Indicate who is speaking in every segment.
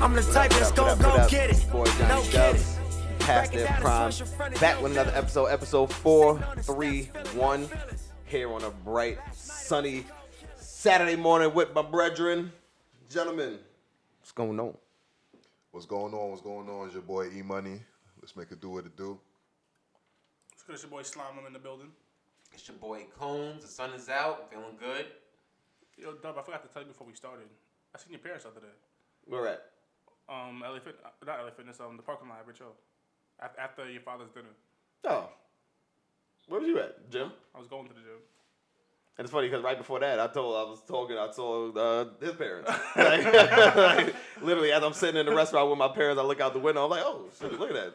Speaker 1: I'm the type that's
Speaker 2: What
Speaker 1: gonna
Speaker 2: up, what
Speaker 1: go
Speaker 2: up,
Speaker 1: get
Speaker 2: It's
Speaker 1: it.
Speaker 2: your boy
Speaker 1: No
Speaker 2: Johnny
Speaker 1: kidding.
Speaker 2: Dubs. Past their prime. Back with another episode, episode 431. Here on a bright, sunny Saturday morning with my brethren. Gentlemen, what's going on?
Speaker 3: What's going on? What's going on? It's your boy E Money. Let's make it do what it do.
Speaker 4: It's 'cause your boy Slime I'm in the building.
Speaker 5: It's your boy Combs. The sun is out. Feeling good.
Speaker 4: Yo, Dub, I forgot to tell you before we started. I seen your parents the other day.
Speaker 2: Where at?
Speaker 4: Um, LA Fit, uh, not LA Fitness, um, the parking lot at Rich Hill. Af- After your father's dinner,
Speaker 2: Oh. Where was you at, Jim?
Speaker 4: I was going to the gym.
Speaker 2: And it's funny because right before that, I told I was talking, I told uh, his parents. like, like, literally, as I'm sitting in the restaurant with my parents, I look out the window. I'm like, oh, shit, look at that.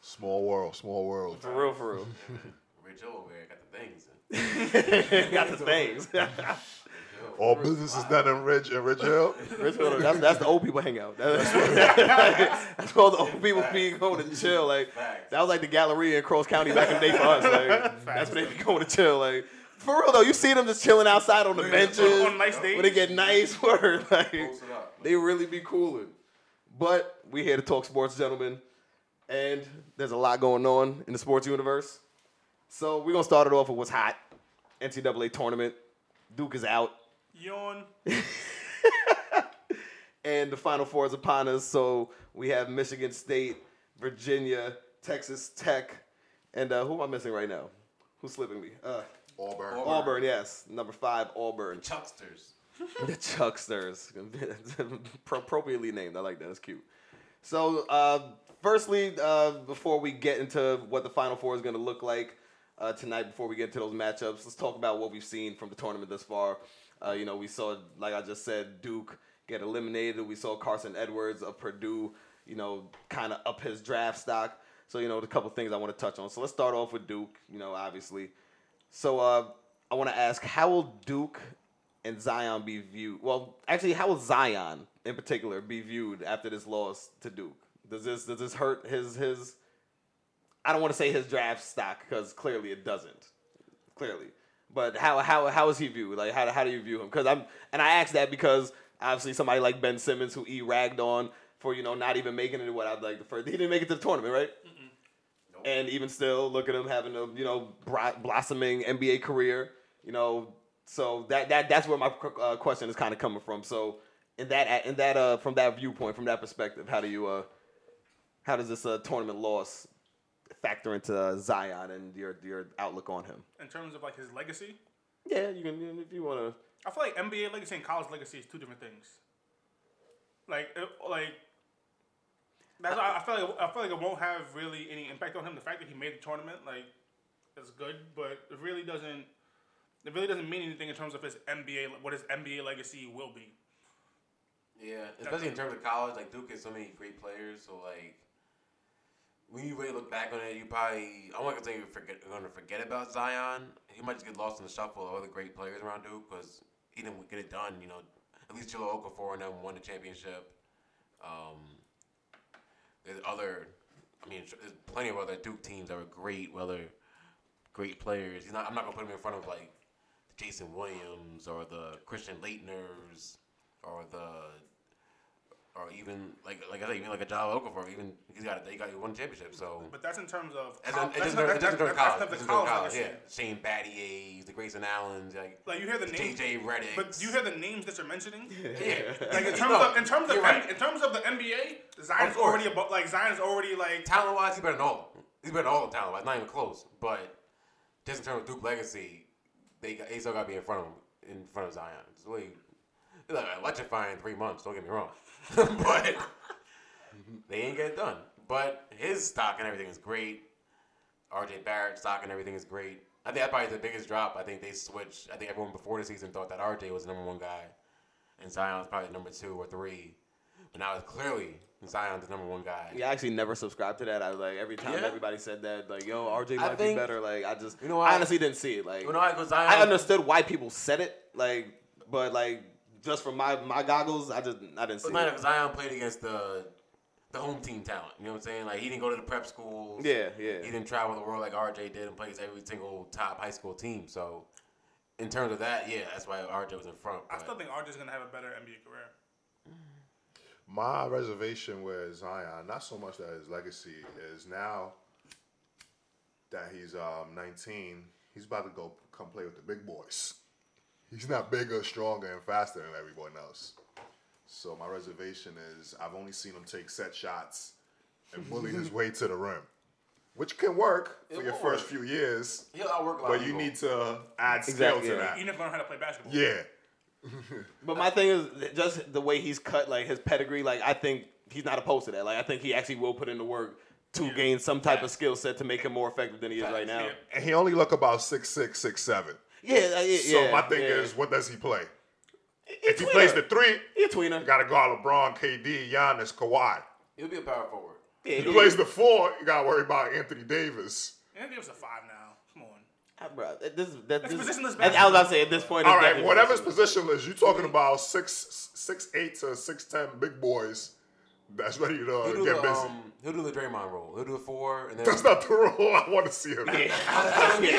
Speaker 3: Small world, small world.
Speaker 2: For real, for real.
Speaker 5: Rich Hill over here got the things.
Speaker 2: Got the things.
Speaker 3: All business is done in Ridge and Ridge Hill.
Speaker 2: Rich Hill, that's, that's the old people hangout. That's, that's all the old people be going to chill. Like
Speaker 5: Facts.
Speaker 2: that was like the gallery in Cross County back in the day for us. Like that's where they be going to chill. Like for real though, you see them just chilling outside on the benches
Speaker 4: on nice
Speaker 2: when they
Speaker 4: days.
Speaker 2: get nice work. Like
Speaker 5: Post it up.
Speaker 2: they really be cooling. But we here to talk sports, gentlemen, and there's a lot going on in the sports universe. So we're gonna start it off with what's hot. NCAA tournament. Duke is out.
Speaker 4: Yawn.
Speaker 2: and the Final Four is upon us. So we have Michigan State, Virginia, Texas Tech, and uh, who am I missing right now? Who's slipping me? Uh,
Speaker 3: Auburn.
Speaker 5: Auburn.
Speaker 2: Auburn, yes, number five, Auburn.
Speaker 5: Chucksters.
Speaker 2: the Chucksters, appropriately named. I like that. That's cute. So, uh, firstly, uh, before we get into what the Final Four is going to look like uh, tonight, before we get into those matchups, let's talk about what we've seen from the tournament thus far. Uh, you know, we saw, like I just said, Duke get eliminated. We saw Carson Edwards of Purdue, you know, kind of up his draft stock. So, you know, a couple things I want to touch on. So let's start off with Duke, you know, obviously. So uh, I want to ask, how will Duke and Zion be viewed? Well, actually, how will Zion in particular be viewed after this loss to Duke? Does this does this hurt his his? I don't want to say his draft stock because clearly it doesn't, clearly. But how how how is he viewed? Like how how do you view him? Because I'm and I ask that because obviously somebody like Ben Simmons who E ragged on for you know not even making it to what I'd like the first. He didn't make it to the tournament, right? And even still, look at him having a you know bro- blossoming NBA career. You know, so that that that's where my qu- uh, question is kind of coming from. So in that in that uh from that viewpoint, from that perspective, how do you uh how does this uh, tournament loss factor into uh, Zion and your your outlook on him?
Speaker 4: In terms of like his legacy,
Speaker 2: Yeah, you can if you want to.
Speaker 4: I feel like NBA legacy and college legacy is two different things. Like, it, like that's why I feel like I feel like it won't have really any impact on him. The fact that he made the tournament, like, is good, but it really doesn't. It really doesn't mean anything in terms of his NBA, le- what his NBA legacy will be.
Speaker 5: Yeah, especially in terms of college, like Duke has so many great players. So like, when you really look back on it, you probably I'm not gonna say you're, forget, you're gonna forget about Zion. He might just get lost in the shuffle of other great players around Duke because he didn't get it done. You know, at least Jalen Okafor and them won the championship. Um, there's other, I mean, sure, there's plenty of other Duke teams that were great, whether great players. He's not, I'm not gonna put him in front of like the Jason Williams or the Christian Leitners or the or even like like I said, even like a John Okafor, even he's got a, he got one championship. So
Speaker 4: But that's in terms of
Speaker 5: as
Speaker 4: col-
Speaker 5: it doesn't
Speaker 4: not-
Speaker 5: it doesn't turn
Speaker 4: that's- that's
Speaker 5: college.
Speaker 4: not
Speaker 5: It
Speaker 4: the
Speaker 5: doesn't turn college.
Speaker 4: legacy.
Speaker 5: Yeah, Shane Battier, the Grayson Allens, like
Speaker 4: Like you hear the
Speaker 5: the
Speaker 4: names,
Speaker 5: JJ Redick.
Speaker 4: but you hear the names that you're mentioning.
Speaker 5: yeah,
Speaker 4: Like in
Speaker 5: You
Speaker 4: terms
Speaker 5: know,
Speaker 4: of in terms of
Speaker 5: you're
Speaker 4: M-
Speaker 5: right.
Speaker 4: in terms of the NBA, Zion's
Speaker 5: Of course.
Speaker 4: already above. Like Zion's already like
Speaker 5: talent wise, he's better than all. of them. He's better than all of them talent wise, not even close. But just in terms of Duke legacy, they got, they still got to be in front of him, in front of Zion. It's really it's like electrifying in three months. Don't get me wrong, but they ain't get it done. But his stock and everything is great. RJ Barrett stock and everything is great. I think that probably is the biggest drop. I think they switched. I think everyone before the season thought that RJ was the number one guy, and Zion was probably number two or three. But now it's clearly Zion's the number one guy.
Speaker 2: Yeah, I actually never subscribed to that. I like every time
Speaker 5: Yeah.
Speaker 2: everybody said that, like, yo, RJ
Speaker 5: I
Speaker 2: might
Speaker 5: think-
Speaker 2: be better. Like, I just,
Speaker 5: You know
Speaker 2: I
Speaker 5: what?
Speaker 2: honestly didn't see it. Like,
Speaker 5: You know why? 'Cause Zion.
Speaker 2: I understood why people said it, like, but like just from my my goggles, I just I didn't see
Speaker 5: It's
Speaker 2: it.
Speaker 5: not like Zion played against the the home team talent. You know what I'm saying? Like he didn't go to the prep schools.
Speaker 2: Yeah,
Speaker 5: He
Speaker 2: yeah.
Speaker 5: didn't travel the world like RJ did and play against every single top high school team. So in terms of that, yeah, that's why RJ was in front.
Speaker 4: I
Speaker 5: but
Speaker 4: still think RJ's gonna have a better NBA career.
Speaker 3: My reservation with Zion, not so much that his legacy is now that he's um, 19, he's about to go come play with the big boys. He's not bigger, stronger, and faster than everyone else. So my reservation is I've only seen him take set shots and bully his way to the rim, which can work
Speaker 5: It
Speaker 3: for your
Speaker 5: will
Speaker 3: first few
Speaker 5: work.
Speaker 3: years,
Speaker 5: He'll outwork a lot
Speaker 3: but
Speaker 5: of
Speaker 3: you
Speaker 5: people.
Speaker 3: need to add
Speaker 2: Exactly,
Speaker 3: skill to
Speaker 2: yeah.
Speaker 4: You never learn how to play basketball.
Speaker 3: that. Yeah.
Speaker 2: But my thing is th- just the way he's cut, like his pedigree. Like I think he's not opposed to that. Like I think he actually will put in the work to gain some type of skill set to make him more effective than he is right now.
Speaker 4: Yeah.
Speaker 3: And he only look about six six, six seven.
Speaker 2: Yeah, uh, yeah.
Speaker 3: So
Speaker 2: yeah,
Speaker 3: my thing
Speaker 2: yeah.
Speaker 3: is, what does he play?
Speaker 2: He
Speaker 3: If he
Speaker 2: tweener.
Speaker 3: plays the three,
Speaker 2: he a
Speaker 3: you
Speaker 2: tweener.
Speaker 3: gotta guard LeBron, KD, Giannis, Kawhi.
Speaker 5: He'll be a power forward.
Speaker 2: Yeah,
Speaker 3: If
Speaker 2: he-
Speaker 3: he plays the four, you gotta worry about Anthony Davis.
Speaker 4: And give us a five now. Come on.
Speaker 2: Ah, bruh, at this, that, this,
Speaker 4: positionless
Speaker 2: at- I was about to say at this point.
Speaker 3: All
Speaker 2: it's
Speaker 3: right,
Speaker 2: definitely
Speaker 3: whatever his
Speaker 2: positionless.
Speaker 3: position is, you're talking about six six eight to six ten big boys that's ready to uh,
Speaker 5: He'll do,
Speaker 3: Oh, get
Speaker 5: the,
Speaker 3: busy.
Speaker 5: um, he'll do the Draymond role. He'll do a four, and then
Speaker 3: that's not the role I want to see him. in.
Speaker 5: that's what he'll do.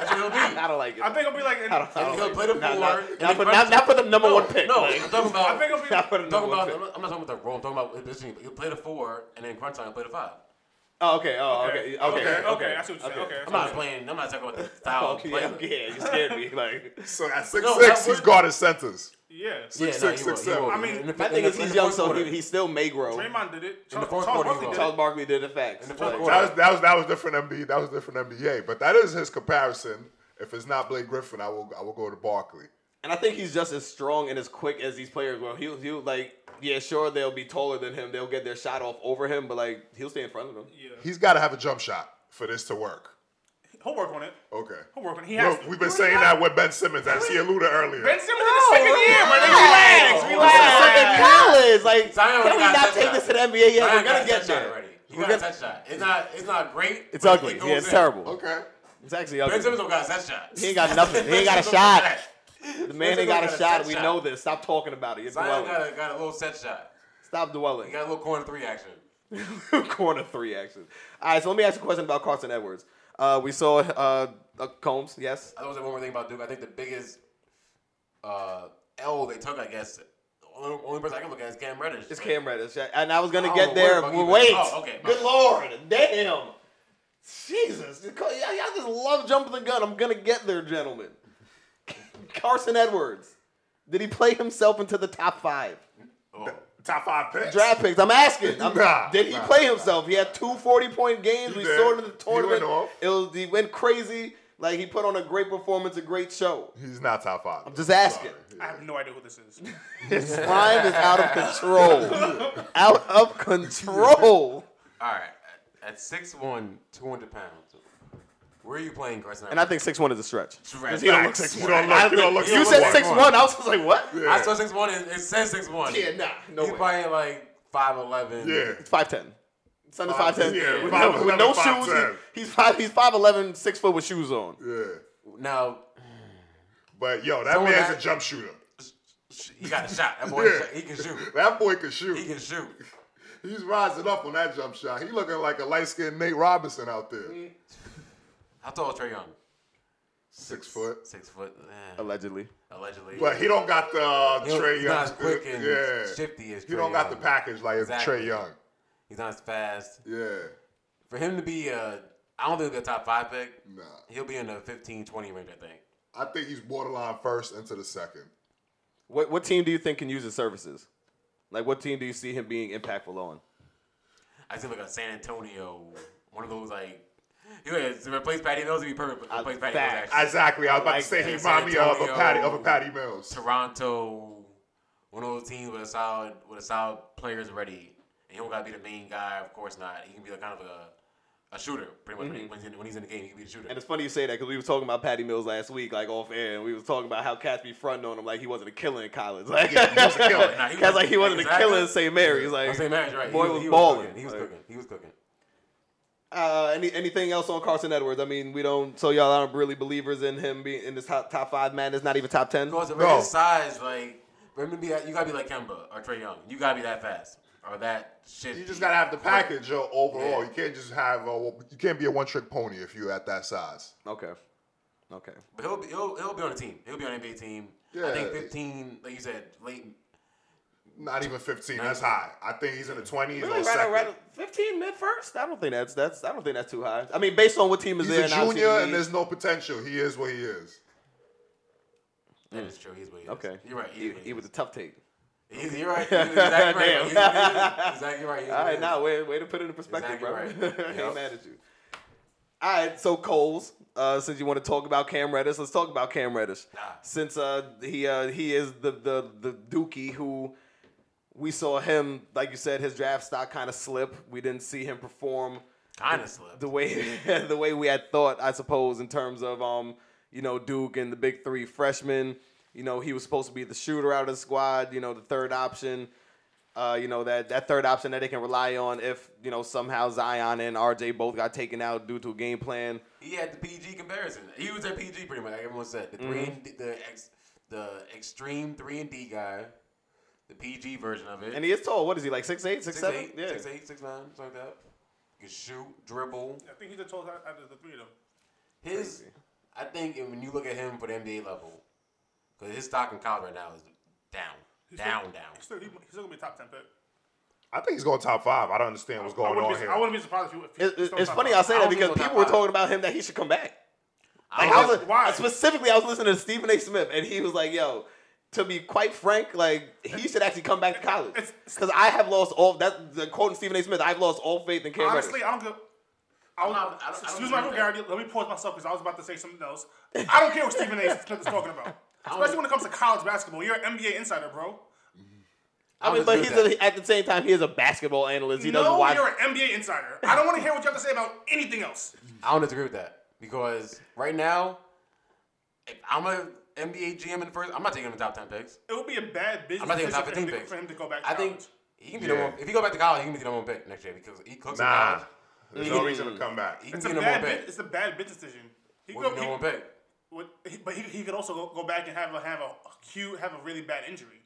Speaker 5: That's what he'll be.
Speaker 2: I don't like it.
Speaker 4: I think it'll be like. In, I,
Speaker 2: I don't
Speaker 5: He'll
Speaker 2: like
Speaker 5: play
Speaker 2: it.
Speaker 5: the
Speaker 2: Not-
Speaker 5: four,
Speaker 2: not-
Speaker 5: and
Speaker 2: Not
Speaker 5: then
Speaker 2: for
Speaker 5: press-
Speaker 2: not, not for the number
Speaker 5: no,
Speaker 2: one pick.
Speaker 5: No,
Speaker 2: like,
Speaker 5: I'm talking about.
Speaker 4: think it'll be.
Speaker 2: not for the
Speaker 5: I'm
Speaker 2: number
Speaker 5: talking
Speaker 2: one
Speaker 5: about.
Speaker 2: pick.
Speaker 5: I'm not, I'm not talking about the role. I'm talking about his position. He'll play the four, and then crunch time. He'll play the five.
Speaker 2: Oh, okay. Oh, okay.
Speaker 4: Okay,
Speaker 2: Okay. Oh,
Speaker 4: okay, okay, I see what you're saying. Okay,
Speaker 5: I'm not playing. I'm not talking about the style. of
Speaker 2: Okay.
Speaker 5: play.
Speaker 2: yeah, okay, Yeah, you scared me. Like,
Speaker 3: So at six
Speaker 5: No,
Speaker 3: six,
Speaker 5: that
Speaker 3: he's
Speaker 5: would-
Speaker 3: guarding centers.
Speaker 4: yeah.
Speaker 5: Yeah, no,
Speaker 3: six,
Speaker 5: he
Speaker 3: six,
Speaker 5: won't, he
Speaker 3: seven.
Speaker 5: won't.
Speaker 4: I mean,
Speaker 5: In the-
Speaker 2: my
Speaker 5: in
Speaker 2: thing
Speaker 5: the-
Speaker 2: is
Speaker 5: in
Speaker 2: he's
Speaker 5: the
Speaker 2: young,
Speaker 5: fourth
Speaker 2: so he,
Speaker 5: quarter.
Speaker 2: he still may grow.
Speaker 4: Draymond did it.
Speaker 5: In the
Speaker 4: Charles,
Speaker 5: fourth
Speaker 4: Charles
Speaker 5: quarter,
Speaker 4: Barkley
Speaker 5: he
Speaker 4: did
Speaker 5: was.
Speaker 4: it.
Speaker 2: Charles Barkley did the facts.
Speaker 5: In the fourth
Speaker 2: like-
Speaker 5: quarter.
Speaker 3: That was that was that was different MB. That was different NBA. But that is his comparison. If it's not Blake Griffin, I will I will go to Barkley.
Speaker 2: And I think he's just as strong and as quick as these players. Well, he'll he'll like yeah, sure they'll be taller than him. They'll get their shot off over him, but like he'll stay in front of them.
Speaker 4: Yeah.
Speaker 3: He's got to have a jump shot for this to work.
Speaker 4: He'll work on it.
Speaker 3: Okay.
Speaker 4: He'll work on it. He has
Speaker 3: Look,
Speaker 4: to.
Speaker 3: we've been saying that with Ben Simmons, as he alluded earlier.
Speaker 4: Ben Simmons in the second year, my nigga. Relax,
Speaker 2: We're in
Speaker 4: relax.
Speaker 2: college. Like,
Speaker 5: Zion
Speaker 2: can
Speaker 5: already
Speaker 2: we
Speaker 5: got
Speaker 2: not
Speaker 5: that
Speaker 2: take
Speaker 5: shot.
Speaker 2: this to the NBA yet?
Speaker 5: Zion
Speaker 2: We're gonna
Speaker 5: got a
Speaker 2: get
Speaker 5: touch shot
Speaker 2: there.
Speaker 5: already. He
Speaker 2: We're
Speaker 5: got a
Speaker 2: gonna-
Speaker 5: touch shot. It's not. It's not great.
Speaker 2: It's
Speaker 5: but
Speaker 2: ugly.
Speaker 5: it
Speaker 2: Yeah,
Speaker 5: goes
Speaker 2: it's
Speaker 5: in.
Speaker 2: terrible.
Speaker 3: okay.
Speaker 2: It's actually
Speaker 5: Ben
Speaker 2: ugly.
Speaker 5: Simmons don't got a set shot.
Speaker 2: He ain't got nothing. He ain't got a shot. The man ain't
Speaker 5: Simmons
Speaker 2: got
Speaker 5: got
Speaker 2: a
Speaker 5: a
Speaker 2: shot.
Speaker 5: set
Speaker 2: We
Speaker 5: shot.
Speaker 2: know this. Stop talking about it. It's
Speaker 5: Zion
Speaker 2: dwelling.
Speaker 5: got a, got a little set shot.
Speaker 2: Stop
Speaker 5: He
Speaker 2: dwelling.
Speaker 5: got a little corner three action.
Speaker 2: Corner three action. All right, so let me ask you a question about Carson Edwards. Uh, we saw uh, uh, Combs. Yes.
Speaker 5: I was say one more thing about Duke. I think the biggest uh, L they took, I guess, the only, only person I can look at is Cam Reddish.
Speaker 2: It's
Speaker 5: Like,
Speaker 2: Cam Reddish, yeah, and I was gonna
Speaker 5: I
Speaker 2: get
Speaker 5: don't
Speaker 2: there.
Speaker 5: know what about
Speaker 2: wait,
Speaker 5: you, but- oh, okay.
Speaker 2: good lord, damn, Jesus, You call- y'all y'all just love jumping the gun. I'm gonna get there, gentlemen. Carson Edwards, did he play himself into the top five
Speaker 5: oh,
Speaker 3: Top five picks.
Speaker 2: draft picks? I'm asking. I'm-
Speaker 3: Nah,
Speaker 2: did he
Speaker 3: nah,
Speaker 2: play
Speaker 3: nah.
Speaker 2: himself? He had two 40 point games.
Speaker 3: He
Speaker 2: we
Speaker 3: did.
Speaker 2: saw it in
Speaker 3: He
Speaker 2: the
Speaker 3: went
Speaker 2: tournament.
Speaker 3: off.
Speaker 2: It was he went crazy. Like he put on a great performance, a great show.
Speaker 3: He's not top five. I'm
Speaker 2: just asking.
Speaker 4: I have no idea who this is.
Speaker 2: His line is out of control, out of control.
Speaker 5: All right. At 6'1", 200 pounds, where are you playing, Carson?
Speaker 2: And I think six one is a stretch. 'Cause
Speaker 5: Stretch.
Speaker 2: he don't look
Speaker 3: Facts.
Speaker 2: 6'1".
Speaker 3: You don't look-
Speaker 2: I
Speaker 3: you don't look
Speaker 2: You
Speaker 5: 6'1".
Speaker 2: said six one. I was just like, what?
Speaker 3: Yeah.
Speaker 5: I saw 6'1", it, it says 6'1".
Speaker 2: Yeah, nah, no
Speaker 5: He's
Speaker 2: way.
Speaker 5: probably like 5'11".
Speaker 3: yeah.
Speaker 2: It's five ten. Son is five ten.
Speaker 3: yeah,
Speaker 2: with, no,
Speaker 3: 5'11",
Speaker 2: with no
Speaker 3: 5'10".
Speaker 2: shoes. He- He's five. He's five eleven, six foot with shoes on.
Speaker 3: Yeah.
Speaker 5: Now,
Speaker 3: But yo, that
Speaker 5: Someone
Speaker 3: man's
Speaker 5: that-
Speaker 3: a jump shooter.
Speaker 5: sh- he got a shot. That boy,
Speaker 3: Yeah.
Speaker 5: he can shoot.
Speaker 3: That boy can
Speaker 5: He
Speaker 3: shoot.
Speaker 5: can shoot.
Speaker 3: He's rising up on that jump shot. He looking like a light skinned Nate Robinson out there.
Speaker 5: How tall is Trey Young?
Speaker 3: Six foot.
Speaker 5: Six foot. eh,
Speaker 2: Allegedly.
Speaker 5: allegedly.
Speaker 3: But he don't got the uh,
Speaker 5: He don't-
Speaker 3: Trey
Speaker 5: he's
Speaker 3: Young.
Speaker 5: not as quick and
Speaker 3: yeah.
Speaker 5: shifty as
Speaker 3: He
Speaker 5: Trae
Speaker 3: don't got the
Speaker 5: Young.
Speaker 3: package like
Speaker 5: Exactly.
Speaker 3: Trey Young.
Speaker 5: He's not as fast.
Speaker 3: Yeah.
Speaker 5: For him to be, uh, I don't think he'll be a top five pick.
Speaker 3: Nah.
Speaker 5: He'll be in the 15, 20 range, I think.
Speaker 3: I think he's borderline first into the second.
Speaker 2: What what team do you think can use his services? Like, what team do you see him being impactful on?
Speaker 5: I see like a San Antonio, one of those like. He was to replace Patty Mills would be perfect. But replace Patty Mills
Speaker 2: facts.
Speaker 5: actually.
Speaker 3: Exactly. I was about
Speaker 2: like
Speaker 3: to say he
Speaker 5: that.
Speaker 3: remind me of a
Speaker 5: San
Speaker 3: Patty of
Speaker 5: Antonio.
Speaker 3: a Patty Mills.
Speaker 5: Toronto, one of those teams with a solid with a solid players already, and he don't gotta be the main guy. Of course not. He can be like kind of a a shooter pretty much when, he's in, when he's in the game. He can be the shooter.
Speaker 2: Mm-hmm. And it's funny you say that because we were talking about Patty Mills last week, like off air, and we was talking about how Cats be fronting on him like he wasn't a killer in college. Like,
Speaker 3: was a killer.
Speaker 5: Nah, he
Speaker 2: Cats
Speaker 5: was-
Speaker 2: like he wasn't
Speaker 5: exactly.
Speaker 2: a killer in St. Mary's.
Speaker 5: I'm
Speaker 2: Like,
Speaker 5: saying marriage, right?
Speaker 2: boy
Speaker 5: he,
Speaker 2: was
Speaker 5: he
Speaker 2: balling.
Speaker 5: cooking. He was
Speaker 2: Like-
Speaker 5: cooking. He was cooking.
Speaker 2: Uh, any anything else on Carson Edwards? I mean, we don't. So y'all aren't really believers in him being in this top top five man. It's not even top ten.
Speaker 5: Because of
Speaker 3: No.
Speaker 5: his size, like for him to be, that- you gotta be like Kemba or Trey Young. You gotta be that fast or that shit.
Speaker 3: You just gotta have the package yo, overall.
Speaker 5: Yeah.
Speaker 3: You can't just have a, you can't be a one trick pony if you're at that size.
Speaker 2: Okay, okay.
Speaker 5: But he'll be he'll, he'll be on a team. He'll be on an NBA team. I
Speaker 3: Yeah.
Speaker 5: think 15, like you said, late
Speaker 3: Not even 15. That's high. I think he's in the 20s
Speaker 2: Really,
Speaker 3: or
Speaker 2: right,
Speaker 3: second.
Speaker 2: right, fifteen mid first. I don't think that's that's I don't think that's too high. I mean, based on what team is
Speaker 3: He's
Speaker 2: there,
Speaker 3: a
Speaker 2: and obviously
Speaker 3: junior,
Speaker 2: the
Speaker 3: and
Speaker 2: league-
Speaker 3: there's no potential. He is what he is.
Speaker 5: That is true. He's what he is.
Speaker 2: Mm. okay.
Speaker 5: You're right.
Speaker 2: He,
Speaker 5: He's, what
Speaker 2: he was a tough take.
Speaker 5: he is. He's- you're right. He's exactly right.
Speaker 2: Damn.
Speaker 5: He's what he is. Exactly right. He's
Speaker 2: All
Speaker 5: what he
Speaker 2: right,
Speaker 5: is.
Speaker 2: now way way to put it in perspective,
Speaker 5: Exactly
Speaker 2: bro.
Speaker 5: right.
Speaker 2: I
Speaker 5: Yep.
Speaker 2: ain't mad at you. All right, so Coles, uh, since you want to talk about Cam Reddish, let's talk about Cam Reddish.
Speaker 5: Nah.
Speaker 2: Since uh, he uh, he is the the the Dookie who we saw him, like you said, his draft stock kind of slip. We didn't see him perform
Speaker 5: Kind of slipped.
Speaker 2: the way the way we had thought, I suppose, in terms of um, you know, Duke and the big three freshmen. You know, he was supposed to be the shooter out of the squad. You know, the third option. Uh, you know that that third option that they can rely on if you know somehow Zion and RJ both got taken out due to a game plan.
Speaker 5: He had the PG comparison. He was at PG pretty much. Like everyone said, the three
Speaker 2: Mm-hmm.
Speaker 5: and D, the ex, the extreme three and D guy, the PG version of it.
Speaker 2: And he is tall. What is he like? Six eight, six
Speaker 5: six
Speaker 2: seven?
Speaker 5: eight,
Speaker 2: yeah.
Speaker 5: six eight, six nine, something like that. He can shoot, dribble.
Speaker 4: I think he's the tallest out out of the three of them.
Speaker 5: His, I think, if- when you look at him for the NBA level, because his stock in college right now is down, down, down.
Speaker 4: He's still, he- he's still gonna be a top ten pick.
Speaker 3: I think he's going top five. Oh, I don't understand what's
Speaker 4: I
Speaker 3: going
Speaker 4: wouldn't,
Speaker 3: on
Speaker 4: be,
Speaker 3: here.
Speaker 4: I wouldn't be surprised if you. If he-
Speaker 2: It-
Speaker 4: he's
Speaker 2: it-
Speaker 4: still
Speaker 2: it's
Speaker 4: top
Speaker 2: funny
Speaker 4: five.
Speaker 2: I say
Speaker 5: I
Speaker 2: that
Speaker 5: don't
Speaker 2: because
Speaker 5: think he'll
Speaker 2: people were
Speaker 5: top
Speaker 2: talking about him that he should come back.
Speaker 5: I
Speaker 2: Like
Speaker 5: don't
Speaker 2: I
Speaker 5: know
Speaker 2: was
Speaker 4: Why?
Speaker 2: specifically, I was listening to Stephen A. Smith, and he was like, "Yo, to be quite frank, like he should actually come back to college
Speaker 4: It's-
Speaker 2: because I have lost all that." The quote in Stephen A. Smith, "I've lost all faith in Cam
Speaker 4: Honestly,
Speaker 2: Reddish."
Speaker 4: I don't give. I
Speaker 5: I'm
Speaker 4: don't,
Speaker 5: not- I don't- I don't
Speaker 4: excuse my
Speaker 5: believe that.
Speaker 4: vulgarity. Let me pause myself because I was about to say something else. I don't care what Stephen A. Smith is talking about, especially when it comes to college basketball. You're an NBA insider, bro.
Speaker 2: I mean,
Speaker 5: would
Speaker 2: but
Speaker 5: do
Speaker 2: he's
Speaker 5: that.
Speaker 2: a, at the same time, he is a basketball analyst. He doesn't
Speaker 4: no,
Speaker 2: watch.
Speaker 4: you're an NBA insider. I don't want to hear what you have to say about anything else.
Speaker 5: I don't disagree with that because right now, if I'm a NBA GM in the first. I'm not taking him in top ten picks.
Speaker 4: It would be a bad business
Speaker 5: I'm not taking
Speaker 4: decision
Speaker 5: top
Speaker 4: for,
Speaker 5: 15
Speaker 4: him to,
Speaker 5: picks.
Speaker 4: for him to go back. To
Speaker 5: I think
Speaker 4: college.
Speaker 5: he can be the
Speaker 3: Yeah.
Speaker 5: one. If he go back to college, he can be the number one pick next year because he cooks. in
Speaker 3: nah.
Speaker 5: college.
Speaker 3: There's no reason to come back.
Speaker 5: He
Speaker 4: it's
Speaker 5: can
Speaker 4: a
Speaker 5: be the number
Speaker 4: bad.
Speaker 5: one
Speaker 4: bu-
Speaker 5: pick.
Speaker 4: It's a bad business decision. He
Speaker 5: Well,
Speaker 4: could-
Speaker 5: number
Speaker 4: he-
Speaker 5: one pick.
Speaker 4: What, he, but he, he could also go, go back and have a have a cute have a really bad injury.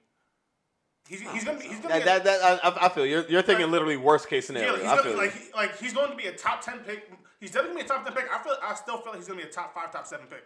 Speaker 4: He's, he's gonna be he's gonna
Speaker 2: that,
Speaker 4: be a,
Speaker 2: that, that, I, I- I feel you're, you're thinking literally worst case
Speaker 4: yeah,
Speaker 2: scenario.
Speaker 4: like,
Speaker 2: I
Speaker 4: he's gonna
Speaker 2: feel
Speaker 4: be,
Speaker 2: you.
Speaker 4: like he, like he's going to be a top ten pick. He's definitely gonna be a top ten pick. I feel I still feel like he's gonna be a top five, top seven pick.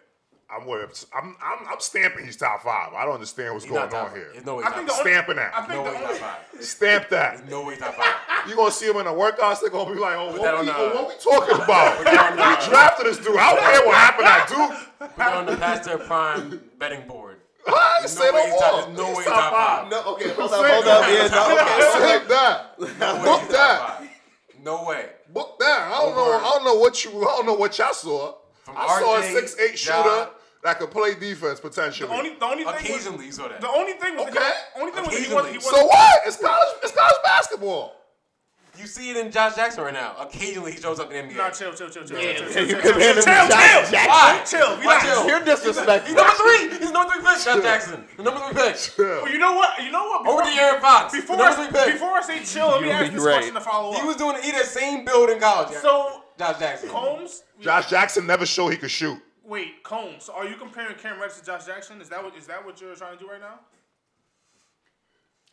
Speaker 3: I'm, with, I'm, I'm, I'm stamping he's top five. I don't understand what's
Speaker 5: He's
Speaker 3: going
Speaker 5: not top
Speaker 3: on
Speaker 5: five.
Speaker 3: here.
Speaker 5: There's no way.
Speaker 4: I
Speaker 5: He's
Speaker 4: think
Speaker 5: top
Speaker 4: the
Speaker 5: five.
Speaker 4: only,
Speaker 3: Stamping that.
Speaker 4: I think
Speaker 5: No
Speaker 4: the
Speaker 5: way. He's
Speaker 4: only,
Speaker 5: top five.
Speaker 3: Stamp that.
Speaker 5: There's no way. He's top five.
Speaker 3: You're gonna see him in the workouts. They're gonna be like, "Oh, what,
Speaker 5: that
Speaker 3: we,
Speaker 5: on,
Speaker 3: oh,
Speaker 5: uh,
Speaker 3: what we talking about?
Speaker 5: that on, uh,
Speaker 3: we drafted this dude. I don't care what happened. I do.
Speaker 5: Put that on the pastor prime betting board.
Speaker 3: What?
Speaker 5: There's no
Speaker 3: Say
Speaker 5: way
Speaker 3: no
Speaker 5: he's top-
Speaker 3: more.
Speaker 5: there's no
Speaker 3: He's
Speaker 5: way
Speaker 3: top
Speaker 5: top
Speaker 3: five.
Speaker 5: five.
Speaker 2: no, okay, hold up, hold up, yeah, no, okay, hold up.
Speaker 3: Save that. Book
Speaker 5: No way. He's top
Speaker 3: that.
Speaker 5: five. No way.
Speaker 3: Book that. I don't know. I don't know what you. I don't know what y'all saw.
Speaker 5: From
Speaker 3: I saw a
Speaker 5: RJ,
Speaker 3: six eight shooter
Speaker 5: John.
Speaker 3: that could play defense potentially.
Speaker 4: the only the only thing was,
Speaker 5: Occasionally, you saw that.
Speaker 4: the only thing was
Speaker 3: Okay.
Speaker 4: the only thing was he wasn't he
Speaker 5: Occasionally.
Speaker 4: wasn't
Speaker 3: so what? It's college. It's college basketball.
Speaker 5: You see it in Josh Jackson right now. Occasionally, he shows up in the NBA.
Speaker 4: Nah, chill, chill, chill, chill, chill,
Speaker 2: You
Speaker 4: chill, chill,
Speaker 2: could hand
Speaker 4: chill,
Speaker 2: him
Speaker 4: chill,
Speaker 2: Josh
Speaker 4: chill.
Speaker 2: Jackson.
Speaker 5: Why?
Speaker 4: Chill,
Speaker 5: Why
Speaker 4: relax.
Speaker 5: chill?
Speaker 2: You're disrespectful.
Speaker 5: He's number three. He's number three pick. Josh Jackson. He's number three pick.
Speaker 3: Yeah.
Speaker 4: You know what? You know what?
Speaker 5: Over to Aaron Fox. He's
Speaker 4: before,
Speaker 5: Oh, number three
Speaker 4: I,
Speaker 5: pick.
Speaker 4: before I say chill, let me
Speaker 2: You're
Speaker 4: ask this
Speaker 2: right.
Speaker 4: question to follow up.
Speaker 5: he was doing he that same build in college. yeah.
Speaker 4: so
Speaker 5: Josh Jackson.
Speaker 4: Combs.
Speaker 3: Josh Jackson never showed he could shoot.
Speaker 4: Wait, Combs. so Are you comparing Cam Reddish to Josh Jackson? Is that what is that what you're trying to do right now?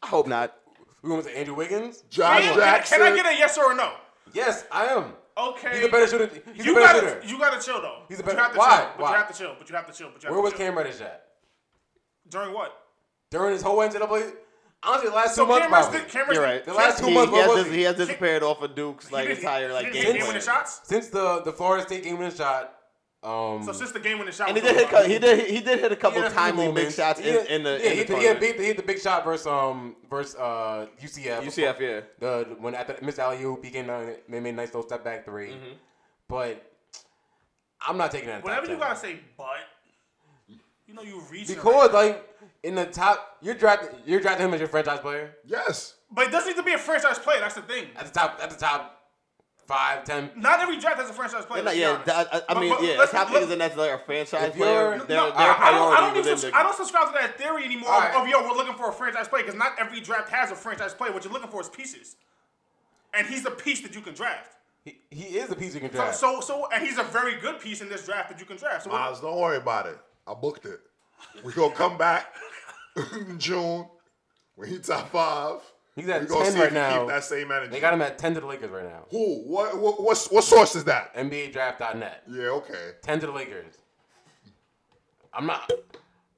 Speaker 2: I hope not.
Speaker 5: We went to Andrew Wiggins.
Speaker 3: Josh
Speaker 4: Can-
Speaker 3: Jackson.
Speaker 4: Can I get a yes or a no?
Speaker 5: Yes, I am.
Speaker 4: Okay.
Speaker 5: He's a better shooter. He's
Speaker 4: you
Speaker 5: a better
Speaker 4: gotta,
Speaker 5: shooter.
Speaker 4: you gotta chill though.
Speaker 5: He's a
Speaker 4: But you
Speaker 5: better-
Speaker 4: have to
Speaker 5: Why?
Speaker 4: Chill, but
Speaker 5: Why?
Speaker 4: you have to chill. But you have to chill. But you have
Speaker 5: Where
Speaker 4: to
Speaker 5: was
Speaker 4: chill.
Speaker 5: Cam Reddish at?
Speaker 4: During what?
Speaker 5: During his whole NCAA, honestly, the last
Speaker 4: So
Speaker 5: two months
Speaker 4: Cam Reddish
Speaker 5: probably.
Speaker 4: did- Cam Reddish
Speaker 2: You're
Speaker 4: did-
Speaker 2: right.
Speaker 5: The last two
Speaker 2: he,
Speaker 5: months,
Speaker 2: he
Speaker 5: what
Speaker 2: has,
Speaker 5: was
Speaker 2: dis-
Speaker 5: he?
Speaker 2: he has disappeared off of Duke's
Speaker 4: he
Speaker 2: like
Speaker 4: didn't-
Speaker 2: entire like
Speaker 4: he
Speaker 2: game
Speaker 4: didn't hit
Speaker 2: plan.
Speaker 4: game-winning shots.
Speaker 5: Since the the Florida State game winning shot, um,
Speaker 4: So since the game winning shot,
Speaker 2: And he
Speaker 4: was
Speaker 2: did hit.
Speaker 4: over,
Speaker 2: cou- He did. He did hit a couple
Speaker 5: had a few
Speaker 2: timely big
Speaker 5: moments.
Speaker 2: shots
Speaker 5: He
Speaker 2: in,
Speaker 5: had-
Speaker 2: in the
Speaker 5: yeah,
Speaker 2: in the
Speaker 5: he, he, had
Speaker 2: tournament.
Speaker 5: big, he hit the big shot versus um versus uh UCF.
Speaker 2: UCF, yeah.
Speaker 5: The when after Miss Alley oop, he came down and made a nice little step back 3
Speaker 2: Mm-hmm.
Speaker 5: But I'm not taking that. in the
Speaker 4: Whenever
Speaker 5: top
Speaker 4: you
Speaker 5: 10.
Speaker 4: gotta say but, you know you reach
Speaker 5: because like in the top, you're drafting you're drafting him as your franchise player
Speaker 3: yes.
Speaker 4: But it doesn't need to be a franchise player. That's the thing.
Speaker 5: at the top at the top five ten.
Speaker 4: Not every draft has a franchise player.
Speaker 2: And, like,
Speaker 4: let's be
Speaker 2: yeah,
Speaker 4: honest.
Speaker 2: that- I, I
Speaker 4: But-
Speaker 2: mean,
Speaker 4: but
Speaker 2: yeah.
Speaker 4: let's-
Speaker 2: That's happening
Speaker 4: let's-
Speaker 2: isn't that like a franchise
Speaker 5: If you're-
Speaker 2: player.
Speaker 5: no,
Speaker 2: Their,
Speaker 5: no,
Speaker 2: their
Speaker 4: I don't,
Speaker 5: I-
Speaker 4: I don't
Speaker 2: priority
Speaker 4: even
Speaker 2: within
Speaker 4: subs-
Speaker 2: the
Speaker 4: I don't subscribe to that theory anymore
Speaker 5: All
Speaker 4: of-
Speaker 5: right.
Speaker 4: of yo, we're looking for a franchise player because not every draft has a franchise player. What you're looking for is pieces, and he's a piece that you can draft.
Speaker 5: He, he is the piece you can
Speaker 4: So-
Speaker 5: draft.
Speaker 4: So, so, and he's a very good piece in this draft that you can draft. So, what-
Speaker 3: Miles, don't worry about it. I booked it. We gonna come back in June when he top five.
Speaker 5: He's at
Speaker 3: We gonna
Speaker 5: 10
Speaker 3: see
Speaker 5: right
Speaker 3: if he
Speaker 5: now.
Speaker 3: keep that same energy.
Speaker 5: they got him at ten to the Lakers right now.
Speaker 3: Who? What? What? What's, what source is that?
Speaker 5: NBAdraft.net.
Speaker 3: Yeah. Okay.
Speaker 5: Ten to the Lakers. I'm not.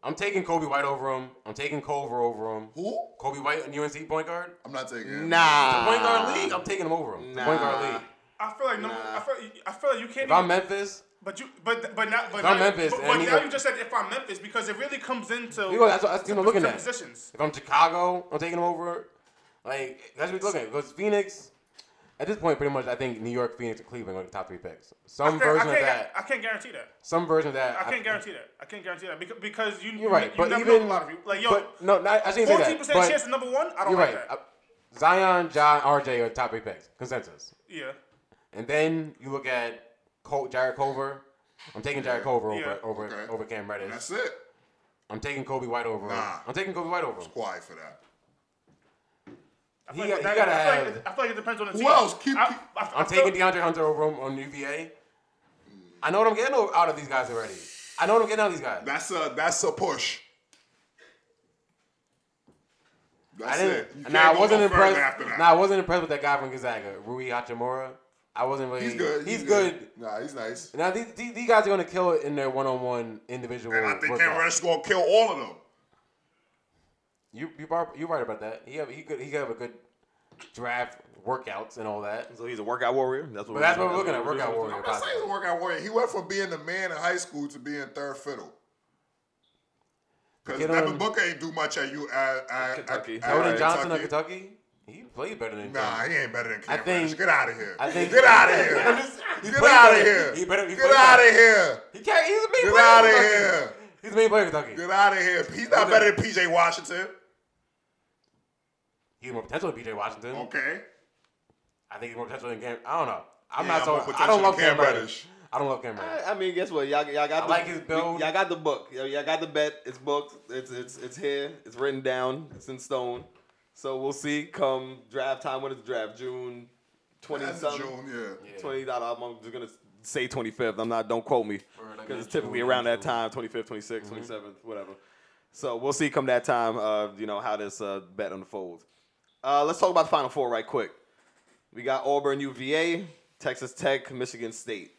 Speaker 5: I'm taking Kobe White over him. I'm taking Culver over him.
Speaker 3: Who?
Speaker 5: Kobe White and UNC point guard.
Speaker 3: I'm not taking him.
Speaker 2: Nah.
Speaker 5: Point guard league. I'm taking him over him. The Point guard
Speaker 2: Nah.
Speaker 5: league.
Speaker 4: I feel like no. I feel. I feel like you can't.
Speaker 5: If I'm
Speaker 4: even-
Speaker 5: Memphis,
Speaker 4: but you. But but not. But
Speaker 5: If I'm
Speaker 4: now-
Speaker 5: Memphis,
Speaker 4: But,
Speaker 5: and
Speaker 4: but
Speaker 5: he
Speaker 4: now
Speaker 5: go-
Speaker 4: you just said if I'm Memphis because it really comes into.
Speaker 5: you know, that's what that's the team I'm looking
Speaker 4: to
Speaker 5: at.
Speaker 4: positions.
Speaker 5: If I'm Chicago, I'm taking him over. Like that's what we're looking at. Because Phoenix, at this point, pretty much I think New York, Phoenix, and Cleveland are the top three picks. Some
Speaker 4: I can't, I
Speaker 5: version
Speaker 4: can't,
Speaker 5: of that.
Speaker 4: I can't guarantee that.
Speaker 5: some version of that.
Speaker 4: I can't guarantee that. I can't guarantee that because, because you
Speaker 5: You're right,
Speaker 4: you
Speaker 5: but
Speaker 4: never
Speaker 5: even
Speaker 4: know a lot of you. Like yo,
Speaker 5: but no, not, I shouldn't say
Speaker 4: fourteen
Speaker 5: that.
Speaker 4: percent
Speaker 5: But
Speaker 4: chance of number one. I don't
Speaker 3: Oh
Speaker 5: you're
Speaker 4: like
Speaker 5: right.
Speaker 4: that.
Speaker 5: Uh, Zion, John, RJ are top three picks consensus.
Speaker 4: yeah,
Speaker 5: And then you look at Col- Jared Culver. I'm taking Jared Culver over
Speaker 4: Yeah,
Speaker 5: over
Speaker 3: okay.
Speaker 5: over Cam Reddish.
Speaker 3: That's it.
Speaker 5: I'm taking Kobe White over. him.
Speaker 3: Nah.
Speaker 5: I'm taking Kobe White over. him.
Speaker 3: Quiet for that.
Speaker 4: I
Speaker 5: He
Speaker 4: feel
Speaker 5: got-
Speaker 4: like,
Speaker 5: he
Speaker 4: that-
Speaker 5: gotta
Speaker 4: I feel like,
Speaker 5: have-
Speaker 4: it- I feel like it depends on the
Speaker 3: Who
Speaker 4: team.
Speaker 3: else? Keep-
Speaker 4: I,
Speaker 3: keep-
Speaker 4: I, I,
Speaker 5: I'm
Speaker 4: feel-
Speaker 5: taking DeAndre Hunter over him on UVA. I know what I'm getting o- out of these guys already. I know what I'm getting out of these guys.
Speaker 3: That's a that's a push. That's
Speaker 5: I
Speaker 3: it. You
Speaker 5: didn't.
Speaker 3: can't
Speaker 5: Nah, I
Speaker 3: go
Speaker 5: wasn't
Speaker 3: no further
Speaker 5: impressed.
Speaker 3: after that.
Speaker 5: Nah, I wasn't impressed with that guy from Gonzaga, Rui Hachimura. I wasn't really.
Speaker 3: he's good.
Speaker 5: He's, good.
Speaker 3: Nah, he's nice.
Speaker 5: Now these, these, these guys are gonna kill it in their one-on-one individual.
Speaker 3: And I think Cam
Speaker 5: workout.
Speaker 3: Reddish gonna kill all of them.
Speaker 5: You you are you right about that. He have he could he could have a good draft workouts and all that.
Speaker 2: So he's a workout warrior. That's what.
Speaker 5: But that's what we're looking at. Workout warrior.
Speaker 3: That's how he's a
Speaker 5: possibly.
Speaker 3: workout warrior. He went from being the man in high school to being third fiddle. Because
Speaker 5: Get
Speaker 3: Devin
Speaker 5: on-
Speaker 3: Booker ain't do much at you at, at
Speaker 2: Kentucky.
Speaker 3: At,
Speaker 5: Jordan
Speaker 3: at
Speaker 5: Johnson of Kentucky. He played better than
Speaker 3: Nah, he ain't better than Cam
Speaker 5: I think-
Speaker 3: Reddish. Get out of here.
Speaker 5: I think-
Speaker 3: Get out of here.
Speaker 5: He
Speaker 3: Get
Speaker 5: played
Speaker 3: out of
Speaker 5: better.
Speaker 3: here.
Speaker 5: He better- he
Speaker 3: Get
Speaker 5: played
Speaker 3: out of
Speaker 5: better.
Speaker 3: here.
Speaker 5: He can't. He's a main
Speaker 3: Get
Speaker 5: player.
Speaker 3: out
Speaker 5: in
Speaker 3: of
Speaker 5: Kentucky.
Speaker 3: here.
Speaker 5: He's a main player in Kentucky.
Speaker 3: Get out of here. He's not better than PJ Washington.
Speaker 5: He has more potential than PJ Washington.
Speaker 3: Okay.
Speaker 5: I think he's more potential than Cam. I don't know. I'm
Speaker 3: Yeah,
Speaker 5: not so.
Speaker 3: more potential
Speaker 5: I don't love
Speaker 3: than Cam
Speaker 5: Cam Reddish.
Speaker 3: Reddish.
Speaker 5: I don't love Cam Reddish.
Speaker 2: I, I mean, guess what? Y'all, y'all got.
Speaker 5: I
Speaker 2: the,
Speaker 5: like his build.
Speaker 2: Y'all got the book. Y'all, y'all got the bet. It's booked. It's it's it's here. It's written down. It's in stone. So we'll see. Come draft time. When is the draft? June twenty
Speaker 3: That's
Speaker 2: something.
Speaker 3: June, yeah.
Speaker 5: Yeah.
Speaker 2: Twenty. I- I'm just gonna say twenty fifth. I'm not. Don't quote me
Speaker 5: Or like
Speaker 2: because it's
Speaker 5: mid-June,
Speaker 2: typically around that
Speaker 5: mid-June.
Speaker 2: time. Twenty fifth, twenty sixth,
Speaker 5: Mm-hmm.
Speaker 2: twenty seventh, whatever. So we'll see. Come that time, uh, you know how this uh, bet unfolds. Uh, let's talk about the Final Four right quick. We got Auburn, UVA, Texas Tech, Michigan State.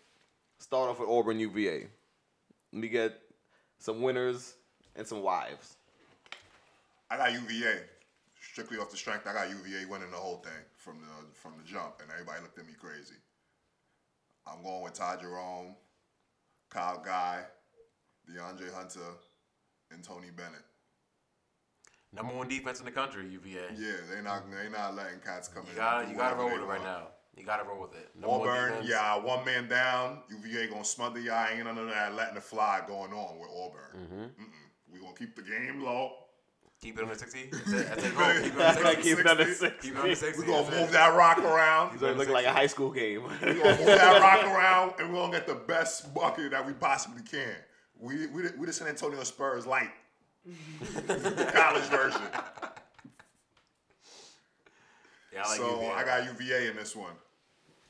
Speaker 2: Start off with Auburn, UVA. Let me get some winners and some wives.
Speaker 3: I got UVA. Strictly off the strength, I got UVA winning the whole thing from the from the jump, and everybody looked at me crazy. I'm going with Ty Jerome, Kyle Guy, DeAndre Hunter, and Tony Bennett.
Speaker 5: Number one defense in the country, UVA.
Speaker 3: Yeah, they not they not letting cats come
Speaker 5: You
Speaker 3: in.
Speaker 5: gotta
Speaker 3: and
Speaker 5: you
Speaker 3: do
Speaker 5: gotta roll
Speaker 3: whatever
Speaker 5: with
Speaker 3: they
Speaker 5: it right
Speaker 3: want.
Speaker 5: now. You gotta roll with it. Number one
Speaker 3: Auburn,
Speaker 5: defense.
Speaker 3: yeah, one man down. UVA gonna smother y'all. Ain't none of that letting the fly going on with Auburn.
Speaker 5: Mm-hmm.
Speaker 3: Mm-mm. We gonna keep the game low.
Speaker 5: Keep it under sixty. That's it. That's it. Go. Keep
Speaker 2: Keep it
Speaker 5: it under sixty.
Speaker 2: under six.
Speaker 5: Keep it under sixty.
Speaker 3: We gonna
Speaker 5: That's it.
Speaker 3: move that rock around.
Speaker 2: So it looked like a high school game.
Speaker 3: We gonna move that rock around, and we're gonna get the best bucket that we possibly can. We we the- we the San Antonio Spurs light, the college version.
Speaker 5: Yeah, I like
Speaker 3: so
Speaker 5: UVA.
Speaker 3: I got UVA in this one.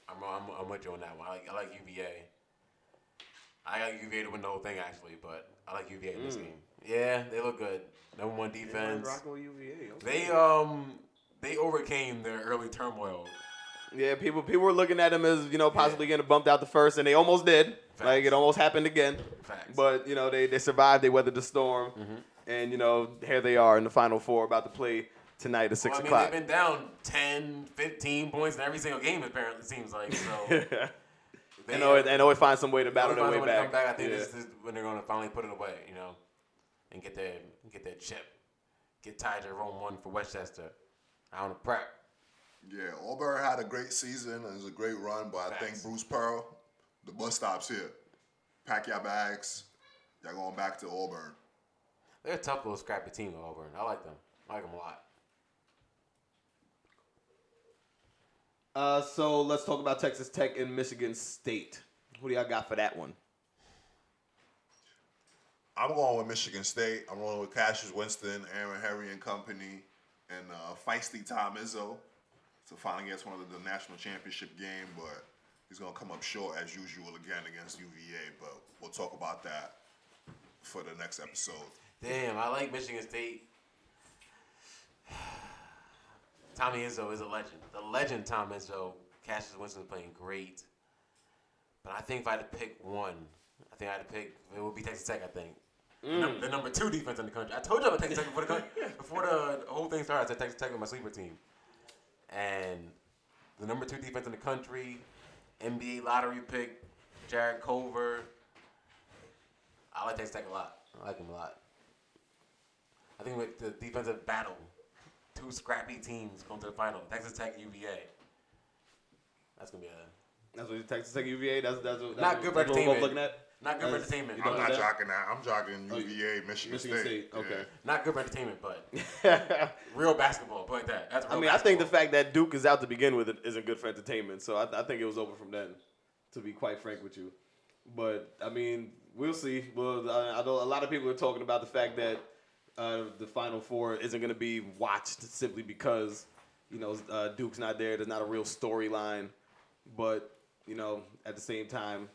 Speaker 5: I'm, I'm, I'm with you on that one. I like, I like UVA. I got UVA to win the whole thing actually, but I like UVA in this game. Yeah, they look good. Number one defense. They um they overcame their early turmoil.
Speaker 2: Yeah, people people were looking at him as you know possibly getting bumped out the first, and they almost did. Like it almost happened again.
Speaker 5: Facts. Mm-hmm.
Speaker 2: But you know they they survived. They weathered the storm, and you know here they are in the final four, about to play tonight at six
Speaker 5: Well, I mean,
Speaker 2: o'clock.
Speaker 5: they've been down 10, 15 points in every single game. Apparently, it seems like so. They,
Speaker 2: and always,
Speaker 5: uh,
Speaker 2: and always find some way to battle
Speaker 5: Only
Speaker 2: their way
Speaker 5: time they're
Speaker 2: back.
Speaker 5: gonna come I think
Speaker 2: Yeah.
Speaker 5: this is when they're gonna finally put it away, you know, and get their get their chip, get Ty Jerome one for Westchester. I want to prep.
Speaker 3: Yeah, Auburn had a great season and it was a great run, but I
Speaker 5: Facts.
Speaker 3: think Bruce Pearl, the bus stops here. Pack your bags. Y'all going back to Auburn.
Speaker 5: They're a tough little scrappy team, Auburn. I like them. I like them a lot.
Speaker 2: Uh, so let's talk about Texas Tech and Michigan State. Who do y'all got for that one?
Speaker 3: I'm going with Michigan State. I'm going with Cassius Winston, Aaron Henry and company, and uh, feisty Tom Izzo to finally get to one of the national championship game. But he's gonna come up short as usual again against UVA. But we'll talk about that for the next episode.
Speaker 5: Damn, I like Michigan State. Tommy Izzo is a legend. The legend Tom Izzo. Cassius Winston's playing great. But I think if I had to pick one, I think I had to pick, it would be Texas Tech, I think. The num- The number two defense in the country. I told you about Texas Tech before the, coun- before the the whole thing started. I said Texas Tech was my sleeper team, and the number two defense in the country, NBA lottery pick, Jared Culver. I like Texas Tech a lot. I like him a lot. I think with the defensive battle, two scrappy teams going to the final. Texas Tech and UVA. That's gonna be a
Speaker 2: That's what you Texas Tech UVA. That's that's, what, that's
Speaker 5: Not
Speaker 2: what-
Speaker 5: good for
Speaker 2: that's what we're both
Speaker 5: entertainment.
Speaker 2: looking at.
Speaker 5: not good for
Speaker 2: That's-
Speaker 5: entertainment.
Speaker 2: you
Speaker 3: I'm
Speaker 2: don't
Speaker 3: not
Speaker 2: know that? Oh,
Speaker 3: jocking that. I'm jocking
Speaker 2: you-
Speaker 3: UVA, Michigan,
Speaker 2: Michigan
Speaker 3: State.
Speaker 2: State. Okay.
Speaker 5: Not good for entertainment, but real basketball, play like that. That's real
Speaker 2: I mean, I think the
Speaker 5: basketball.
Speaker 2: fact that Duke is out to begin with it isn't good for entertainment. So I, I think it was over from then, to be quite frank with you. But I mean, we'll see. Well, I, I know a lot of people are talking about the fact that uh, the Final Four isn't going to be watched simply because you know uh, Duke's not there. There's not a real storyline. But you know, at the same time,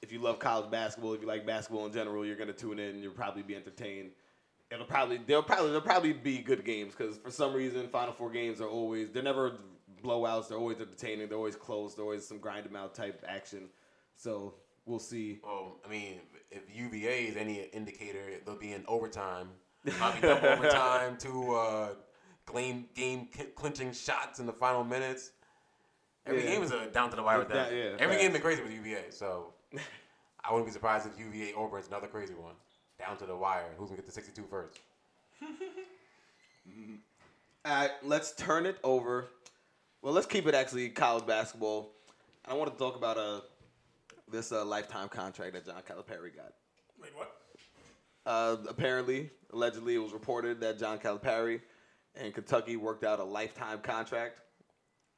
Speaker 2: if you love college basketball, if you like basketball in general, you're gonna tune in. You'll probably be entertained. It'll probably there'll probably there'll probably be good games because for some reason Final Four games are always they're never blowouts. They're always entertaining. They're always close. They're always some grind them out type action. So we'll see.
Speaker 5: Well, I mean, if UVA is any indicator, they'll be in overtime. Probably double overtime to uh, game game cl- clinching shots in the final minutes. Every
Speaker 2: Yeah.
Speaker 5: game is a down to the wire with
Speaker 2: With that,
Speaker 5: that.
Speaker 2: yeah,
Speaker 5: Every game
Speaker 2: facts.
Speaker 5: is crazy with UVA, so I wouldn't be surprised if UVA opens another crazy one down to the wire. Who's gonna get the 62 first?
Speaker 2: All right, let's turn it over. Well, let's keep it actually college basketball. And I want to talk about uh this uh, lifetime contract that John Calipari got.
Speaker 4: Wait, what?
Speaker 2: Uh, apparently, allegedly, it was reported that John Calipari and Kentucky worked out a lifetime contract.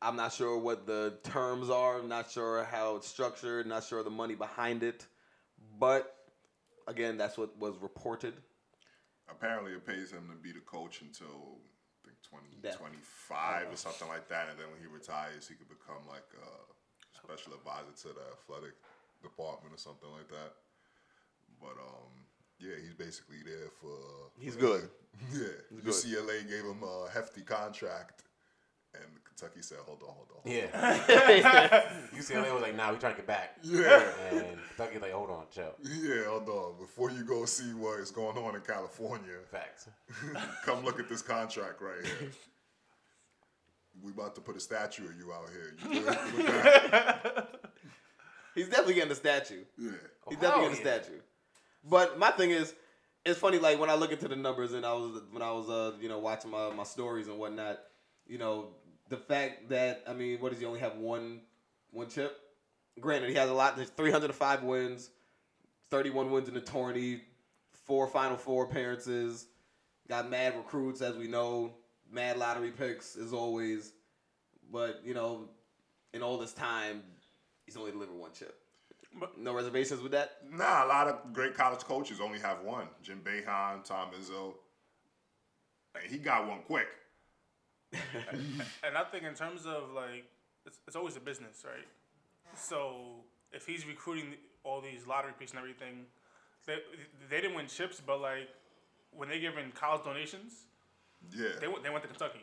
Speaker 2: I'm not sure what the terms are. I'm not sure how it's structured. Not sure the money behind it. But again, that's what was reported.
Speaker 3: Apparently, it pays him to be the coach until I think
Speaker 2: Death.
Speaker 3: 2025 or something like that, and then when he retires, he could become like a special advisor to the athletic department or something like that. But um, yeah, he's basically there for.
Speaker 2: He's good.
Speaker 3: Yeah,
Speaker 2: good.
Speaker 3: UCLA gave him a hefty contract, and Kentucky said, "Hold on, hold on." hold on."
Speaker 5: Yeah,
Speaker 2: yeah,
Speaker 5: UCLA was like, "Nah, we trying to get back,"
Speaker 3: Yeah.
Speaker 5: and Kentucky like, "Hold on, chill."
Speaker 3: Yeah, hold on. Before you go see what is going on in California,
Speaker 5: Facts.
Speaker 3: come look at this contract right here. We about to put a statue of you out here. You good with that?
Speaker 2: he's definitely getting a statue.
Speaker 3: Yeah.
Speaker 2: He's
Speaker 5: Oh,
Speaker 2: definitely
Speaker 5: hell
Speaker 2: getting a statue. But my thing is, it's funny. Like when I look into the numbers, and I was when I was uh you know watching my my stories and whatnot. You know the fact that I mean, what does he only have one one chip? Granted, he has a lot. There's 305 wins, 31 wins in the tourney, four Final Four appearances. Got mad recruits, as we know. Mad lottery picks, as always. But you know, in all this time, he's only delivered one chip.
Speaker 4: But-
Speaker 2: No reservations with that.
Speaker 3: Nah, a lot of great college coaches only have one. Jim Behan, Tom Izzo. Hey, he got one quick.
Speaker 4: And I think in terms of like, it's, it's always a business, right? So if he's recruiting all these lottery picks and everything, they they didn't win chips, but like when they giving college donations,
Speaker 3: Yeah.
Speaker 4: they went they went to Kentucky.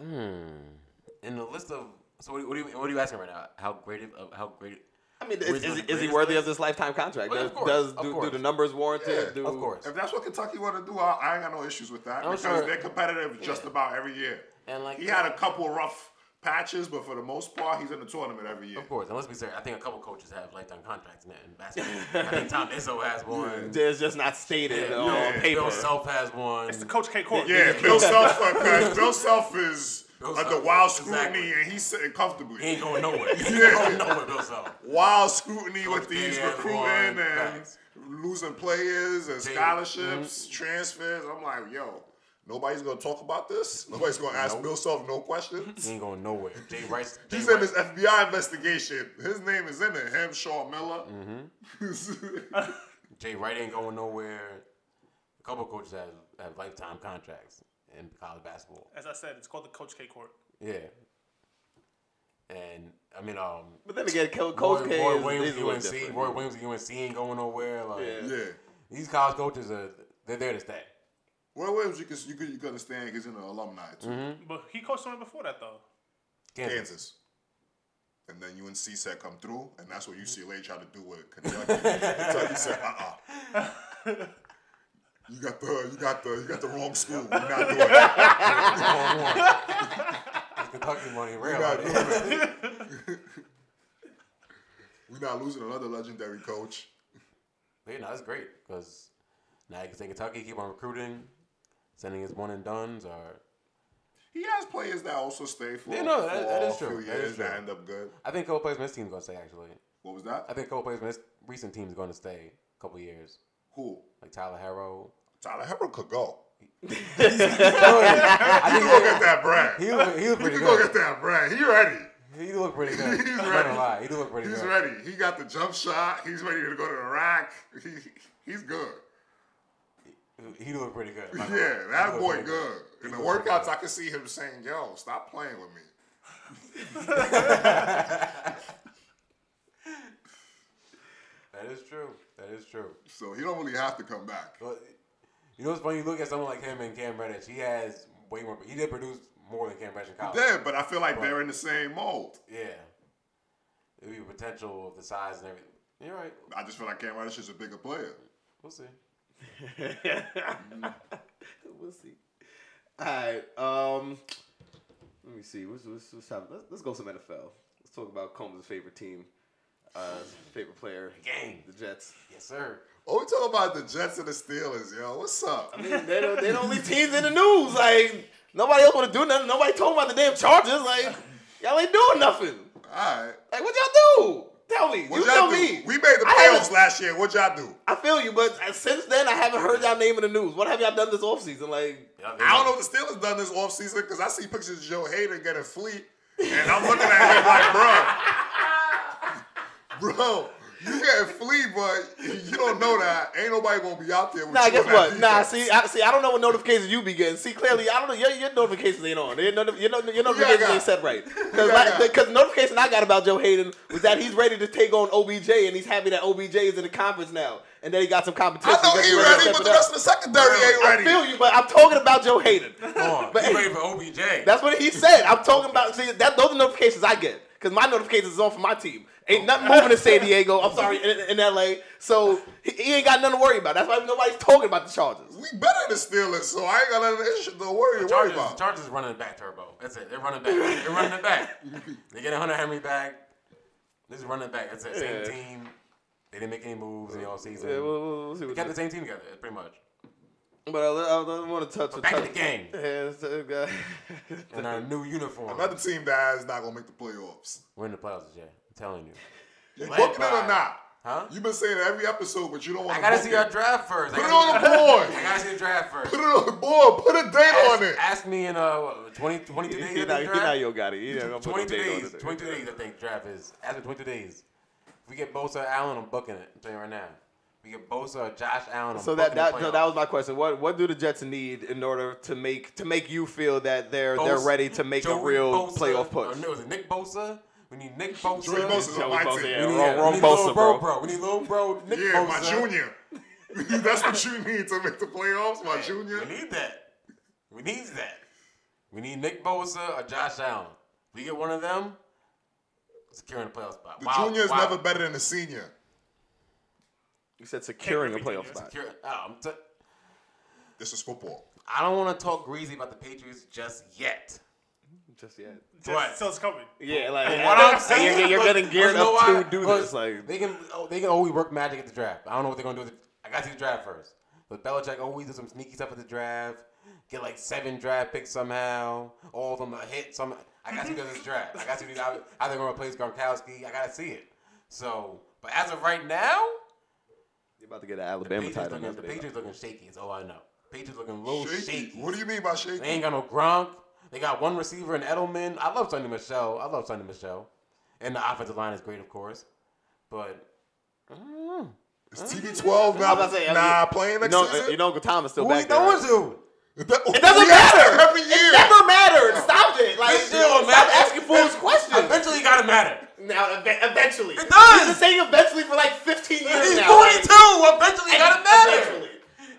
Speaker 5: In the list of so what, what, are you, what are you asking right now? How great of how great?
Speaker 2: I mean, is,
Speaker 5: Where's
Speaker 2: is,
Speaker 5: one
Speaker 2: he-
Speaker 5: of the
Speaker 2: is he
Speaker 5: greatest
Speaker 2: worthy
Speaker 5: players?
Speaker 2: of this lifetime contract?
Speaker 5: Well,
Speaker 2: does
Speaker 5: of course,
Speaker 2: does
Speaker 5: of
Speaker 2: do, do
Speaker 5: course.
Speaker 2: the numbers warrant
Speaker 3: Yeah,
Speaker 2: it? Do,
Speaker 5: Of course.
Speaker 3: If that's what Kentucky want to do, I, I ain't got no issues with that
Speaker 5: I'm
Speaker 3: because
Speaker 5: sure-
Speaker 3: they're competitive just about every year.
Speaker 5: And, like,
Speaker 3: he had a couple rough patches, but for the most part, he's in the tournament every year.
Speaker 5: Of course, and let's be serious. I think a couple coaches have lifetime contracts in that in basketball. I think Tom Izzo has one.
Speaker 2: It's just not stated on
Speaker 5: Bill- Bill
Speaker 2: paper.
Speaker 5: Self has one.
Speaker 4: It's the Coach K court.
Speaker 3: Yeah, Bill Self, because Bill Self is
Speaker 5: Bill
Speaker 3: under
Speaker 5: Self,
Speaker 3: wild scrutiny
Speaker 5: exactly.
Speaker 3: and he's sitting comfortably.
Speaker 5: He ain't going nowhere. He ain't going nowhere, Bill Self.
Speaker 3: wild scrutiny
Speaker 5: Coach
Speaker 3: with these
Speaker 5: K has
Speaker 3: recruiting
Speaker 5: one,
Speaker 3: and
Speaker 5: facts. mm.
Speaker 3: losing players and
Speaker 5: Team.
Speaker 3: scholarships, transfers. I'm like, yo, nobody's gonna talk about this. Nobody's gonna ask Bill Self no questions.
Speaker 5: He ain't going nowhere. Jay Rice. Jay
Speaker 3: He's in
Speaker 5: Rice.
Speaker 3: this FBI investigation. His name is in it. Him, Shaw Miller.
Speaker 5: Mm-hmm. Jay Wright ain't going nowhere. A couple coaches have, have lifetime contracts in college basketball.
Speaker 4: As I said, it's called the Coach K court.
Speaker 5: Yeah. And I mean, um,
Speaker 2: But then again, Co- Coach
Speaker 5: Roy,
Speaker 2: K
Speaker 5: Roy
Speaker 2: is,
Speaker 5: Williams,
Speaker 2: is a little
Speaker 5: UNC.
Speaker 2: different.
Speaker 5: Roy Williams, UNC ain't going nowhere. Like
Speaker 2: Yeah.
Speaker 3: yeah.
Speaker 5: these college coaches are, they're there to stay.
Speaker 3: Well, Williams, you can you can, you can understand he's in the alumni too.
Speaker 4: But he coached someone before that though.
Speaker 5: Kansas.
Speaker 3: Kansas. and then UNC said come through, and that's what UCLA tried to do with Kentucky. Kentucky said, uh uh You got the you got the you got the wrong school. We're not doing it.
Speaker 5: Kentucky money
Speaker 3: We're
Speaker 5: real.
Speaker 3: not
Speaker 5: money.
Speaker 3: doing it. We're not losing another legendary coach.
Speaker 5: But, you know, that's great because now you can say Kentucky keep on recruiting, sending his one and dones or.
Speaker 3: He has players that also stay for,
Speaker 5: Yeah, no, that-
Speaker 3: for
Speaker 5: that is
Speaker 3: a
Speaker 5: true.
Speaker 3: few
Speaker 5: That is
Speaker 3: years that
Speaker 5: true.
Speaker 3: end up good.
Speaker 5: I think a couple players from this team's gonna stay actually.
Speaker 3: What was that?
Speaker 5: I think a couple players from this recent team's gonna stay a couple years,
Speaker 3: Who?
Speaker 5: like Tyler Harrow.
Speaker 3: Tyler Harrow could go.
Speaker 5: I
Speaker 3: Go
Speaker 5: think
Speaker 3: get that bread.
Speaker 5: he, he, look, he look
Speaker 3: You
Speaker 5: pretty
Speaker 3: can go
Speaker 5: good.
Speaker 3: get that bread. He ready.
Speaker 5: He look pretty good.
Speaker 3: He's
Speaker 5: I'm not
Speaker 3: ready.
Speaker 5: gonna lie. He look pretty
Speaker 3: He's
Speaker 5: good.
Speaker 3: ready. He got the jump shot. He's ready to go to the rack. He, he's good.
Speaker 5: He look pretty good. I'm not gonna lie.
Speaker 3: Yeah,
Speaker 5: He
Speaker 3: that
Speaker 5: look
Speaker 3: boy
Speaker 5: pretty
Speaker 3: good. In the
Speaker 5: He look pretty
Speaker 3: workouts, I can see him saying, "Yo, stop playing with me."
Speaker 5: That is true. That is true.
Speaker 3: So he don't really have to come back.
Speaker 5: But you know what's funny? You look at someone like him and Cam Reddish. He has way more. He did produce more than Cam Reddish in college.
Speaker 3: Yeah, but I feel like they're in the same mold.
Speaker 5: Yeah. It'd be potential of the size and everything. You're right.
Speaker 3: I just feel like Cam Reddish is a bigger player.
Speaker 5: We'll see.
Speaker 2: we'll see. All right. Um, let me see. What's, what's, what's happening? Let's, let's go some NFL. Let's talk about Combs' favorite team, uh, his favorite player,
Speaker 5: Gang.
Speaker 2: the Jets.
Speaker 5: Yes, sir.
Speaker 3: Oh, we talking about the Jets and the Steelers, yo. What's up?
Speaker 2: I mean, they're, the- they're the only teams in the news. Like nobody else want to do nothing. Nobody told about the damn Chargers. Like y'all ain't doing nothing.
Speaker 3: All right.
Speaker 2: Like what y'all do? Tell me.
Speaker 3: What
Speaker 2: you tell
Speaker 3: y'all do?
Speaker 2: me.
Speaker 3: We made the
Speaker 2: I haven't-
Speaker 3: playoffs last year. What y'all do?
Speaker 2: I feel you, but since then I haven't heard y'all name in the news. What have y'all done this offseason? Like
Speaker 5: Y'all
Speaker 3: I don't know what the Steelers done this offseason because I see pictures of Joe Hayden getting fleet, and I'm looking at him like, bro, bro, you getting fleet, but you don't know that. Ain't nobody gonna be out there with
Speaker 2: Nah,
Speaker 3: you
Speaker 2: guess
Speaker 3: on that
Speaker 2: what? Nah,
Speaker 3: defense.
Speaker 2: see, I, see, I don't know what notifications you be getting. See, clearly, I don't know. Your, your notifications ain't on. Your, noti- your, noti- your notifications
Speaker 3: got?
Speaker 2: ain't set right.
Speaker 3: Who y'all got?
Speaker 2: Because because notification I got about Joe Hayden was that he's ready to take on OBJ and he's happy that OBJ is in the conference now and that he got some competition.
Speaker 3: I know
Speaker 2: because
Speaker 3: he
Speaker 2: he's to
Speaker 3: ready,
Speaker 2: step
Speaker 3: but
Speaker 2: it
Speaker 3: the
Speaker 2: up.
Speaker 3: rest of the secondary ain't
Speaker 2: I
Speaker 3: ready.
Speaker 2: feel you, but I'm talking about Joe Hayden.
Speaker 5: Come on.
Speaker 2: But-
Speaker 5: you ready for OBJ?
Speaker 2: That's what he said. I'm talking about. See, that those are notifications I get because my notifications is on for my team. Ain't nothing moving to San Diego. I'm sorry, in, in LA. So he, he ain't got nothing to worry about. That's why nobody's talking about the Chargers.
Speaker 3: We better than Steelers, so I ain't got nothing to issue- to worry,
Speaker 5: the
Speaker 3: worry
Speaker 5: Chargers,
Speaker 3: about.
Speaker 5: the Chargers is running it back turbo. That's it. They're running back. They're running it back. They get Hunter Henry back. This is running back. That's it. Same
Speaker 2: Yeah.
Speaker 5: team. They didn't make any moves in the offseason.
Speaker 2: Yeah, we'll, we'll, we'll see
Speaker 5: they
Speaker 2: what
Speaker 5: kept the same team together, pretty much.
Speaker 2: But I, I don't want to touch.
Speaker 5: Back in the
Speaker 2: touch-
Speaker 5: game.
Speaker 2: Yeah, it's a guy.
Speaker 5: In our new uniform.
Speaker 3: Another team that is not gonna make the playoffs.
Speaker 5: We're in the playoffs, Jay. I'm telling you.
Speaker 3: You
Speaker 5: Led
Speaker 3: booking it
Speaker 5: by-
Speaker 3: or not?
Speaker 5: Huh?
Speaker 3: You've been saying it every episode, but you don't want
Speaker 5: I
Speaker 3: to.
Speaker 5: gotta
Speaker 3: book
Speaker 5: see
Speaker 3: it.
Speaker 5: our draft first. I
Speaker 3: Put it
Speaker 5: gotta-
Speaker 3: on the board.
Speaker 5: I gotta see the draft first.
Speaker 3: Put it on the board. Put a date
Speaker 5: ask,
Speaker 3: on it.
Speaker 5: ask me in uh what, 20, 22 days.
Speaker 2: He
Speaker 5: of the
Speaker 2: not, he
Speaker 5: draft?
Speaker 2: not your guy. He not gonna put no
Speaker 5: 22
Speaker 2: date on
Speaker 5: days.
Speaker 2: it.
Speaker 5: 22 days, I think, draft is. Ask me 22 days. If we get Bosa or Allen, I'm booking it. I'm telling you right now. If we get Bosa or Josh Allen, I'm
Speaker 2: So that
Speaker 5: booking
Speaker 2: that,
Speaker 5: the
Speaker 2: so
Speaker 5: playoff.
Speaker 2: that was my question. What what do the Jets need in order to make to make you feel that they're they're
Speaker 5: Bosa-
Speaker 2: ready to make a
Speaker 5: Joey
Speaker 2: real
Speaker 5: Bosa,
Speaker 2: playoff push?
Speaker 5: Or, no, was it Nick Bosa? We need Nick Bosa.
Speaker 3: Joey Bosa's
Speaker 2: Joey
Speaker 3: on my
Speaker 2: Bosa,
Speaker 3: team.
Speaker 2: yeah.
Speaker 5: We need,
Speaker 2: Wrong- wrong
Speaker 5: we need
Speaker 2: Bosa,
Speaker 5: little
Speaker 2: bro.
Speaker 5: bro, bro. We need little bro Nick
Speaker 3: Yeah,
Speaker 5: Bosa.
Speaker 3: my junior. That's what you need to make the playoffs, my junior.
Speaker 5: We need that. We need that. We need Nick Bosa or Josh Allen. We get one of them, securing a playoff spot.
Speaker 3: The
Speaker 5: Wow,
Speaker 3: junior is
Speaker 5: wow.
Speaker 3: never better than the senior.
Speaker 2: You said securing a
Speaker 4: Everything
Speaker 2: playoff
Speaker 4: is
Speaker 2: spot.
Speaker 5: Secure, oh, I'm t-
Speaker 3: This is football.
Speaker 5: I don't want to talk greasy about the Patriots just yet.
Speaker 2: Just yet.
Speaker 5: What?
Speaker 4: Just still it's coming.
Speaker 2: Yeah, like
Speaker 5: What I'm saying,
Speaker 2: you're, you're
Speaker 5: look,
Speaker 2: getting geared
Speaker 5: you know
Speaker 2: up
Speaker 5: why?
Speaker 2: to do
Speaker 5: Look,
Speaker 2: this. Like
Speaker 5: they can, oh, they can always work magic at the draft. I don't know what they're gonna do. With the, I got to see the draft first. But Belichick always does some sneaky stuff at the draft. Get like seven draft picks somehow. All of them a hit. Some I got to see what this draft. I got to see how, how they're gonna replace Gronkowski. I gotta see it. So, but as of right now,
Speaker 2: you're about to get an
Speaker 5: the
Speaker 2: Alabama
Speaker 5: Patriots,
Speaker 2: title.
Speaker 5: looking, the
Speaker 2: next day.
Speaker 5: Patriots looking shaky. Is all I know. Patriots looking a
Speaker 2: Oh,
Speaker 5: little
Speaker 3: Shaky.
Speaker 5: shaky.
Speaker 3: What do you mean by
Speaker 5: They
Speaker 3: shaky?
Speaker 5: ain't got no Gronk. They got one receiver in Edelman. I love Sonny Michelle. I love Sonny Michelle. And the offensive line is great, of course. But
Speaker 3: Is TB12
Speaker 2: I was about
Speaker 3: not,
Speaker 2: to say, I
Speaker 3: nah,
Speaker 2: mean,
Speaker 3: playing
Speaker 2: You
Speaker 3: next
Speaker 2: know,
Speaker 3: season?
Speaker 2: you know, Uncle Tom is still
Speaker 5: who he
Speaker 2: back there. right?
Speaker 5: throwing to?
Speaker 3: it doesn't
Speaker 2: doesn't matter.
Speaker 3: Every year.
Speaker 2: It never mattered. Stop it. Like
Speaker 5: It don't
Speaker 2: stop
Speaker 5: matter.
Speaker 2: asking foolish questions.
Speaker 5: Eventually, you gotta matter.
Speaker 2: Now, ev- eventually.
Speaker 5: It does.
Speaker 2: He's been saying eventually for like 15 years
Speaker 5: He's 42.
Speaker 2: now. Like,
Speaker 5: Eventually, you gotta matter.
Speaker 2: Eventually.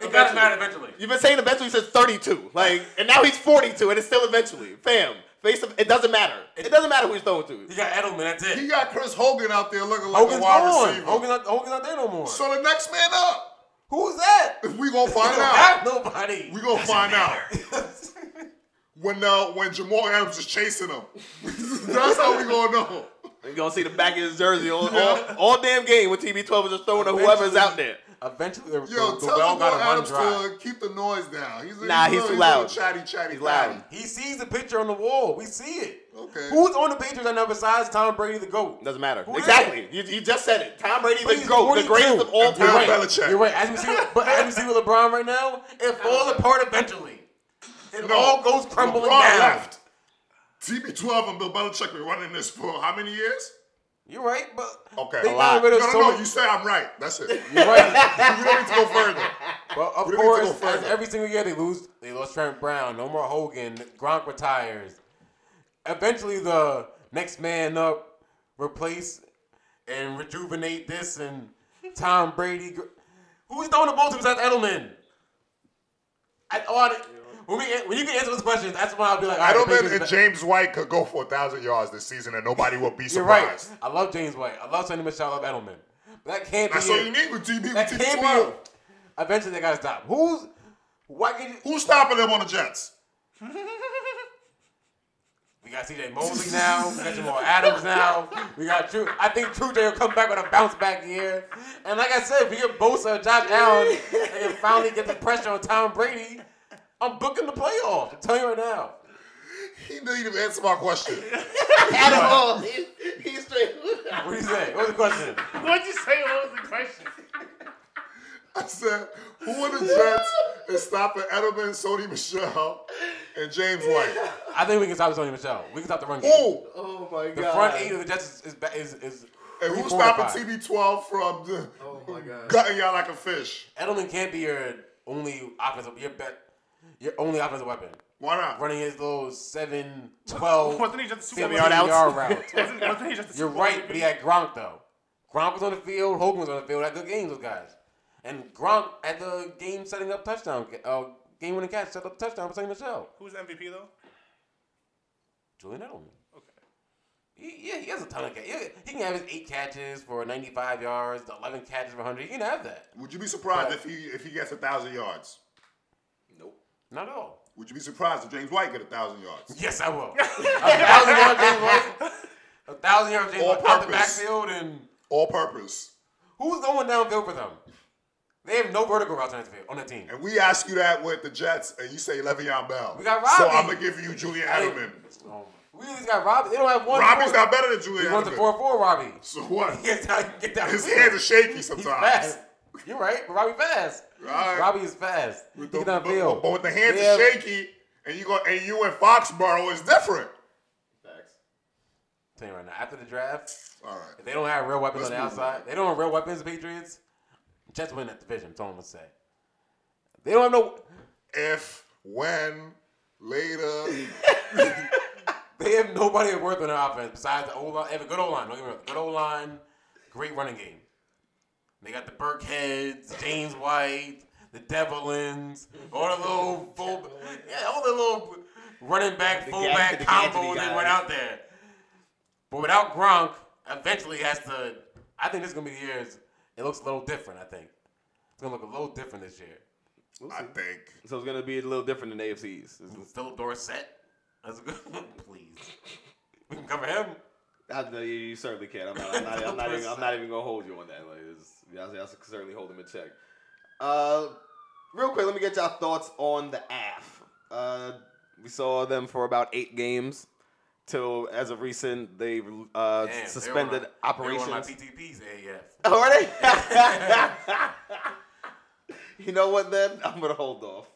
Speaker 5: It gotta matter eventually.
Speaker 2: You've been saying eventually since 32. Like, and now he's 42, and it's still eventually. Fam. Face of, it doesn't matter. It doesn't matter who he's throwing to.
Speaker 5: He got Edelman. That's
Speaker 3: He
Speaker 5: it.
Speaker 3: got Chris Hogan out there looking like
Speaker 5: Hogan's
Speaker 3: a wide
Speaker 5: gone.
Speaker 3: receiver.
Speaker 5: Hogan's not, Hogan's not there no more.
Speaker 3: So the next man up,
Speaker 5: Who's that?
Speaker 3: we gonna find
Speaker 5: Don't
Speaker 3: out.
Speaker 5: have Nobody.
Speaker 3: We gonna find out
Speaker 5: out.
Speaker 3: when uh, when Jamal Adams is chasing him. That's how we gonna know.
Speaker 2: You're gonna see the back of his jersey all, all, all damn game with TB12 is just throwing at whoever's out there.
Speaker 5: Eventually, the,
Speaker 3: Yo,
Speaker 5: the, the
Speaker 3: tell
Speaker 5: well
Speaker 3: Jamal
Speaker 5: got a run
Speaker 3: Adams
Speaker 5: dry.
Speaker 3: to keep the noise down. He's a,
Speaker 2: Nah, he's
Speaker 3: a-
Speaker 2: too
Speaker 3: a
Speaker 2: loud.
Speaker 3: Chatty, chatty,
Speaker 2: He's loud.
Speaker 5: He sees the picture on the wall. We see it.
Speaker 3: Okay.
Speaker 5: Who's on the Patriots right now besides Tom Brady, the GOAT?
Speaker 2: Doesn't matter.
Speaker 5: Who is
Speaker 2: exactly. You, you just said it. Tom Brady
Speaker 5: But
Speaker 2: the
Speaker 5: he's
Speaker 2: GOAT, the
Speaker 5: 42.
Speaker 2: greatest of all
Speaker 3: And Bill
Speaker 2: time.
Speaker 3: Belichick. Check.
Speaker 5: You're right. As we see, but as we see with LeBron right now, it falls apart eventually. It
Speaker 3: No.
Speaker 5: all goes crumbling
Speaker 3: LeBron
Speaker 5: down.
Speaker 3: left. TB12 and Bill Belichick been running this for how many years?
Speaker 5: You're right, but
Speaker 3: Okay.
Speaker 5: they
Speaker 3: A
Speaker 2: lot.
Speaker 5: got rid
Speaker 3: No,
Speaker 5: of
Speaker 3: no,
Speaker 5: so
Speaker 3: no.
Speaker 5: much-
Speaker 3: You say I'm right. That's it. we
Speaker 5: You're right.
Speaker 3: don't need to go further.
Speaker 5: But of
Speaker 3: We don't need to
Speaker 5: course,
Speaker 3: go
Speaker 5: as
Speaker 3: further.
Speaker 5: every single year they lose, they lost Trent Brown, no more Hogan, Gronk retires. Eventually, the next man up replace and rejuvenate this and Tom Brady. Who's throwing the ball to besides Edelman? I thought when we when you can answer those questions, that's when I'll be like, all right, the
Speaker 3: Edelman
Speaker 5: Patriots
Speaker 3: and
Speaker 5: be-
Speaker 3: James White could go for a thousand yards this season, and nobody will be
Speaker 5: You're right.
Speaker 3: surprised.
Speaker 5: I love James White. I love Sonny Michelle. I love Edelman. But that can't be.
Speaker 3: That's all
Speaker 5: it.
Speaker 3: you need with TB
Speaker 5: That
Speaker 3: with
Speaker 5: can't be.
Speaker 3: TB12.
Speaker 5: it. Eventually, they gotta stop. Who's why can you?
Speaker 3: Who's stopping them on the Jets?
Speaker 5: We got CJ Mosley now. We got Jamal Adams now. We got True. I think True J will come back with a bounce back year. And like I said, if we get Bosa or Josh Allen and finally get the pressure on Tom Brady, I'm booking the playoff. I'm telling you right now.
Speaker 3: He didn't even answer my question.
Speaker 2: At all. He- He's straight.
Speaker 5: What do you say? What's the question?
Speaker 4: What'd you say? What was the question?
Speaker 3: I said, who on the Jets is stopping Edelman, Sony Michelle, and James White?
Speaker 5: I think we can stop Sony Michelle. We can stop the run game.
Speaker 3: Who?
Speaker 2: Oh my god.
Speaker 5: the front eight of the Jets is is ba- is, is
Speaker 3: And who's
Speaker 5: refortified.
Speaker 3: stopping TB12 from the
Speaker 2: Oh my god.
Speaker 3: gutting y'all like a fish?
Speaker 5: Edelman can't be your only offensive your bet your only offensive weapon.
Speaker 3: Why not?
Speaker 5: Running his little 7, 12,
Speaker 4: Wasn't he just the Super
Speaker 5: 17
Speaker 4: Bowl?
Speaker 2: yard outs?
Speaker 5: yard route.
Speaker 4: Wasn't, wasn't he just the
Speaker 5: You're
Speaker 4: Super Bowl
Speaker 5: right, but he had Gronk though. Gronk was on the field. Hogan was on the field. Had good games, those guys. And Gronk at the game setting up touchdown, uh, game winning catch, set up touchdown for Sonny Michelle.
Speaker 4: Who's the MVP though?
Speaker 5: Julian Edelman.
Speaker 4: Okay.
Speaker 5: He, yeah, he has a ton of catches. He can have his eight catches for 95 yards, the 11 catches for 100. He can have that.
Speaker 3: Would you be surprised if he if he gets a thousand yards?
Speaker 2: Nope.
Speaker 5: Not at all.
Speaker 3: Would you be surprised if James White get a thousand yards?
Speaker 5: Yes, I will. a thousand yard James White. A thousand yard James
Speaker 3: All
Speaker 5: White out the
Speaker 3: purpose.
Speaker 5: backfield. And
Speaker 3: All purpose.
Speaker 5: who's going downfield for them? They have no vertical routes on that field- on that team.
Speaker 3: And we ask you that with the Jets, and you say Le'Veon Bell.
Speaker 5: We got
Speaker 3: So
Speaker 5: Robbie.
Speaker 3: I'm gonna give you Julian Edelman.
Speaker 5: Oh, we just got Robbie. They don't have one.
Speaker 3: Robbie's
Speaker 5: four-
Speaker 3: not better than Julian
Speaker 5: He runs a
Speaker 3: Edelman.
Speaker 5: 4 4 Robbie.
Speaker 3: so what?
Speaker 5: He gets down, get down
Speaker 3: His
Speaker 5: field.
Speaker 3: hands are shaky
Speaker 5: He's
Speaker 3: sometimes.
Speaker 5: fast. You're right, but Robbie fast.
Speaker 3: Right.
Speaker 5: Robbie is fast. He
Speaker 3: With
Speaker 5: can
Speaker 3: the-
Speaker 5: down
Speaker 3: but,
Speaker 5: field.
Speaker 3: but with the hands
Speaker 5: They have-
Speaker 3: are shaky, and you go and you in Foxborough is different.
Speaker 2: Facts.
Speaker 5: Tell you right now, after the draft,
Speaker 3: All right.
Speaker 5: if they don't have real weapons
Speaker 3: Let's
Speaker 5: on the
Speaker 3: move
Speaker 5: outside, they don't have real weapons, the Patriots. Jets win that division. That's all I'm gonna say. They don't have no.
Speaker 3: If, when, later.
Speaker 5: They have nobody worth on their offense besides the O line. They have a good O line. Don't get me wrong. Good O line, great running game. They got the Burkheads, James White, the Devlins, all the little full, yeah, all the little running back,
Speaker 2: The
Speaker 5: fullback
Speaker 2: gadget- the gadgety
Speaker 5: combo they went
Speaker 2: guys.
Speaker 5: out there. But without Gronk, eventually has to. I think this is gonna be the year. it's- It looks a little different. I think it's gonna look a little different this year.
Speaker 2: We'll
Speaker 3: I
Speaker 2: see.
Speaker 3: think.
Speaker 2: So it's gonna be a little different than AFC's.
Speaker 5: Philip Dorsett, that's a good. Please, we can cover him.
Speaker 2: I, no, you, you certainly can. I'm not, I'm, not, I'm, not even, I'm not even gonna hold you on that. Like, it's, yeah, I, I certainly hold him in check. Uh, real quick, let me get y'all thoughts on the AF. Uh, we saw them for about eight games. Till as of recent, they uh,
Speaker 5: Damn,
Speaker 2: suspended
Speaker 5: They were my
Speaker 2: operations.
Speaker 5: PTPs, AF.
Speaker 2: Oh, are they? you know what? Then I'm gonna hold off.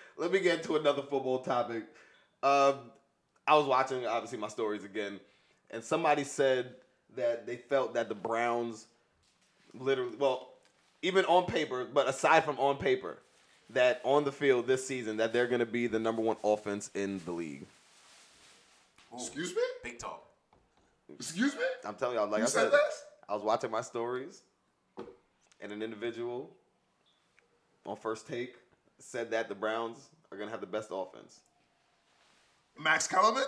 Speaker 2: Let me get to another football topic. Um, I was watching obviously my stories again, and somebody said that they felt that the Browns, literally, well, even on paper, but aside from on paper, that on the field this season that they're gonna be the number one offense in the league.
Speaker 3: Excuse me?
Speaker 5: Big talk.
Speaker 3: Excuse me?
Speaker 2: I'm telling y'all, like
Speaker 3: You
Speaker 2: I said,
Speaker 3: said this?
Speaker 2: I was watching my stories, and an individual on first take said that the Browns are gonna have the best offense.
Speaker 3: Max Kellerman?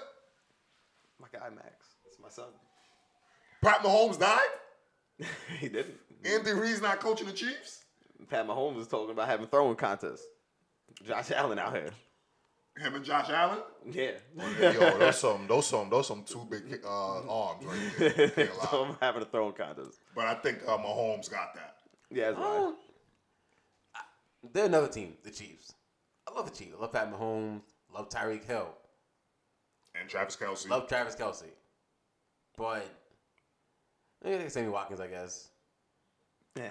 Speaker 2: My guy Max. It's my son.
Speaker 3: Pat Mahomes died?
Speaker 2: he didn't.
Speaker 3: Andy Reid's not coaching the Chiefs?
Speaker 2: Pat Mahomes is talking about having throwing contests. Josh Allen out here.
Speaker 3: Him and Josh Allen?
Speaker 2: Yeah.
Speaker 3: Yo, those some, those some, those some two big uh, arms right there. Can't lie.
Speaker 2: so I'm having a throwing contest.
Speaker 3: But I think uh, Mahomes got that.
Speaker 2: Yeah, that's right.
Speaker 5: Oh. I- They're another team, the Chiefs. I love the Chiefs. I love Pat Mahomes. Love Tyreek Hill.
Speaker 3: And Travis Kelsey.
Speaker 5: Love Travis Kelsey. But yeah, they Sammy Watkins, I guess.
Speaker 2: Yeah.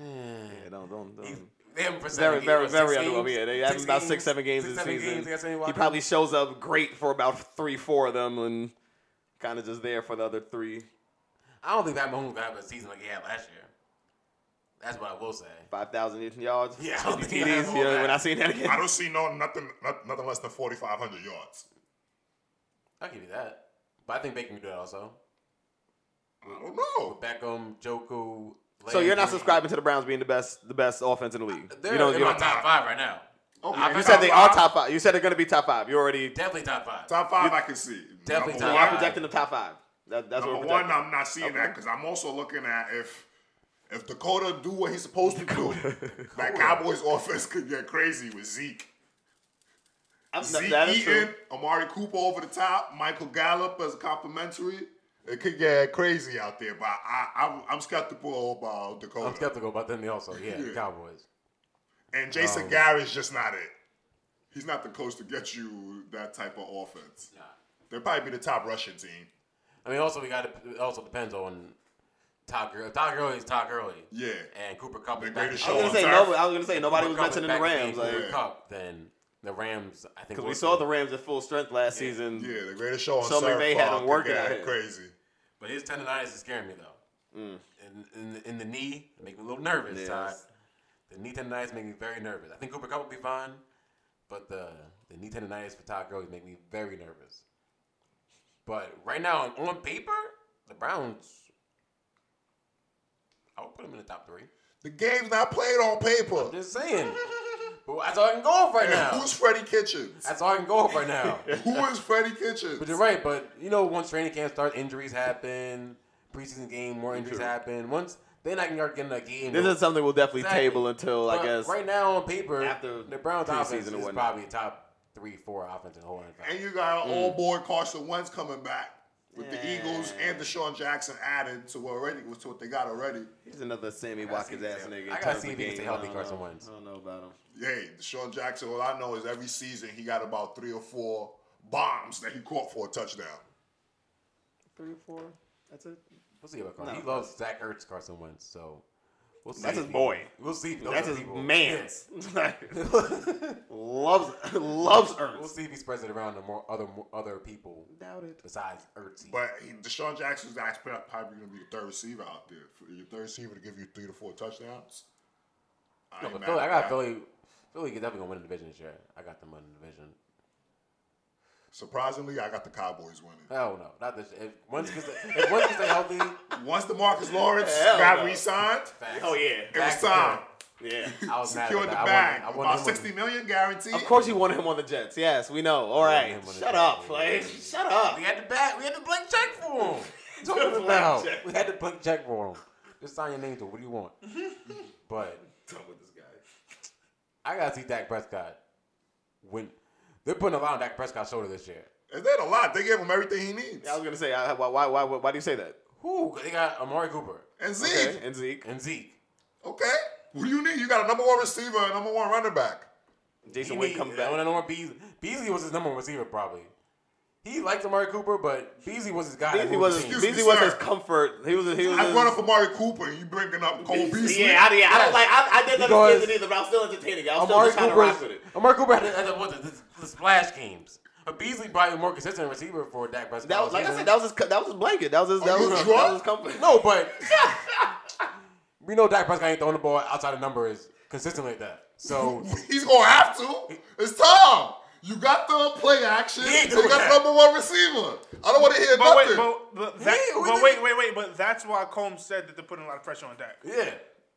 Speaker 5: Yeah.
Speaker 2: yeah. Don't don't. don't.
Speaker 5: They haven't
Speaker 2: Very,
Speaker 5: for seven
Speaker 2: very,
Speaker 5: games,
Speaker 2: very
Speaker 5: six
Speaker 2: underwhelming.
Speaker 5: games,
Speaker 2: Yeah, they have about six,
Speaker 5: games,
Speaker 2: seven games
Speaker 5: six,
Speaker 2: this
Speaker 5: seven
Speaker 2: season.
Speaker 5: games against Sammy
Speaker 2: he
Speaker 5: Watkins.
Speaker 2: probably shows up great for about three, four of them, and kind of just there for the other three,
Speaker 5: I don't think Pat Mahomes gonna have a season like he had last year. That's what I will say.
Speaker 2: five thousand yards,
Speaker 5: Yeah, I don't
Speaker 2: 50
Speaker 5: think I have
Speaker 2: TDs.
Speaker 5: all
Speaker 2: You know,
Speaker 5: that.
Speaker 2: when I seen that again,
Speaker 3: I don't see no nothing, not, nothing less than 4,500 yards.
Speaker 5: I'll give you that. But I think Baker can do that also.
Speaker 3: I don't know.
Speaker 5: Beckham, Joku.
Speaker 2: so you're not
Speaker 5: Landry.
Speaker 2: subscribing to the Browns being the best, the best offense in the league.
Speaker 5: They're
Speaker 2: you don't.
Speaker 5: in
Speaker 2: You,
Speaker 5: my
Speaker 2: don't
Speaker 5: top five right now.
Speaker 3: Okay,
Speaker 5: I-
Speaker 2: you said they are
Speaker 3: five.
Speaker 2: top five. You said they're going to be top five. You already.
Speaker 5: Definitely top five.
Speaker 3: Top five, I can see.
Speaker 5: Definitely
Speaker 3: Number
Speaker 5: top
Speaker 2: I'm
Speaker 3: one,
Speaker 5: five.
Speaker 2: projecting the top five. That, that's what
Speaker 3: Number
Speaker 2: we're
Speaker 3: one,
Speaker 2: projecting.
Speaker 3: I'm not seeing that because I'm also looking at if if Dakota do what he's supposed to do, that Cowboys offense could get crazy with Zeke.
Speaker 2: I'm,
Speaker 3: Zeke
Speaker 2: that is true.
Speaker 3: Eaton, Amari Cooper over the top, Michael Gallup as complimentary. It could get crazy out there, but I, I'm, I'm skeptical about Dakota.
Speaker 5: I'm skeptical about them also. Yeah, the Cowboys.
Speaker 3: and Jason
Speaker 5: Um,
Speaker 3: Garrett's just not it. He's not the coach to get you that type of offense.
Speaker 5: Nah.
Speaker 3: They'll probably be the top Russian team.
Speaker 5: I mean, also we got to. It also depends on Todd Gurley. If Todd Gurley is Todd Gurley.
Speaker 3: Yeah.
Speaker 5: And Cooper Cup.
Speaker 3: The
Speaker 5: is back-
Speaker 3: greatest
Speaker 2: I
Speaker 3: show
Speaker 2: was
Speaker 3: on
Speaker 2: gonna say
Speaker 3: turf.
Speaker 2: no. I was gonna say
Speaker 5: If
Speaker 2: nobody
Speaker 5: Cooper
Speaker 2: was
Speaker 5: Kupp is
Speaker 2: mentioning the
Speaker 5: back being
Speaker 2: Rams,
Speaker 5: Cooper
Speaker 2: like
Speaker 5: Cup. Then the Rams. I think
Speaker 2: because we
Speaker 5: will
Speaker 2: saw
Speaker 5: be.
Speaker 2: the Rams at full strength last season.
Speaker 3: Yeah, the greatest show on
Speaker 2: So
Speaker 3: turf.
Speaker 2: McVay had
Speaker 3: uh,
Speaker 2: him
Speaker 3: could
Speaker 2: working
Speaker 3: get
Speaker 2: out here.
Speaker 3: crazy.
Speaker 5: But his tendonitis is scaring me though. In, in, in the knee, make me a little nervous.
Speaker 2: Yes.
Speaker 5: Todd. The knee tendonitis make me very nervous. I think Cooper Cup will be fine, but the the knee tendonitis for Todd Gurley make me very nervous. But right now, on paper, the Browns, I would put them in the top three.
Speaker 3: The game's not played on paper.
Speaker 5: Just saying. But that's all I can go off right
Speaker 3: And
Speaker 5: now.
Speaker 3: who's Freddie Kitchens?
Speaker 5: That's all I can go off right now.
Speaker 3: Who is Freddie Kitchens?
Speaker 5: But you're right. But you know, once training camp starts, injuries happen. Preseason game, more injuries
Speaker 2: True.
Speaker 5: happen. Once then I can start getting a game.
Speaker 2: This is something we'll definitely
Speaker 5: Exactly.
Speaker 2: table until I
Speaker 5: But
Speaker 2: guess.
Speaker 5: right now on paper,
Speaker 2: after
Speaker 5: the Browns
Speaker 2: preseason
Speaker 5: offense
Speaker 2: and
Speaker 5: is
Speaker 2: whatnot.
Speaker 5: probably a top three, four offense in the whole NFL.
Speaker 3: And you
Speaker 5: Mm.
Speaker 3: got an old boy Carson Wentz coming back with the
Speaker 2: Yeah.
Speaker 3: Eagles and Deshaun Jackson added to already to what they got already.
Speaker 2: He's another Sammy
Speaker 5: gotta see
Speaker 2: Watkins ass
Speaker 5: if-
Speaker 2: nigga. in
Speaker 5: I gotta
Speaker 2: terms
Speaker 5: see
Speaker 2: of
Speaker 5: if he can
Speaker 2: game.
Speaker 5: stay healthy,
Speaker 2: I don't
Speaker 5: Carson
Speaker 2: know.
Speaker 5: Wentz.
Speaker 2: I don't know about him.
Speaker 3: Hey, Deshaun Jackson. All I know is every season he got about three or four bombs that he caught for a touchdown.
Speaker 2: Three or four. That's it.
Speaker 5: We'll see about Carson.
Speaker 2: No.
Speaker 5: He loves Zach Ertz, Carson Wentz, so we'll see.
Speaker 2: That's
Speaker 5: if
Speaker 2: his
Speaker 5: he-
Speaker 2: boy.
Speaker 5: We'll see. if those
Speaker 2: That's
Speaker 5: are
Speaker 2: his
Speaker 5: people.
Speaker 2: man's.
Speaker 5: Yeah.
Speaker 2: loves loves
Speaker 5: we'll
Speaker 2: Ernst.
Speaker 5: see if he spreads it around to more other more, other people
Speaker 2: Doubt it.
Speaker 5: besides Ertz.
Speaker 3: But he, Deshaun Jackson's actually probably going to be your third receiver out there. For your third receiver to give you three to four touchdowns.
Speaker 5: No,
Speaker 3: ain't
Speaker 5: but
Speaker 3: mad
Speaker 5: Philly,
Speaker 3: at
Speaker 5: I got
Speaker 3: that.
Speaker 5: Philly. Philly could definitely gonna win the division this year. I got them winning the division.
Speaker 3: Surprisingly, I got the Cowboys winning.
Speaker 5: Hell Oh, no, not this. If once gets if once gets healthy,
Speaker 3: Once the Marcus Lawrence
Speaker 2: Hell
Speaker 3: got
Speaker 2: no.
Speaker 3: re-signed,
Speaker 5: facts.
Speaker 2: Oh yeah.
Speaker 3: it was
Speaker 5: Back to
Speaker 3: time.
Speaker 2: Yeah.
Speaker 5: I was mad
Speaker 3: Secured
Speaker 5: at
Speaker 3: the
Speaker 5: that. I
Speaker 3: bag.
Speaker 5: wanted- I wanted
Speaker 3: About
Speaker 5: him on-
Speaker 3: sixty million guaranteed.
Speaker 2: Of course you wanted him on the Jets. Yes, we know. All right.
Speaker 5: him on the
Speaker 2: Shut
Speaker 5: Jets.
Speaker 2: up, like Shut up.
Speaker 5: We had the back. We had the blank check for him. What you
Speaker 2: Blank
Speaker 5: Talking about.
Speaker 2: check.
Speaker 5: We had the blank check for him. Just sign your name to. it. What do you want? but
Speaker 2: Done with this guy.
Speaker 5: I gotta see Dak Prescott. When they're putting a lot on Dak Prescott's shoulder this year.
Speaker 3: Is that a lot? They gave him everything he needs.
Speaker 2: Yeah, I was gonna say I- why, why why why do you say that?
Speaker 5: Who? They got Amari Cooper
Speaker 3: And Zeke,
Speaker 2: Okay.
Speaker 3: okay.
Speaker 2: And Zeke.
Speaker 5: and Zeke.
Speaker 3: What do you need? You got a number one receiver and number one running back.
Speaker 2: Jason
Speaker 5: He
Speaker 2: Wade
Speaker 5: need-
Speaker 2: comes
Speaker 5: I
Speaker 2: back.
Speaker 5: don't know where Beasley. Beasley was his number one receiver, probably. He liked Amari Cooper, but Beasley was his guy. that
Speaker 2: Beasley
Speaker 5: moved
Speaker 2: was
Speaker 5: the team.
Speaker 3: Excuse me,
Speaker 2: Beasley was
Speaker 3: sir.
Speaker 2: his comfort. He was he was.
Speaker 3: I
Speaker 2: his-
Speaker 3: brought up Amari Cooper and you bringing up Cole Beasley.
Speaker 2: Yeah, I, yeah, I don't like. I, I didn't
Speaker 5: Because-
Speaker 2: understand it either, but I'm still entertaining. it. I'm still
Speaker 5: Amari
Speaker 2: just trying to rock
Speaker 5: Cooper.
Speaker 2: with it.
Speaker 5: Amari Cooper had the, had the, what, the, the, the splash games. But Beasley probably more consistent receiver for Dak Prescott.
Speaker 2: That was like I said. That was his. co- That was his blanket. That was his. That
Speaker 3: Are you
Speaker 2: was, his-
Speaker 3: drunk?
Speaker 2: that was his comfort.
Speaker 5: No, but we know Dak Prescott ain't throwing the ball outside of numbers consistently like that. So
Speaker 3: He's gonna have to. It's time. You got the play action.
Speaker 5: He ain't
Speaker 3: and You
Speaker 5: doing
Speaker 3: got
Speaker 5: that.
Speaker 3: the number one receiver. I don't want to hear
Speaker 4: But wait,
Speaker 3: nothing.
Speaker 4: but, but, that,
Speaker 5: We- we
Speaker 4: but
Speaker 5: did-
Speaker 4: wait, wait, wait. But that's why Combs said that they're putting a lot of pressure on Dak.
Speaker 5: yeah,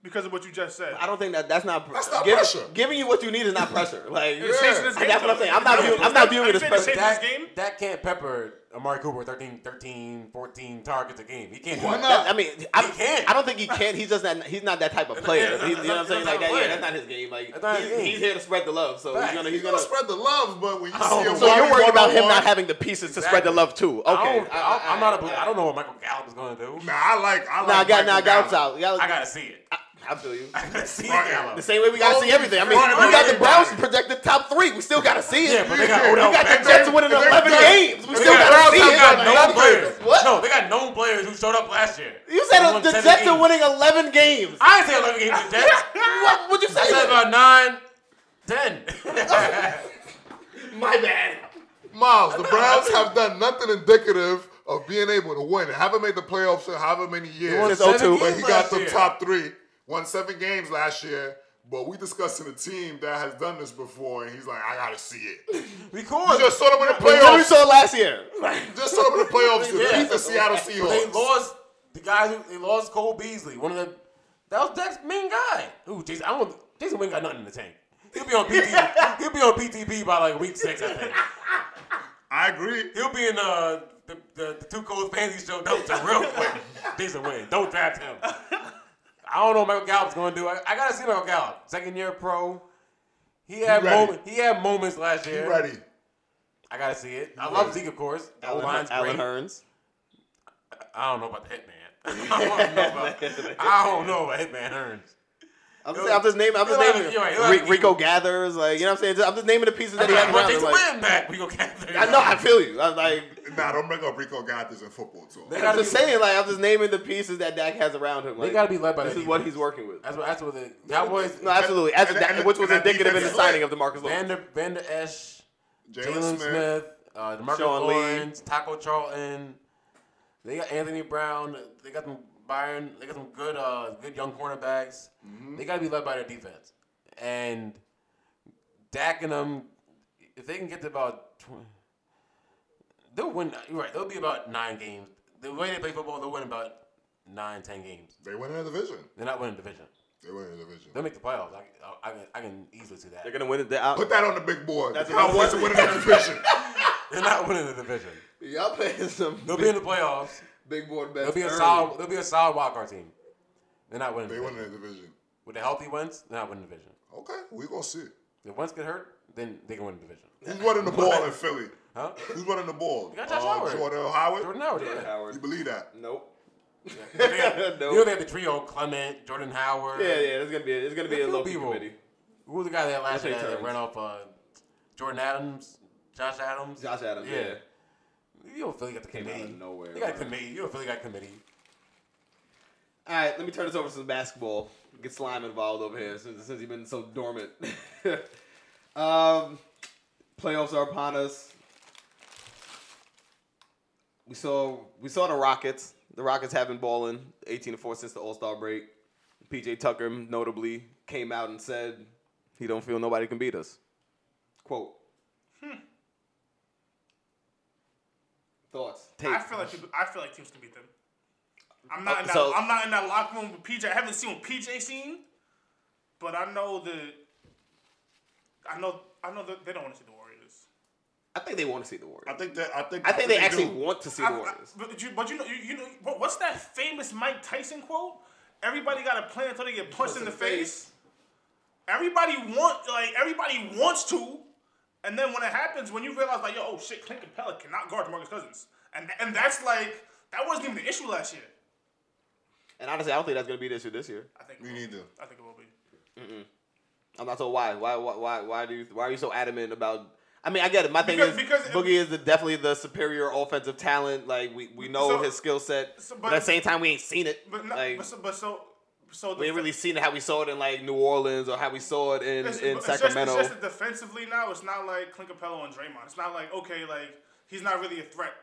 Speaker 4: because of what you just said.
Speaker 2: I don't think that that's not, pr-
Speaker 3: That's not
Speaker 2: give-
Speaker 3: pressure.
Speaker 2: Giving you what you need is not pressure. Like
Speaker 4: It's chasing this game,
Speaker 2: that's what I'm
Speaker 4: though.
Speaker 2: saying. I'm not viewing. I'm not viewing it as
Speaker 4: I'm
Speaker 2: pressure.
Speaker 4: saying
Speaker 5: That,
Speaker 4: this game?
Speaker 5: that can't pepper Amari Cooper 13, 13, 14 targets a game. He can't do
Speaker 3: Why
Speaker 5: that.
Speaker 3: not?
Speaker 2: That- I mean, I,
Speaker 5: He can't.
Speaker 2: I don't think he can. He's just not. He's not that type of player.
Speaker 5: Yeah,
Speaker 2: He- you know what I'm saying? Like
Speaker 5: that's not
Speaker 2: that.
Speaker 5: a
Speaker 2: Yeah,
Speaker 5: player.
Speaker 2: that's not his game. Like
Speaker 5: That's not his
Speaker 2: he's,
Speaker 5: game.
Speaker 2: he's here to spread the love. So
Speaker 5: Facts.
Speaker 2: he's gonna.
Speaker 3: He's
Speaker 2: He's
Speaker 3: gonna
Speaker 2: gonna.
Speaker 3: spread the love, but when you
Speaker 5: I
Speaker 3: see
Speaker 5: don't
Speaker 3: a
Speaker 5: know.
Speaker 2: Oh, So you're worried about him
Speaker 3: one-on-one-
Speaker 2: not having the pieces to spread the
Speaker 5: Exactly.
Speaker 2: love too. Okay.
Speaker 5: I don't, I,
Speaker 2: I- I-
Speaker 5: am not a. I don't know what Michael Gallup's gonna do.
Speaker 3: Nah, I like. I like.
Speaker 2: Nah, got nah,
Speaker 3: Michael
Speaker 2: Gallup's
Speaker 3: Gallup.
Speaker 2: out. Gallup,
Speaker 5: I gotta see it.
Speaker 2: I, I feel you.
Speaker 5: I gotta see
Speaker 3: Right,
Speaker 5: Gallup.
Speaker 2: The same way we gotta see everything. I mean,
Speaker 3: Right,
Speaker 2: we got the
Speaker 3: right.
Speaker 2: Browns projected top three. We still gotta see it.
Speaker 5: Yeah, but they got
Speaker 3: Yeah.
Speaker 5: Odell
Speaker 2: we got
Speaker 5: Beckham.
Speaker 2: the Jets winning
Speaker 3: If they
Speaker 2: 11
Speaker 3: got-
Speaker 2: games. We
Speaker 3: if
Speaker 2: still
Speaker 3: they got
Speaker 2: gotta see
Speaker 3: Browns,
Speaker 5: They
Speaker 3: they
Speaker 2: it.
Speaker 5: got
Speaker 3: got
Speaker 5: known
Speaker 3: nothing.
Speaker 5: players.
Speaker 2: What?
Speaker 5: No, they got known players who showed up last year.
Speaker 2: You
Speaker 5: They
Speaker 2: said
Speaker 5: won
Speaker 2: the
Speaker 5: seven
Speaker 2: Jets are
Speaker 5: games.
Speaker 2: winning 11 games.
Speaker 5: I didn't say 11 games to the Jets.
Speaker 2: What would you
Speaker 5: I said
Speaker 2: say?
Speaker 5: about 9, 10.
Speaker 2: My bad.
Speaker 3: Miles, the Browns have done nothing indicative of being able to win. They haven't made the playoffs in however many
Speaker 5: won
Speaker 3: years.
Speaker 2: Since 02.
Speaker 5: seven
Speaker 3: But
Speaker 5: games
Speaker 3: he
Speaker 5: last
Speaker 3: got them
Speaker 5: year.
Speaker 3: top three. Won seven games last year. But we discussing a team that has done this before, and he's like, I gotta see it.
Speaker 5: We cool.
Speaker 3: We just saw them in the
Speaker 2: We literally
Speaker 3: playoffs.
Speaker 2: saw it last year.
Speaker 3: Just saw them in the playoffs to
Speaker 5: Yeah.
Speaker 3: beat the Seattle
Speaker 5: They
Speaker 3: Seahawks.
Speaker 5: lost the guy who they lost Cole Beasley, one of the that was Dex main guy. Ooh, Jason, I don't Jason Wynn got nothing in the tank. He'll be on PT, he'll be on PTP by like week six, I think.
Speaker 3: I agree.
Speaker 5: He'll be in uh, the the, the two cold fantasy show notes real quick. Jason Wynn, don't draft him. I don't know what Michael Gallup's gonna do. I, I gotta see Michael Gallup, second year pro. He had
Speaker 3: ready.
Speaker 5: moments. He had moments last
Speaker 3: You
Speaker 5: year.
Speaker 3: ready?
Speaker 5: I gotta see it. I love Zeke, of course. The O line's
Speaker 2: Alan
Speaker 5: great.
Speaker 2: Hearns.
Speaker 5: I don't know about the Hitman. I don't know about, I don't know about Hitman Hearns.
Speaker 2: I'm just, I'm just naming. I'm just
Speaker 5: You're right,
Speaker 2: naming.
Speaker 5: you're right, you're right.
Speaker 2: Re- Rico gathers, like you know what I'm saying. Just- I'm just naming the pieces that
Speaker 5: But
Speaker 2: he had around.
Speaker 5: they
Speaker 2: him,
Speaker 5: to
Speaker 2: Like,
Speaker 5: win that. We go Catholic.
Speaker 2: I know. I feel you. I'm like.
Speaker 3: Nah, don't bring up Rico Gathers in football talk.
Speaker 5: They
Speaker 2: I'm
Speaker 5: gotta
Speaker 2: just
Speaker 5: be-
Speaker 2: saying, like I'm just naming the pieces that Dak has around him. Like,
Speaker 5: They gotta be led by
Speaker 2: This
Speaker 5: the
Speaker 2: is what
Speaker 5: defense.
Speaker 2: he's working with.
Speaker 5: That's what. That's what the Cowboys.
Speaker 2: No, absolutely. As,
Speaker 3: And-
Speaker 2: that,
Speaker 3: and-
Speaker 2: which was
Speaker 3: and that
Speaker 2: indicative in the
Speaker 3: defense is
Speaker 2: signing
Speaker 3: lit.
Speaker 2: of Demarcus Lawrence.
Speaker 5: Vander Vander Esch,
Speaker 3: Jalen
Speaker 5: Jalen
Speaker 3: Smith.
Speaker 5: Smith, uh, Demarcus
Speaker 2: Sean Lee.
Speaker 5: Lawrence, Taco Charlton. They got Anthony Brown. They got some Byron. They got some good, uh, good young cornerbacks.
Speaker 2: Mm-hmm.
Speaker 5: They gotta be led by their defense. And Dak and them, if they can get to about twenty. They'll win. You're right. They'll be about nine games. The way they play football, they'll win about nine, ten games.
Speaker 3: They win in the division.
Speaker 5: They're not winning division.
Speaker 3: They win in the division.
Speaker 5: They'll make the playoffs. I, I, I, can, I can easily see that.
Speaker 2: They're
Speaker 5: They're,
Speaker 2: gonna win it. They're out.
Speaker 3: Put that on the big board.
Speaker 2: That's
Speaker 3: The
Speaker 2: what I'm
Speaker 3: Cowboys are
Speaker 2: saying.
Speaker 3: winning the division.
Speaker 5: not winning the division.
Speaker 2: Y'all playing some
Speaker 5: They'll be
Speaker 2: big,
Speaker 5: in the playoffs.
Speaker 2: big board bets.
Speaker 5: They'll be a
Speaker 2: early.
Speaker 5: solid. They'll be a solid wild card team. They're not winning.
Speaker 3: They
Speaker 5: the
Speaker 3: win in
Speaker 5: division.
Speaker 3: the division.
Speaker 5: With the healthy ones, they're not winning the division.
Speaker 3: Okay, we gonna see.
Speaker 5: If once get hurt, then they can win the division.
Speaker 3: Who's running the ball in Philly?
Speaker 5: Huh?
Speaker 3: Who's running the ball? Uh,
Speaker 5: got Josh Howard.
Speaker 3: Jordan Howard.
Speaker 5: Jordan Howard.
Speaker 2: Jordan
Speaker 5: Yeah.
Speaker 2: Howard.
Speaker 3: You believe that?
Speaker 2: Nope.
Speaker 5: They got-
Speaker 2: No.
Speaker 5: You know they had the trio: Clement, Jordan Howard.
Speaker 2: Yeah, yeah. There's gonna be. It's gonna be a
Speaker 5: Few
Speaker 2: low key
Speaker 5: people.
Speaker 2: committee.
Speaker 5: Who was the guy that last
Speaker 2: We'll
Speaker 5: year
Speaker 2: take
Speaker 5: that
Speaker 2: turns.
Speaker 5: ran off? Uh, Jordan Adams, Josh Adams.
Speaker 2: Josh Adams. Yeah.
Speaker 5: You don't feel you got the
Speaker 2: out of
Speaker 5: committee.
Speaker 2: nowhere,
Speaker 5: They got
Speaker 2: bro.
Speaker 5: committee. You don't feel you got committee.
Speaker 2: All right. Let me turn this over to some basketball. Get slime involved over here since, since he's been so dormant. um, playoffs are upon us. We saw we saw the Rockets. The Rockets have been balling 18 to 4 since the All Star break. PJ Tucker notably came out and said he don't feel nobody can beat us. Quote.
Speaker 4: Hmm.
Speaker 2: Thoughts.
Speaker 4: I
Speaker 2: Take.
Speaker 4: feel like people, I feel like Houston beat them. I'm not
Speaker 2: Oh,
Speaker 4: in that,
Speaker 2: so-
Speaker 4: I'm not in that locker room with PJ. I haven't seen what PJ seen, but I know the I know I know that they don't want to see the Warriors.
Speaker 2: I think they want to see the Warriors.
Speaker 3: I think that I think
Speaker 2: I think they actually
Speaker 3: do.
Speaker 2: want to see the
Speaker 4: I- I-
Speaker 2: Warriors.
Speaker 4: but, you, but you know you, you know what- what's that famous Mike Tyson quote? Everybody got a plan until they get punched in the face. Everybody want like everybody wants to, and then when it happens, when you realize like yo, oh shit, Clint Capella cannot guard Marcus Cousins, and and that's like that wasn't even the issue last year.
Speaker 2: And honestly, I don't think that's going to be the issue this year.
Speaker 4: I think it
Speaker 3: Me
Speaker 4: will be.
Speaker 3: neither.
Speaker 4: I think it will be.
Speaker 2: I'm not so why. Why? Why? Why? Why do you? Why are you so adamant about? I mean, I get it. My thing
Speaker 4: Because-
Speaker 2: is,
Speaker 4: because-
Speaker 2: Boogie is the, definitely the superior offensive talent. Like we, we know
Speaker 4: So-
Speaker 2: his skill set,
Speaker 4: so,
Speaker 2: but,
Speaker 4: but-
Speaker 2: at the same time, we ain't seen it.
Speaker 4: But no,
Speaker 2: like
Speaker 4: but so, but so, so the
Speaker 2: we ain't really seen it how we saw it in like New Orleans or how we saw it in
Speaker 4: it's-
Speaker 2: in
Speaker 4: it's just-
Speaker 2: Sacramento.
Speaker 4: It's just, that defensively now. It's not like Clint Capella and Draymond. It's not like okay, like he's not really a threat.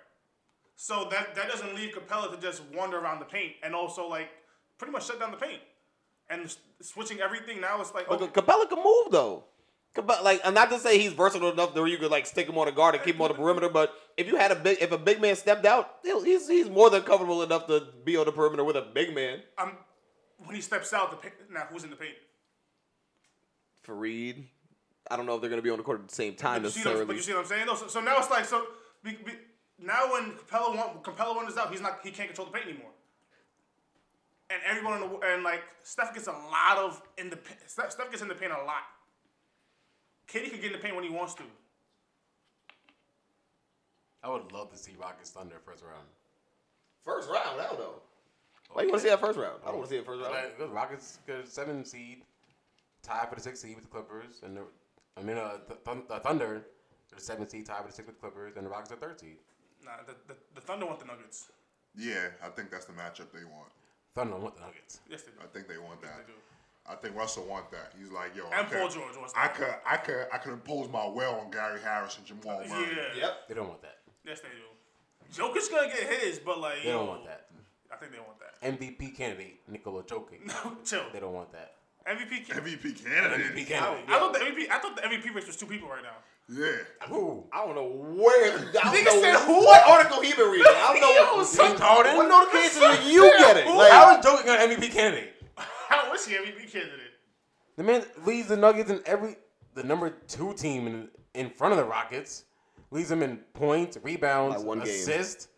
Speaker 4: So that that doesn't leave Capella to just wander around the paint and also like pretty much shut down the paint and s- switching everything. Now it's like oh, okay,
Speaker 2: But Capella can move though. Capella, like, and not to say he's versatile enough that you could like stick him on a guard and keep him on the perimeter, but if you had a big, if a big man stepped out, he'll- he's he's more than comfortable enough to be on the perimeter with a big man.
Speaker 4: I'm when he steps out, the paint, now who's in the paint?
Speaker 2: Fareed. I don't know if they're gonna be on the court at the same time
Speaker 4: But you, see what, I'm- but
Speaker 2: necessarily.
Speaker 4: you see what I'm saying? though? So, so now it's like so. Be, be, now when Capella one Capella one is out, he's not he can't control the paint anymore. And everyone in the wo- and like Steph gets a lot of in the pa- Steph, Steph gets in the paint a lot. Katie can get in the paint when he wants to.
Speaker 5: I would love to see Rockets Thunder first round.
Speaker 2: First round, hell no. Why you want to see that first round? I don't want to see it first round.
Speaker 5: Like, the Rockets got a seven seed, tied for the six seed with the Clippers, and the, I mean uh, the, Thun- the Thunder, they're the seven seed, tied for the six with the Clippers, and the Rockets are third seed.
Speaker 4: Nah, the, the, the Thunder want the Nuggets.
Speaker 3: Yeah, I think that's the matchup they want.
Speaker 5: Thunder want the Nuggets.
Speaker 4: Yes, they do.
Speaker 3: I think they want that.
Speaker 4: They do.
Speaker 3: I think Russell want that. He's like, yo, I
Speaker 4: And
Speaker 3: could,
Speaker 4: Paul George wants
Speaker 3: I
Speaker 4: that.
Speaker 3: could, I could, I could impose my will on Gary Harris and Jamal
Speaker 4: Yeah.
Speaker 3: Murray.
Speaker 2: Yep.
Speaker 5: They don't want that.
Speaker 4: Yes, they do. Joker's gonna get his, but like
Speaker 5: They don't want that.
Speaker 4: I think they want that.
Speaker 5: MVP candidate Nikola Jokic.
Speaker 4: No, chill.
Speaker 5: They don't want that.
Speaker 4: MVP. Can-
Speaker 3: MVP
Speaker 5: MVP
Speaker 3: candidate.
Speaker 5: candidate.
Speaker 4: I thought the MVP. I thought the MVP race was two people right now.
Speaker 3: Yeah.
Speaker 5: Who?
Speaker 2: I don't know where. I
Speaker 4: Nigga
Speaker 2: don't know
Speaker 4: said who?
Speaker 2: what article he been reading. I don't know.
Speaker 4: Yo,
Speaker 5: James Harden.
Speaker 2: What notifications are you getting? Like,
Speaker 5: How is Jokic an MVP candidate?
Speaker 4: How is he MVP candidate?
Speaker 5: The man leads the Nuggets in every the number two team in, in front of the Rockets. Leads them in points, rebounds,
Speaker 2: By one game.
Speaker 5: assists.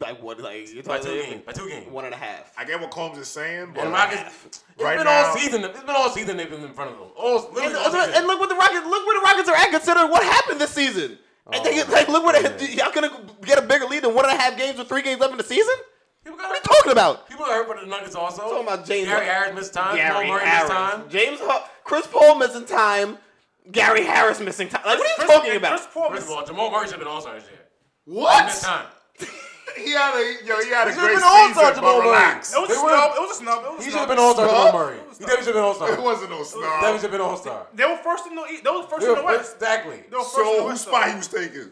Speaker 2: like what? Like you're
Speaker 5: By
Speaker 2: talking
Speaker 5: two
Speaker 2: about
Speaker 5: games. By two games.
Speaker 2: one and a half.
Speaker 3: I get what Combs is saying, but
Speaker 5: And Rockets. It's
Speaker 3: Right
Speaker 5: been
Speaker 3: now-
Speaker 5: all season. It's been all season they've been in front of them. All, literally
Speaker 2: And,
Speaker 5: all season.
Speaker 2: and look what the Rockets look where the Rockets are at considering what happened this season. And they get, like look what
Speaker 5: man.
Speaker 2: y'all gonna get a bigger lead than one and a half games with three games left in the season?
Speaker 5: people
Speaker 2: What are you talking about?
Speaker 5: People are hurt for the Nuggets also.
Speaker 2: Talking about James-
Speaker 5: Gary Harris missed time. Jamal Murray missed time.
Speaker 2: James Har- Chris Paul missing time. Gary Harris missing time. Like what are you talking about?
Speaker 4: Chris Paul
Speaker 5: First
Speaker 4: was
Speaker 5: of all, Jamal Murray should have been All Star this year. He missed
Speaker 2: what?
Speaker 5: time.
Speaker 3: he had a yo, he had a
Speaker 5: He should
Speaker 3: great
Speaker 5: have been All
Speaker 3: season,
Speaker 5: Star.
Speaker 3: but
Speaker 5: Jamal Murray.
Speaker 3: relax.
Speaker 4: It was a
Speaker 5: They were-
Speaker 4: snub. It was a snub. It was a
Speaker 5: He should
Speaker 4: snub.
Speaker 5: have been All Star. Jamal
Speaker 3: Snub?
Speaker 5: Murray.
Speaker 4: It was
Speaker 5: He definitely should have been All Star.
Speaker 3: It wasn't no
Speaker 5: That was
Speaker 3: snub.
Speaker 5: have been All Star.
Speaker 4: They were first in the East. They were first in the West.
Speaker 5: Exactly.
Speaker 4: They were first in the
Speaker 3: So whose
Speaker 4: West,
Speaker 3: spot
Speaker 4: though.
Speaker 3: he was taking?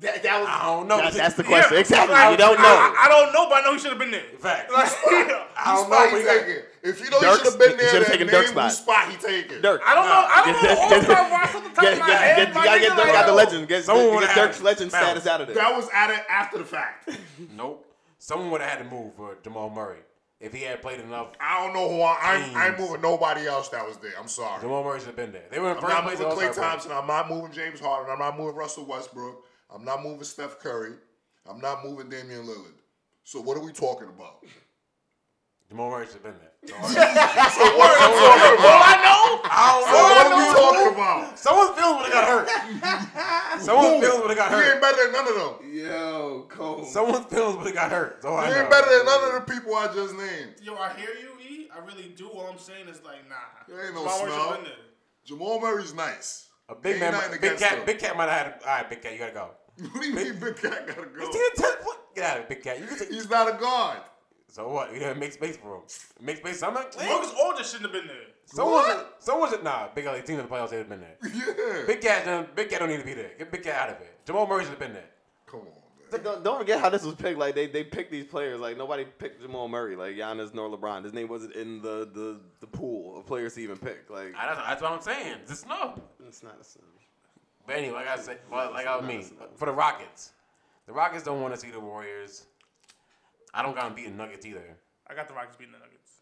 Speaker 2: That, that was
Speaker 5: I don't know.
Speaker 2: That- that's the
Speaker 5: Yeah,
Speaker 2: question. exactly.
Speaker 4: I-
Speaker 2: you don't
Speaker 4: I-
Speaker 2: know.
Speaker 4: I, I don't know, but I know he should have been there.
Speaker 5: Fact.
Speaker 4: Like,
Speaker 5: I
Speaker 4: I
Speaker 3: Whose
Speaker 5: don't know.
Speaker 3: spot
Speaker 5: but
Speaker 3: he
Speaker 5: he got-
Speaker 3: taking? If you know
Speaker 2: Dirk-
Speaker 3: he should have been
Speaker 2: he should
Speaker 3: there,
Speaker 2: have
Speaker 3: then
Speaker 2: taken
Speaker 3: name
Speaker 2: Dirk's
Speaker 3: whose
Speaker 2: spot.
Speaker 3: spot he taking.
Speaker 2: Dirk.
Speaker 4: don't know. I
Speaker 2: Get-
Speaker 4: don't know.
Speaker 2: get-
Speaker 4: All
Speaker 2: get-
Speaker 4: star roster off the top
Speaker 2: Get,
Speaker 4: of my
Speaker 2: get-
Speaker 4: head.
Speaker 2: get-
Speaker 4: my
Speaker 2: you gotta get
Speaker 4: nigga,
Speaker 2: Dirk
Speaker 4: like,
Speaker 2: out the
Speaker 4: yo.
Speaker 2: legend. Get,
Speaker 5: Someone
Speaker 2: get,
Speaker 5: would
Speaker 2: get
Speaker 5: have
Speaker 2: Dirk's
Speaker 5: it.
Speaker 2: legend
Speaker 5: Bounce.
Speaker 2: status out of there.
Speaker 3: That was added after the fact.
Speaker 5: Nope. Someone would have had to move for Jamal Murray if he had played enough.
Speaker 3: I don't know who I, I'm. I'm
Speaker 5: James.
Speaker 3: moving nobody else that was there. I'm sorry.
Speaker 5: Jamal Murray should have been there. They were in
Speaker 3: I'm
Speaker 5: first
Speaker 3: not
Speaker 5: place.
Speaker 3: moving
Speaker 5: in
Speaker 3: Clay
Speaker 5: All-Star break.
Speaker 3: Thompson. I'm not moving James Harden. I'm not moving Russell Westbrook. I'm not moving Steph Curry. I'm not moving Damian Lillard. So what are we talking about?
Speaker 5: Jamal Murray should have been there.
Speaker 3: So what are we talking about?
Speaker 5: I
Speaker 3: What
Speaker 5: don't know.
Speaker 3: are we talking about?
Speaker 5: Someone's feelings would have got hurt. Someone's feelings would have got
Speaker 3: He ain't
Speaker 5: hurt.
Speaker 3: better than none of them.
Speaker 2: Yo, Cole.
Speaker 5: Someone's feelings would have got hurt. So I
Speaker 3: He
Speaker 5: know.
Speaker 3: ain't better than none of the people I just named.
Speaker 4: Yo, I hear you, E. I really do. All I'm saying is like, nah.
Speaker 3: There ain't no
Speaker 4: Jamal Murray should've
Speaker 3: snub.
Speaker 4: been there.
Speaker 3: Jamal Murray's nice.
Speaker 2: Uh,
Speaker 5: A big
Speaker 3: Ain't
Speaker 5: man,
Speaker 3: nothing
Speaker 5: big
Speaker 3: against
Speaker 5: cat,
Speaker 3: him.
Speaker 5: big cat might have had. A, all right, big cat, you gotta go.
Speaker 3: What do you mean Big Cat gotta go?
Speaker 5: Is he a ten- what? Get out of here, big cat. You can take,
Speaker 3: He's not a guard.
Speaker 5: so what? You didn't make space for him. Make space. So I'm like,
Speaker 4: Marcus Aldridge shouldn't have been there.
Speaker 5: someone, someone should nah. Big L team in the playoffs. They'd have been there.
Speaker 3: Yeah.
Speaker 5: Big cat, don't- big cat don't need to be there. Get big cat out of it. Jamal Murray should have been there.
Speaker 3: Come on, man.
Speaker 2: Don't, don't forget how this was picked. Like they, they picked these players. Like nobody picked Jamal Murray, like Giannis nor LeBron. His name wasn't in the, the, the pool of players to even pick. Like
Speaker 5: I, that's, that's what I'm saying. It's no.
Speaker 2: it's not a sin.
Speaker 5: But anyway, like I said, well, like I mean, for the Rockets, the Rockets don't want to see the Warriors. I don't got them beating Nuggets either.
Speaker 4: I got the Rockets beating the Nuggets.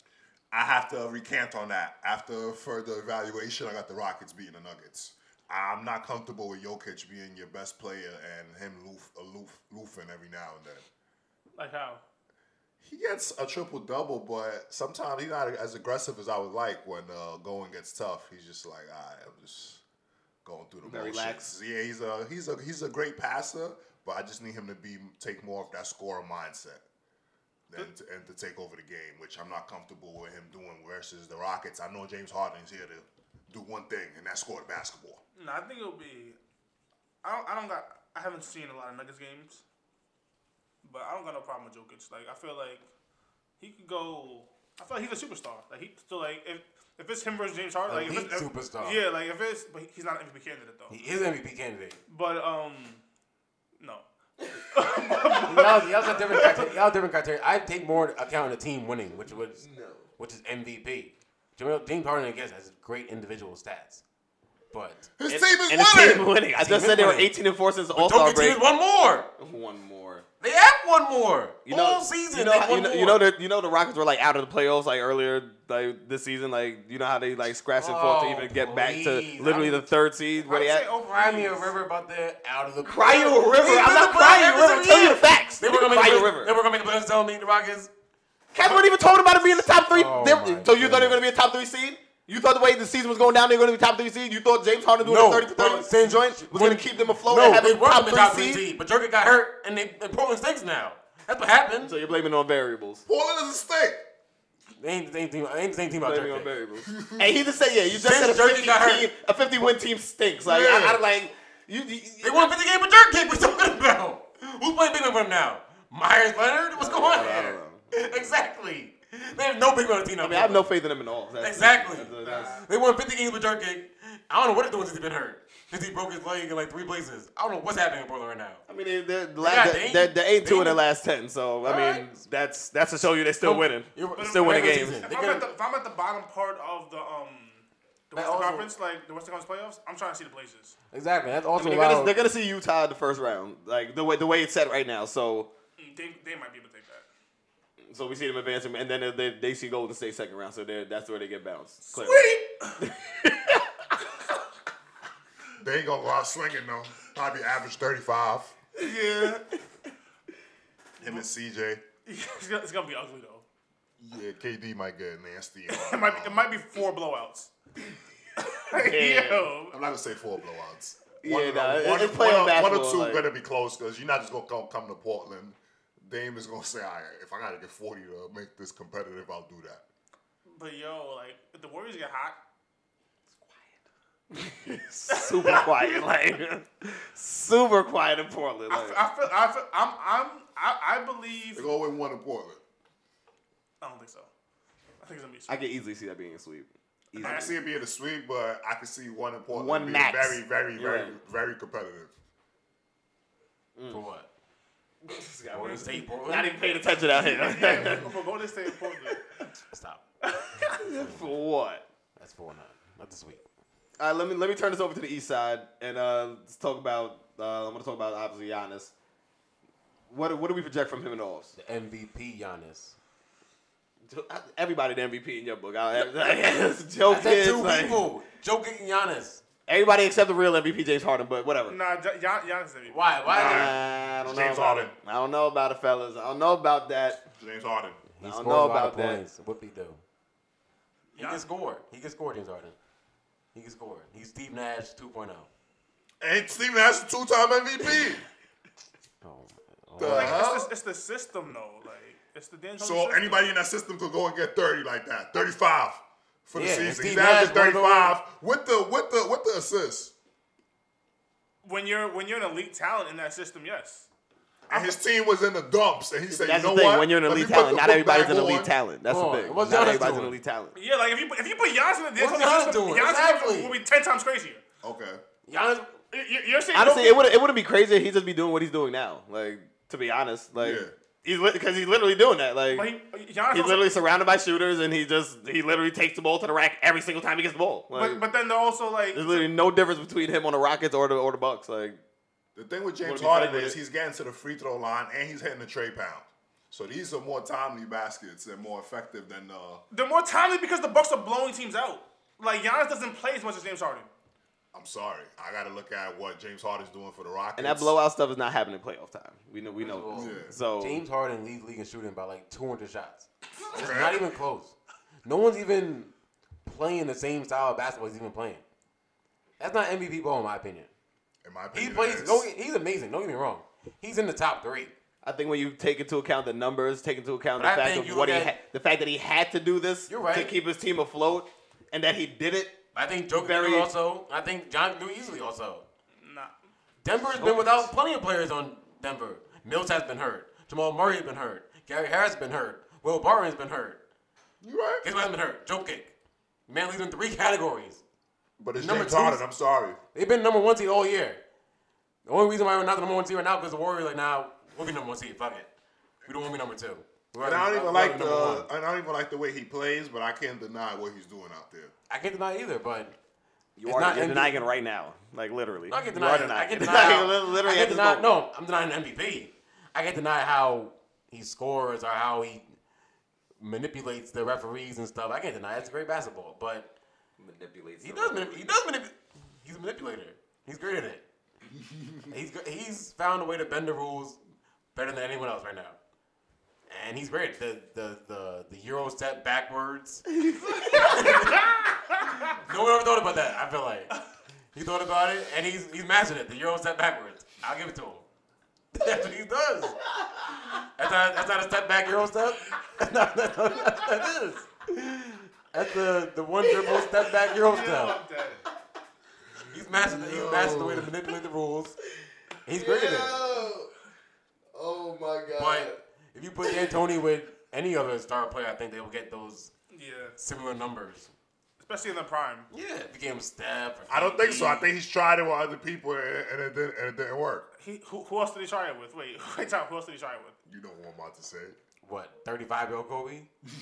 Speaker 3: I have to recant on that. After further evaluation, I got the Rockets beating the Nuggets. I'm not comfortable with Jokic being your best player and him loof, aloof, loofing every now and then.
Speaker 4: Like how?
Speaker 3: He gets a triple double, but sometimes he's not as aggressive as I would like when uh, going gets tough. He's just like, all right, I'm just going through the
Speaker 2: Very
Speaker 3: motions.
Speaker 2: lax.
Speaker 3: Yeah, he's a he's a he's a great passer, but I just need him to be take more of that scorer mindset and to, and to take over the game, which I'm not comfortable with him doing versus the Rockets. I know James Harden's here to do one thing, and that's score the basketball.
Speaker 4: No, I think it'll be. I don't. I don't got. I haven't seen a lot of Nuggets games, but I don't got no problem with Jokic. Like I feel like he could go. I feel like he's a superstar. Like he so like if if it's him versus James Harden, like if
Speaker 5: Elite
Speaker 4: it's, if-
Speaker 5: superstar.
Speaker 4: Yeah, like if it's but he's not an MVP candidate though.
Speaker 5: He is an MVP candidate.
Speaker 4: But um, no.
Speaker 5: Y'all, y'all's a different criteria. Y'all different criteria. I take more account of the team winning, which was which is MVP. Jamal James Harden against has great individual stats. But
Speaker 3: His
Speaker 2: And-
Speaker 3: team is
Speaker 2: and his
Speaker 3: winning.
Speaker 2: team winning. I
Speaker 5: Team
Speaker 2: just
Speaker 5: is
Speaker 2: said they were
Speaker 5: winning.
Speaker 2: 18 and 4 since the All Star
Speaker 5: don't
Speaker 2: break.
Speaker 5: get one more.
Speaker 2: One more.
Speaker 5: They have one more.
Speaker 2: You know,
Speaker 5: All season,
Speaker 2: You know,
Speaker 5: they
Speaker 2: how-
Speaker 5: have
Speaker 2: you know,
Speaker 5: one
Speaker 2: you know
Speaker 5: more.
Speaker 2: the you know the Rockets were like out of the playoffs like earlier like this season. Like you know how they like scratch and forth to
Speaker 5: Oh,
Speaker 2: even get back
Speaker 5: please.
Speaker 2: to literally the third seed where they
Speaker 4: I
Speaker 2: at.
Speaker 4: would say over
Speaker 5: Cry me a
Speaker 4: Reeves.
Speaker 5: river about that out of the
Speaker 2: Cry you a river.
Speaker 5: They
Speaker 2: I'm
Speaker 5: literally
Speaker 2: not crying you a river.
Speaker 5: every
Speaker 2: I'm
Speaker 5: single
Speaker 2: telling you
Speaker 5: year.
Speaker 2: the facts.
Speaker 5: They were gonna make
Speaker 2: Cry you a
Speaker 5: river.
Speaker 2: river.
Speaker 5: They were gonna make the playoffs. Tell me the Rockets.
Speaker 2: Kevin even told about it being the top three.
Speaker 3: Oh
Speaker 2: They-
Speaker 3: my
Speaker 2: so you thought they were
Speaker 3: goodness.
Speaker 2: going to be a top three seed? You thought the way the season was going down, they were going to be top three seed. You thought James Harden doing
Speaker 5: No,
Speaker 2: a 30
Speaker 5: but-
Speaker 2: 30 cent joint was
Speaker 5: when-
Speaker 2: going to keep them afloat
Speaker 5: No,
Speaker 2: and
Speaker 5: they
Speaker 2: having
Speaker 5: were
Speaker 2: top
Speaker 5: top,
Speaker 2: three,
Speaker 5: top three
Speaker 2: seed.
Speaker 5: seed, but Jokic got hurt, and they and Portland stinks now. That's what happened.
Speaker 2: So you're blaming it on variables.
Speaker 3: Portland is a state.
Speaker 5: They ain't the same team. They ain't the same team about
Speaker 2: Blaming it on
Speaker 5: Jokic.
Speaker 2: variables. and he just said, yeah, you just
Speaker 5: Since
Speaker 2: said a
Speaker 5: Jordan
Speaker 2: 50
Speaker 5: got hurt.
Speaker 2: team, a 50 win team stinks. Like
Speaker 3: Yeah.
Speaker 2: I, I like you. you
Speaker 5: They won 50 games with Jokic. What you talking about? Who's playing big man for them now? Myers Leonard. What's going on?
Speaker 2: I don't
Speaker 5: here? Exactly. They have no big man on the team.
Speaker 2: I mean, I have no faith in them at all. That's-
Speaker 5: Exactly.
Speaker 2: that's- that's-
Speaker 5: They won 50 games with Jokic. I don't know what they're doing since he's been hurt. Since he broke his leg in like three places. I don't know what's happening in Portland right now.
Speaker 2: I mean, they- they're, they're,
Speaker 5: got Dame.
Speaker 2: they're, they're, eight two in their
Speaker 5: Dame.
Speaker 2: last ten, so I mean,
Speaker 5: Alright.
Speaker 2: that's that's to show you they're still winning,
Speaker 5: You're- but
Speaker 2: still
Speaker 5: in
Speaker 2: winning
Speaker 5: regular
Speaker 2: games.
Speaker 5: season,
Speaker 4: If
Speaker 5: They
Speaker 4: I'm,
Speaker 5: could've-
Speaker 4: at the, if I'm at the bottom part of the um the
Speaker 5: That
Speaker 4: Western
Speaker 5: also-
Speaker 4: Conference, like the Western Conference playoffs, I'm trying to see the places.
Speaker 5: Exactly. That's also
Speaker 2: They're gonna, they're gonna see Utah in the first round, like the way the way it's set right now. So
Speaker 4: Mm, They, they might be able to take that.
Speaker 2: so we see them advancing, and then they, they see Golden State second round, so they're- that's where they get bounced. clearly.
Speaker 3: They ain't gonna go out swinging though. Probably average thirty-five.
Speaker 4: Yeah,
Speaker 3: Him and CJ.
Speaker 4: it's, gonna, it's gonna be ugly though.
Speaker 3: Yeah, KD might get nasty. um,
Speaker 4: It might be, it might be four blowouts. Yo,
Speaker 3: I'm not gonna say four blowouts.
Speaker 2: Yeah, nah, it-
Speaker 3: one,
Speaker 2: it's
Speaker 3: one,
Speaker 2: playing
Speaker 3: or- one or
Speaker 2: basketball,
Speaker 3: two
Speaker 2: like-
Speaker 3: gonna be close because you're not just gonna come, come to Portland. Dame is gonna say, "All right, if I gotta get 40 to make this competitive, I'll do that."
Speaker 4: but yo, like if the Warriors get hot,
Speaker 2: super quiet, like super quiet in Portland.
Speaker 4: I,
Speaker 2: Like,
Speaker 4: f- I feel I feel I'm I'm I, I believe
Speaker 3: They're gonna win one in Portland.
Speaker 4: I don't think so. I think it's gonna be.
Speaker 2: I can easily see that being a sweep. Easily.
Speaker 3: I can see it being a sweep, but I can see one in Portland
Speaker 2: One
Speaker 3: being
Speaker 2: max.
Speaker 3: very, very,
Speaker 2: You're
Speaker 3: very,
Speaker 2: right.
Speaker 3: very competitive.
Speaker 5: For what?
Speaker 2: This guy
Speaker 5: Golden
Speaker 2: was
Speaker 5: State, Portland?
Speaker 2: Not even paying attention out here.
Speaker 4: for Golden State and Portland.
Speaker 5: Stop.
Speaker 2: For what?
Speaker 5: That's 4 9. Not this week.
Speaker 2: All right, let me let me turn this over to the east side and uh, let's talk about. Uh, I'm gonna talk about obviously Giannis. What what do we project from him in the offs?
Speaker 5: The MVP Giannis.
Speaker 2: Everybody the MVP in your book. I, it's joke
Speaker 5: I said
Speaker 2: is,
Speaker 5: two
Speaker 2: like,
Speaker 5: people. Jokic and Giannis.
Speaker 2: Everybody except the real MVP James Harden, but whatever.
Speaker 4: Nah, Gian- Giannis MVP.
Speaker 5: Why? Why?
Speaker 2: I don't know
Speaker 3: James
Speaker 2: about
Speaker 3: Harden.
Speaker 2: it. I don't know about it, fellas. I don't know about that.
Speaker 3: James Harden.
Speaker 5: He
Speaker 2: I
Speaker 5: scores
Speaker 2: don't
Speaker 5: a
Speaker 2: know
Speaker 5: lot of
Speaker 2: about that.
Speaker 5: points. What he do? He
Speaker 4: Yeah.
Speaker 5: can score. He can score, James Harden. He can score. He's Steve Nash oh. 2.0.
Speaker 3: And Steve Nash, is a two-time MVP.
Speaker 5: Oh,
Speaker 3: The hell?
Speaker 4: It's, the, it's the system though. Like it's the D'Antoni
Speaker 3: So
Speaker 4: system.
Speaker 3: anybody in that system could go and get 30 like that, 35 for the
Speaker 5: Yeah,
Speaker 3: season.
Speaker 5: Steve
Speaker 3: He's
Speaker 5: Nash
Speaker 3: averaging
Speaker 5: won the
Speaker 3: 35 with the with the with the assists.
Speaker 4: when you're when you're an elite talent in that system, yes.
Speaker 3: And his team was in the dumps, and he said,
Speaker 2: That's
Speaker 3: "You know
Speaker 2: the thing.
Speaker 3: what?
Speaker 2: When you're an
Speaker 3: Let me
Speaker 2: elite
Speaker 3: put
Speaker 2: talent,
Speaker 3: the
Speaker 2: not
Speaker 3: book
Speaker 2: everybody's
Speaker 3: back
Speaker 2: an elite
Speaker 3: on."
Speaker 2: talent. That's
Speaker 5: Come
Speaker 2: the
Speaker 5: on,
Speaker 2: thing.
Speaker 5: what's
Speaker 2: Not
Speaker 5: Giannis
Speaker 2: everybody's an
Speaker 5: doing?
Speaker 2: elite talent.
Speaker 4: Yeah, like if you if you put Giannis in the
Speaker 5: What's
Speaker 4: D'Antoni
Speaker 5: Giannis
Speaker 4: system,
Speaker 5: doing?
Speaker 4: Giannis
Speaker 5: Exactly.
Speaker 4: will be ten times crazier.
Speaker 3: Okay,
Speaker 5: Giannis.
Speaker 4: You- you- You're saying
Speaker 2: Honestly,
Speaker 4: Jokic-
Speaker 2: it would it wouldn't be crazy. if He'd just be doing what he's doing now. Like to be honest, like
Speaker 3: Yeah.
Speaker 2: he's because he's literally doing that. Like.
Speaker 4: But he, Giannis
Speaker 2: He's
Speaker 4: also-
Speaker 2: literally surrounded by shooters, and he just he literally takes the ball to the rack every single time he gets the ball. Like,
Speaker 4: But, but then they're also like
Speaker 2: there's literally no difference between him on the Rockets or the or the Bucks. Like
Speaker 3: the thing with James
Speaker 2: be
Speaker 3: Harden
Speaker 2: funny with
Speaker 3: is
Speaker 2: it.
Speaker 3: he's getting to the free throw line and he's hitting the tray pound. So these are more timely baskets and more effective than uh,
Speaker 4: they're more timely because the Bucks are blowing teams out. Like Giannis doesn't play as much as James Harden.
Speaker 3: I'm sorry, I got to look at what James Harden's doing for the Rockets.
Speaker 2: and that blowout stuff is not happening in playoff time. We know we know.
Speaker 5: Well,
Speaker 2: this.
Speaker 3: Yeah.
Speaker 2: So
Speaker 5: James Harden leads the league in shooting by like 200 shots. It's
Speaker 3: Okay.
Speaker 5: not even close. No one's even playing the same style of basketball he's even playing. That's not MVP ball, in my opinion.
Speaker 3: in my
Speaker 5: He
Speaker 3: opinion,
Speaker 5: plays.
Speaker 3: it is.
Speaker 5: Don't, get- he's amazing. Don't get me wrong. He's in the top three.
Speaker 2: I think when you take into account the numbers, take into account
Speaker 5: But I
Speaker 2: the
Speaker 5: think
Speaker 2: fact
Speaker 5: you
Speaker 2: of what he
Speaker 5: look
Speaker 2: ha-
Speaker 5: at-
Speaker 2: the fact that he had to do this
Speaker 5: You're right.
Speaker 2: to keep his team afloat, and that he did it.
Speaker 5: I think Joker
Speaker 2: Very-
Speaker 5: Very, also. I think John do it easily also.
Speaker 4: Nah.
Speaker 5: Denver's been without plenty of players on Denver. Mills has been hurt. Jamal Murray has been hurt. Gary Harris has been hurt. Will Barton's been hurt.
Speaker 3: you right,
Speaker 5: Guess who hasn't been hurt? Jokic. Man leads in three categories.
Speaker 3: but it's
Speaker 5: Number
Speaker 3: James
Speaker 5: two-
Speaker 3: Harden. I'm sorry.
Speaker 5: They've been number one seed all year. The only reason why we're not the number one seed right now because the Warriors like, nah, we'll be number one seed. Fuck it. We don't want to be number two. We're
Speaker 3: And I
Speaker 5: already-
Speaker 3: don't even
Speaker 5: we're
Speaker 3: like the
Speaker 5: already
Speaker 3: uh,
Speaker 5: number one.
Speaker 3: and I don't even like the way he plays, but I can't deny what he's doing out there.
Speaker 5: I can't deny either, but
Speaker 2: You
Speaker 5: It's
Speaker 2: are
Speaker 5: not
Speaker 2: you're
Speaker 5: NBA.
Speaker 2: denying it right now, like literally.
Speaker 5: No, I get
Speaker 2: You are
Speaker 5: denied. I get
Speaker 2: it.
Speaker 5: denied.
Speaker 2: Like, li- literally
Speaker 5: I
Speaker 2: at
Speaker 5: get
Speaker 2: this
Speaker 5: denied.
Speaker 2: moment.
Speaker 5: No, I'm denying the MVP. I get denied how he scores or how he manipulates the referees and stuff. I can't deny that's great basketball, but
Speaker 2: manipulates.
Speaker 5: he
Speaker 2: the
Speaker 5: does.
Speaker 2: referee.
Speaker 5: Manip- he does. Manip- he's a manipulator. He's great at it. he's gr- he's found a way to bend the rules better than anyone else right now, and he's great. The the the the euro step backwards. no one ever thought about that. I feel like he thought about it, and he's he's mastered it. The euro step backwards. I'll give it to him. That's what he does. That's not, that's not a step back euro step. no, no, no, that is. That's the, the one dribble step back euro step.
Speaker 4: Fuck that.
Speaker 5: He's mastered. He's mastered the way to manipulate the rules. He's great at it.
Speaker 3: Yo! Oh my god.
Speaker 5: But if you put D'Antoni with any other star player, I think they will get those
Speaker 4: Yeah,
Speaker 5: similar numbers.
Speaker 4: especially in the prime.
Speaker 5: Yeah, if you gave him Steph. or
Speaker 3: I don't think so. I
Speaker 5: KD.
Speaker 3: think he's tried it with other people and, and it didn't and it didn't work.
Speaker 4: He, who, who else did he try it with? Wait, wait, time. Who else did he try it with?
Speaker 3: You know what I'm about to say.
Speaker 5: what thirty-five year old Kobe.
Speaker 4: Rich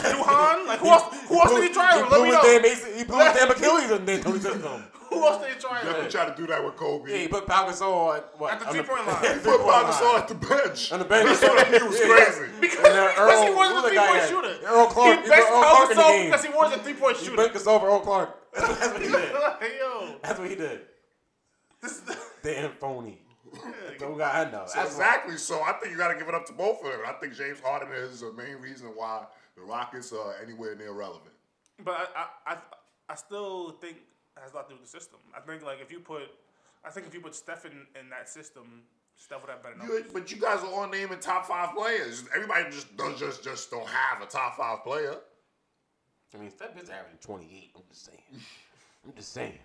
Speaker 4: Duhan? Like who else? Who else did he try it with? Let
Speaker 5: blew
Speaker 4: me
Speaker 5: his
Speaker 4: know.
Speaker 5: damn AC he blew his damn Achilles in D'Antoni system.
Speaker 4: Who else did he
Speaker 3: You
Speaker 4: try it
Speaker 3: have to
Speaker 4: with?
Speaker 3: try to do that with Kobe.
Speaker 5: Yeah, he put Pau Gasol at what
Speaker 4: At the
Speaker 5: on
Speaker 4: three-point line.
Speaker 5: at
Speaker 4: He
Speaker 5: the
Speaker 3: Put
Speaker 5: three-point
Speaker 3: Pau
Speaker 5: line.
Speaker 3: at the bench.
Speaker 5: on the bench.
Speaker 3: He was crazy.
Speaker 4: Because,
Speaker 5: And, uh,
Speaker 4: because he
Speaker 5: Earl-
Speaker 4: wasn't
Speaker 5: who
Speaker 4: a
Speaker 5: the
Speaker 4: three-point
Speaker 5: guy at?
Speaker 4: shooter.
Speaker 5: Earl Clark.
Speaker 4: He
Speaker 5: He
Speaker 4: best
Speaker 5: put Earl
Speaker 4: Earl
Speaker 5: Clark in the
Speaker 4: himself
Speaker 5: game.
Speaker 4: because he was a three-point
Speaker 5: He
Speaker 4: shooter.
Speaker 5: put Gasol for Earl Clark. That's what he did.
Speaker 4: Like, yo,
Speaker 5: That's what he did.
Speaker 4: this is
Speaker 5: Damn phony. Don't got I know. That's why-
Speaker 3: Exactly. So I think you got to give it up to both of them. I think James Harden is the main reason why the Rockets are anywhere near relevant.
Speaker 4: But I, I, I, I still think it has a lot to do with the system. I think like if you put, I think if you put Steph in, in that system, Steph would have better numbers.
Speaker 3: You- but you guys are all naming top five players. Everybody just don't just just don't have a top five player.
Speaker 5: I mean, Steph is averaging 28. I'm just saying. I'm just saying.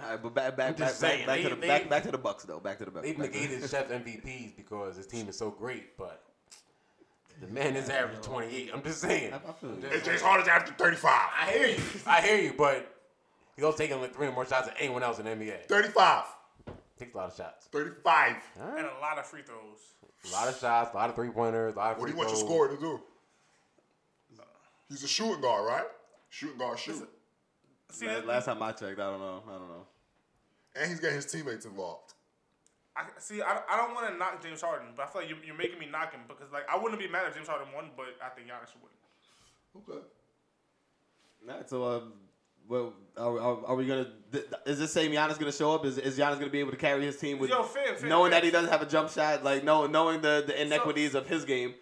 Speaker 2: All right, but back back back,
Speaker 5: just
Speaker 2: back,
Speaker 5: saying,
Speaker 2: back
Speaker 5: they-
Speaker 2: to the
Speaker 5: they-
Speaker 2: back, back to the Bucks though. Back to the Bucks.
Speaker 5: They've
Speaker 2: back to the-
Speaker 5: negated Chef MVPs because his team is so great, but the man is averaging 28. I'm just saying.
Speaker 2: I feel you.
Speaker 3: And James Harden's after thirty five.
Speaker 5: I hear you. I hear you, but he's also taking like three or more shots than anyone else in the NBA.
Speaker 3: Thirty five.
Speaker 5: Takes a lot of shots.
Speaker 3: Thirty five.
Speaker 4: and a lot of free throws.
Speaker 5: A lot of shots, a lot of three pointers, a lot of
Speaker 3: What do
Speaker 5: free
Speaker 3: you want your
Speaker 5: throws.
Speaker 3: scorer to do? He's a shooting guard, right? Shooting guard, shoot.
Speaker 4: See,
Speaker 2: La-
Speaker 4: that-
Speaker 2: Last time I checked, I don't know. I don't know.
Speaker 3: And he's getting his teammates involved.
Speaker 4: I, see, I, I don't want to knock James Harden, but I feel like you're, you're making me knock him because like I wouldn't be mad if James Harden won, but I think Giannis would.
Speaker 3: Okay.
Speaker 2: All right, so um, well, are, are, are we gonna? Th- th- is this same Giannis gonna show up? Is is Giannis gonna be able to carry his team with
Speaker 4: Yo, fam, fam,
Speaker 2: knowing
Speaker 4: fam.
Speaker 2: that he doesn't have a jump shot, like know, knowing the the inequities of his game?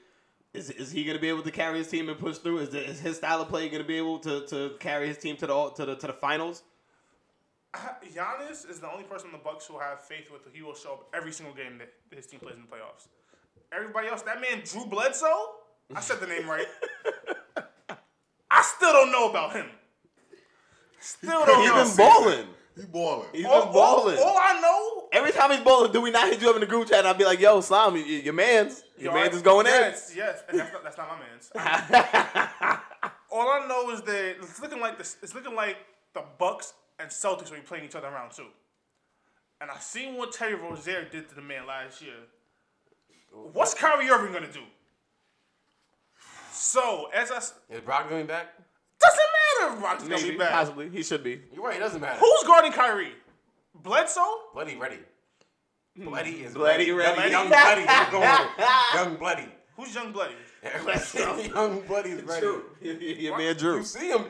Speaker 2: Is, is he gonna be able to carry his team and push through? Is, the, is his style of play gonna be able to, to carry his team to the all- to the to the finals?
Speaker 4: Giannis is the only person in the Bucks who have faith with. He will show up every single game that his team plays in the playoffs. Everybody else, that man Drew Bledsoe. I said the name right. I still don't know about him. Still don't
Speaker 2: He's
Speaker 4: know.
Speaker 2: been balling.
Speaker 3: He balling.
Speaker 2: He's
Speaker 4: All-
Speaker 2: been balling.
Speaker 4: All, all I know,
Speaker 2: Every time he's bowling, do we not hit you up in the group chat? And I'd be like, "Yo, Slime, y- y- your man's, your
Speaker 4: Yo,
Speaker 2: man's
Speaker 4: I-
Speaker 2: is going
Speaker 4: yes, Yes, and that's not, that's not my man's. all I know is that it's looking like this. It's looking like the Bucks and Celtics will be playing each other in round two. And I seen what Terry Rozier did to the man last year. What's Kyrie Irving gonna do? So as I s-
Speaker 5: Is Brock coming back?
Speaker 4: doesn't matter if Rock's
Speaker 2: in."
Speaker 4: gonna
Speaker 2: Maybe,
Speaker 4: be back.
Speaker 2: possibly, he should be.
Speaker 5: You're right, it doesn't matter.
Speaker 4: Who's guarding Kyrie? Bledsoe?
Speaker 5: Bloody ready. Bloody is
Speaker 2: Bloody ready.
Speaker 5: Young, young bloody is going. Young bloody.
Speaker 4: Who's young bloody?
Speaker 5: young bloody's ready.
Speaker 2: your man Drew.
Speaker 5: You see him.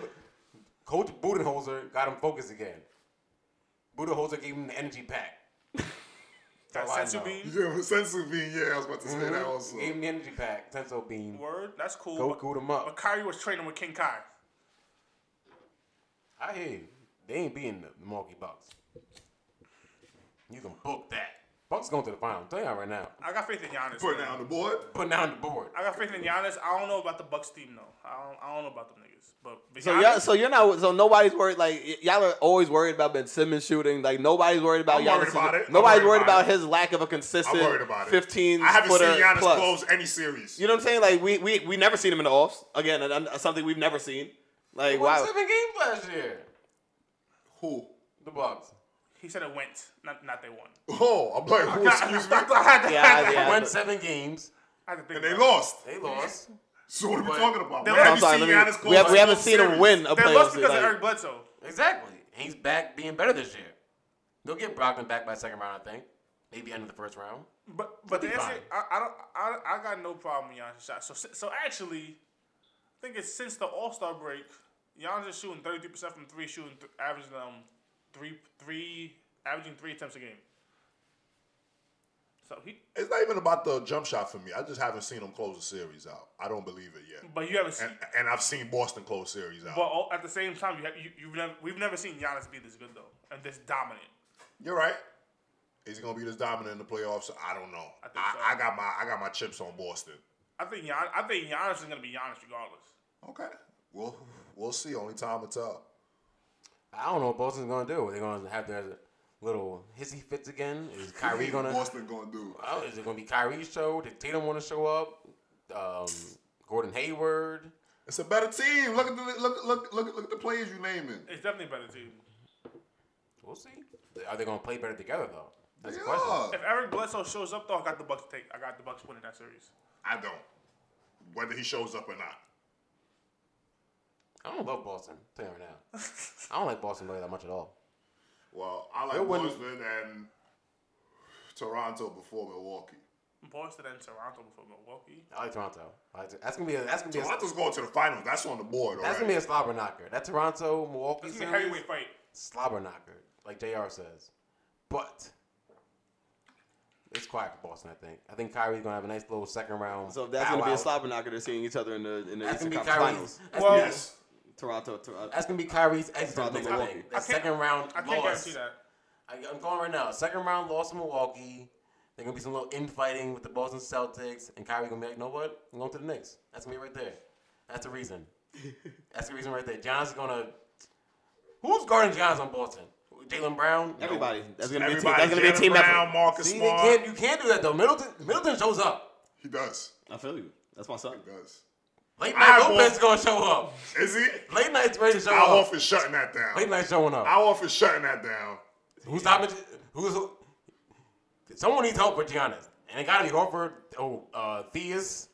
Speaker 5: Coach Budenholzer got him focused again. Budenholzer gave him the energy pack.
Speaker 4: That
Speaker 5: all I
Speaker 4: sensu
Speaker 5: know.
Speaker 4: bean
Speaker 3: Yeah, with Sensu being yeah, I was about to say that
Speaker 2: Mm-hmm.
Speaker 3: also.
Speaker 5: Gave him the energy pack. Tenso bean.
Speaker 4: word. That's cool.
Speaker 5: Go
Speaker 4: but,
Speaker 5: cool them
Speaker 4: but
Speaker 5: up.
Speaker 4: Kyrie was training with King Kai.
Speaker 5: I hear you. They ain't beating the Milwaukee Bucks. You can book that. Bucks going to the final. I'm telling y'all right now.
Speaker 4: I got faith in Giannis.
Speaker 3: Putting
Speaker 4: man.
Speaker 3: it on the board.
Speaker 5: Putting down the board.
Speaker 4: I got faith in Giannis. I don't know about the Bucks team though. I don't, I don't know about them niggas. But, but
Speaker 2: So
Speaker 4: Giannis-
Speaker 2: y'all, so you're not, so nobody's worried. Like y- y'all are always worried about Ben Simmons shooting. Like nobody's worried about.
Speaker 3: I'm
Speaker 2: Giannis-
Speaker 3: worried about it. I'm
Speaker 2: Nobody's
Speaker 3: worried
Speaker 2: worried
Speaker 3: about
Speaker 2: about his lack of a consistent.
Speaker 3: I'm worried about it.
Speaker 2: 15
Speaker 3: I haven't seen
Speaker 2: footer
Speaker 3: Giannis
Speaker 2: plus.
Speaker 3: close any series.
Speaker 2: You know what I'm saying? Like we we we never seen him in the offs again. And, and something we've never seen. Like
Speaker 5: Won
Speaker 2: wow.
Speaker 5: seven games last year.
Speaker 3: Who?
Speaker 5: The Bucks.
Speaker 4: he said it went, not not they won.
Speaker 3: Oh, I'm like, who? Excuse me.
Speaker 4: I had to,
Speaker 2: Yeah,
Speaker 4: I had to-
Speaker 2: yeah.
Speaker 5: Won seven games.
Speaker 4: I had to think
Speaker 3: And they
Speaker 4: about it.
Speaker 3: lost.
Speaker 5: They lost.
Speaker 3: So what are we
Speaker 5: But-
Speaker 3: talking about?
Speaker 4: They
Speaker 3: Where
Speaker 4: lost.
Speaker 2: I'm
Speaker 3: have you
Speaker 2: sorry,
Speaker 3: seen
Speaker 2: let me-
Speaker 3: Giannis close
Speaker 2: we, have,
Speaker 3: a
Speaker 2: we haven't
Speaker 3: full
Speaker 2: seen him
Speaker 3: series?
Speaker 2: win a
Speaker 4: They lost
Speaker 2: playoff.
Speaker 4: because
Speaker 2: Like,
Speaker 4: of Eric Bledsoe.
Speaker 5: Exactly. And he's back being better this year. They'll get Brogdon back by second round, I think. Maybe end of the first round.
Speaker 4: But but
Speaker 5: He'll
Speaker 4: the
Speaker 5: be
Speaker 4: answer, I, I don't I, I got no problem with Giannis' shot. So si- so actually, I think it's since the All Star break, Giannis is shooting thirty three percent from three, shooting th- averaging um three three averaging three attempts a game. So he,
Speaker 3: It's not even about the jump shot for me. I just haven't seen them close the series out. I don't believe it yet.
Speaker 4: but you haven't seen.
Speaker 3: And, and I've seen Boston close series out.
Speaker 4: But all, at the same time, you, have, you you've never, we've never seen Giannis be this good though, and this dominant.
Speaker 3: You're right. Is he gonna be this dominant in the playoffs? I don't know. I,
Speaker 4: think so.
Speaker 3: I, got my I got my chips on Boston.
Speaker 4: I think Gian, I think Giannis is gonna be Giannis regardless.
Speaker 3: Okay. We'll we'll see. Only time will tell.
Speaker 5: I don't know what Boston's gonna do. They're gonna have their little hissy fits again. Is Kyrie gonna?
Speaker 3: Boston gonna do?
Speaker 5: Oh, is it gonna be Kyrie's show? Did Tatum want to show up? Um, Gordon Hayward.
Speaker 3: It's a better team. Look at the look look look look at the players you naming.
Speaker 4: It's definitely a better team.
Speaker 5: We'll see. Are they gonna play better together though? That's the
Speaker 3: Yeah.
Speaker 5: question.
Speaker 4: If Eric Bledsoe shows up though, I got the Bucks take. I got the Bucks winning that series.
Speaker 3: I don't. Whether he shows up or not.
Speaker 5: I don't love Boston. Tell you right now, I don't like Boston really that much at all.
Speaker 3: Well, I like
Speaker 5: It wouldn't-
Speaker 3: Boston and Toronto before Milwaukee.
Speaker 4: Boston and Toronto before Milwaukee.
Speaker 5: I like Toronto. I like, that's gonna be a, that's gonna be a,
Speaker 3: Toronto's going to the finals. That's on the board.
Speaker 5: that's gonna be a slobber knocker. That Toronto Milwaukee
Speaker 4: This is a
Speaker 5: series
Speaker 4: heavyweight fight.
Speaker 5: slobber knocker, like Jr. says. But it's quiet for Boston. I think. I think Kyrie's gonna have a nice little second round.
Speaker 2: So that's
Speaker 5: bow
Speaker 2: gonna be a
Speaker 5: out.
Speaker 2: slobber knocker. They're seeing each other in the in the
Speaker 5: That's
Speaker 2: Eastern
Speaker 5: gonna be
Speaker 2: Conference Finals.
Speaker 5: Kyrie's. That's
Speaker 4: Well,
Speaker 5: gonna be-
Speaker 3: Yes.
Speaker 2: Toronto, uh, Toronto.
Speaker 5: That's gonna be Kyrie's exit from
Speaker 2: Toronto,
Speaker 5: this
Speaker 2: Milwaukee.
Speaker 5: thing.
Speaker 2: I
Speaker 5: That
Speaker 4: can't-
Speaker 5: second round
Speaker 4: I can't
Speaker 5: loss.
Speaker 4: guarantee that.
Speaker 5: I, I'm calling right now. Second round loss to Milwaukee. There's gonna be some little infighting with the Boston Celtics, and Kyrie gonna be like, you know what? I'm going to the Knicks. That's gonna be right there. That's the reason. That's the reason right there. Johns is gonna. Who's guarding Johns on Boston? Jalen Brown. No.
Speaker 2: Everybody. That's gonna be a team.
Speaker 3: Everybody,
Speaker 2: That's gonna be a
Speaker 3: Jaylen
Speaker 2: team
Speaker 3: Brown,
Speaker 2: effort.
Speaker 3: Marcus
Speaker 5: See, they
Speaker 3: Smart.
Speaker 5: can't. You can't do that though. Middleton. Middleton shows up.
Speaker 3: He does.
Speaker 2: I feel you. That's my son.
Speaker 3: He does.
Speaker 5: Late
Speaker 3: I
Speaker 5: night Lopez
Speaker 3: want-
Speaker 5: is gonna show up.
Speaker 3: Is he?
Speaker 5: Late night's ready to show
Speaker 3: Our
Speaker 5: up.
Speaker 3: off is shutting that
Speaker 5: Late
Speaker 3: down.
Speaker 5: night showing up.
Speaker 3: Our off is shutting that down.
Speaker 5: Who's stopping? Who's someone needs help with Giannis, and it gotta be Horford. Oh, uh, Theus.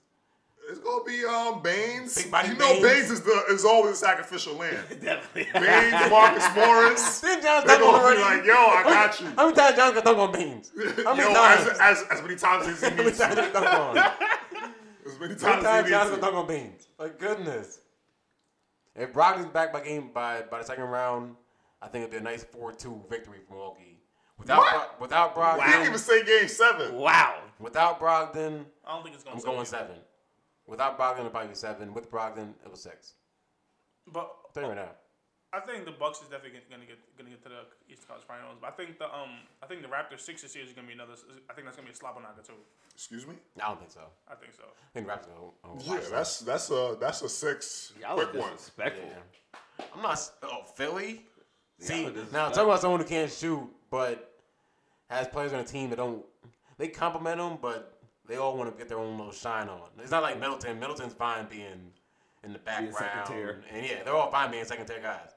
Speaker 3: It's gonna be um Baines.
Speaker 5: Big body
Speaker 3: you know
Speaker 5: Baines.
Speaker 3: Baines, is the is always sacrificial lamb.
Speaker 2: Definitely.
Speaker 3: Baines, Marcus Morris.
Speaker 5: Didn't Giannis
Speaker 3: They're
Speaker 5: dunk on
Speaker 3: gonna
Speaker 5: already?
Speaker 3: be like, yo, I got you.
Speaker 5: How many times Giannis got dunk on Beans? How many
Speaker 3: Yo,
Speaker 5: times?
Speaker 3: as, as, as many times as he
Speaker 5: How many
Speaker 3: needs.
Speaker 5: times
Speaker 3: to.
Speaker 5: he dunk on? How
Speaker 3: As many
Speaker 5: many
Speaker 3: times
Speaker 5: times
Speaker 3: as he
Speaker 5: Giannis
Speaker 3: needs.
Speaker 5: got
Speaker 3: to.
Speaker 5: dunk on Beans? Like goodness. If Brogdon's back by game by by the second round, I think it'd be a nice four two victory for Milwaukee. Without
Speaker 3: What?
Speaker 5: Bro- without Brogdon,
Speaker 3: He didn't even say game seven.
Speaker 2: Wow.
Speaker 5: without Brogdon,
Speaker 4: I don't think it's gonna.
Speaker 5: I'm
Speaker 4: save
Speaker 5: going
Speaker 4: you.
Speaker 5: seven. Without Brogdon, it'd probably be seven. With Brogdon, it was six.
Speaker 4: But
Speaker 5: Tell you right now.
Speaker 4: I think the Bucks is definitely get- gonna get gonna get to the East Coast Finals. But I think the um I think the Raptors Sixers series is gonna be another. I think that's gonna be a slobber knocker too.
Speaker 3: Excuse me.
Speaker 5: I don't think so.
Speaker 4: I think so.
Speaker 5: I think Raptors go. go
Speaker 3: Yeah,
Speaker 5: watch
Speaker 3: that's that's a that's a six
Speaker 2: Y'all are
Speaker 3: quick one.
Speaker 5: that.
Speaker 2: disrespectful.
Speaker 5: Yeah. I'm not. s- Oh, Philly. See
Speaker 2: Yeah, this is
Speaker 5: now,
Speaker 2: bad.
Speaker 5: talk about someone who can't shoot, but has players on a team that don't. They compliment them, but they all want to get their own little shine on. It's not like Middleton. Middleton's fine being in the background,
Speaker 2: second tier.
Speaker 5: and yeah, they're all fine being second tier guys.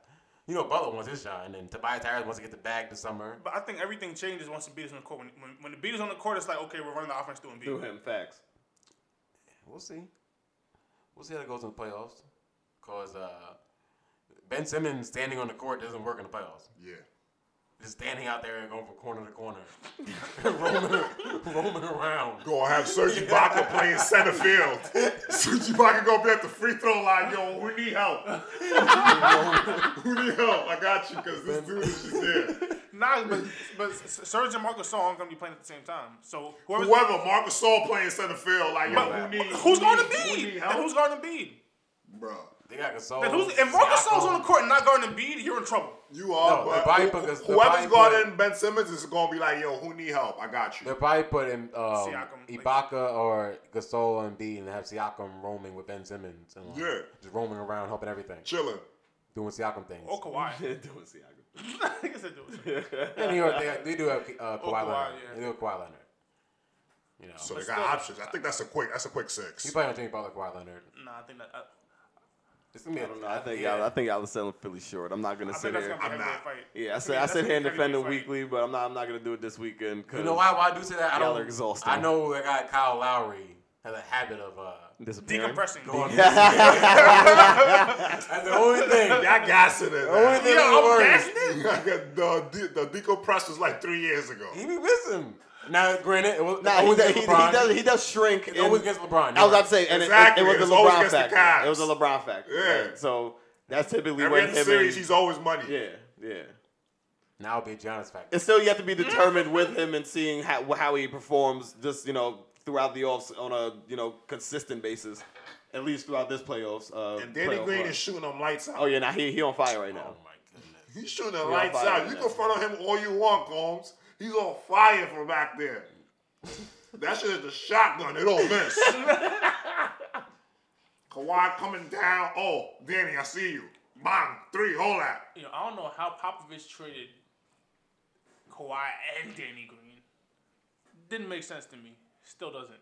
Speaker 5: You know, Butler wants his shine, and Tobias Harris wants to get the bag this summer.
Speaker 4: But I think everything changes once the beat is on the court. When, when, when the beat is on the court, it's like okay, we're running the offense through and beat.
Speaker 2: Through him, facts.
Speaker 5: We'll see. We'll see how it goes in the playoffs, because uh, Ben Simmons standing on the court doesn't work in the playoffs.
Speaker 3: Yeah.
Speaker 5: just standing out there and going from corner to corner, roaming, roaming around.
Speaker 3: Gonna have Serge Ibaka playing center field. Serge Ibaka gonna be at the free throw line. Yo, we need help. Who need help? I got you because this dude is just there.
Speaker 4: Nah, but but Serge and Marcus Gasol aren't gonna be playing at the same time. So whoever's
Speaker 3: Whoever Marcus Saul playing center field, like yo, who need?
Speaker 4: who's
Speaker 3: who
Speaker 4: going to
Speaker 3: need- who need
Speaker 4: be?
Speaker 3: help? Oh,
Speaker 4: Who's going to be?
Speaker 3: Bro,
Speaker 5: They got Gasol.
Speaker 4: Then who's if Marcus Gasol's on the court and not guarding Embiid, you're in trouble.
Speaker 3: you are.
Speaker 5: No, the
Speaker 3: but
Speaker 5: body
Speaker 3: who-
Speaker 5: buggers- the
Speaker 3: whoever's
Speaker 5: body
Speaker 3: going
Speaker 5: bug-
Speaker 3: in Ben Simmons is gonna be like, yo, who need help? I got
Speaker 5: They're
Speaker 3: you.
Speaker 5: probably putting um,
Speaker 4: Siakam, like-
Speaker 5: Ibaka or Gasol and B, and have Siakam roaming with Ben Simmons. And, like,
Speaker 3: Yeah.
Speaker 5: just roaming around, helping everything,
Speaker 3: Chilling.
Speaker 5: doing Siakam things.
Speaker 4: Or Oh, Kawhi.
Speaker 2: Do it, Siakam.
Speaker 4: I guess I do. it.
Speaker 5: And New York, they, they do have uh, Kawhi
Speaker 4: Kawhi,
Speaker 5: Leonard.
Speaker 4: yeah.
Speaker 5: They do have Kawhi Leonard. You know,
Speaker 3: So they
Speaker 4: But
Speaker 3: got
Speaker 4: still-
Speaker 3: options. I think that's a quick. That's a quick
Speaker 5: you
Speaker 3: six.
Speaker 5: probably don't think about Kawhi Leonard.
Speaker 4: Nah, I think that. I,
Speaker 5: It's gonna be.
Speaker 2: I don't know. I think
Speaker 5: yeah.
Speaker 2: y'all. I think y'all are selling Philly short. I'm not gonna
Speaker 4: I
Speaker 2: sit
Speaker 4: think that's
Speaker 2: here.
Speaker 4: gonna be a
Speaker 3: I'm
Speaker 4: heavyweight
Speaker 3: not.
Speaker 4: fight.
Speaker 2: Yeah, I
Speaker 4: That's gonna
Speaker 2: said I
Speaker 4: be-
Speaker 2: sit
Speaker 4: that's
Speaker 2: here and
Speaker 4: gonna be a
Speaker 2: defend him
Speaker 4: heavyweight fight.
Speaker 2: weekly, but I'm not. I'm not gonna do it this weekend.
Speaker 5: You know why? Why I do say that? I
Speaker 2: Y'all
Speaker 5: don't.
Speaker 2: are exhausting.
Speaker 5: I know that guy Kyle Lowry has a habit of uh,
Speaker 2: Disappearing.
Speaker 4: Decompressing.
Speaker 5: Going
Speaker 4: Yeah,
Speaker 5: That's the only thing.
Speaker 3: Y'all gassing it.
Speaker 5: only
Speaker 3: man.
Speaker 5: thing that
Speaker 4: I'm
Speaker 5: worries.
Speaker 4: gassing it.
Speaker 3: the, the, the decompress was like three years ago.
Speaker 5: He be missing. Now, granted, it was,
Speaker 2: Nah,
Speaker 5: it
Speaker 2: he,
Speaker 5: always
Speaker 2: does-
Speaker 5: against
Speaker 2: he, he
Speaker 5: LeBron.
Speaker 2: does he does shrink.
Speaker 5: It's
Speaker 2: in-
Speaker 5: always against LeBron.
Speaker 2: I was about
Speaker 5: You're
Speaker 2: to say, and it-
Speaker 3: Exactly,
Speaker 2: it, it, was
Speaker 3: it's
Speaker 2: the
Speaker 3: always
Speaker 2: LeBron
Speaker 3: against the
Speaker 2: factor.
Speaker 3: Cavs.
Speaker 2: It was the LeBron factor.
Speaker 3: Yeah.
Speaker 2: right? So that's typically
Speaker 3: Every
Speaker 2: when
Speaker 3: other
Speaker 2: him
Speaker 3: series,
Speaker 2: and,
Speaker 3: he's always money.
Speaker 2: yeah, yeah.
Speaker 5: right. Now it'll be Giannis factor.
Speaker 2: It's still yet to be determined with him and seeing how, how he performs. Just you know throughout the offs on a you know consistent basis, at least throughout this playoffs. Uh,
Speaker 3: And Danny
Speaker 2: playoff
Speaker 3: Green
Speaker 2: run.
Speaker 3: is shooting them lights out.
Speaker 2: Oh yeah, now he he on fire right now.
Speaker 5: Oh my goodness.
Speaker 3: He's shooting them
Speaker 2: on
Speaker 3: lights
Speaker 2: fire
Speaker 3: out.
Speaker 2: right
Speaker 3: You
Speaker 2: now.
Speaker 3: can front on him all you want, Combs. He's on fire from back there. that shit is the shotgun. It don't miss. Kawhi coming down. Oh, Danny, I see you. Bang, three, hold that.
Speaker 4: You know, I don't know how Popovich traded Kawhi and Danny Green. Didn't make sense to me. Still doesn't.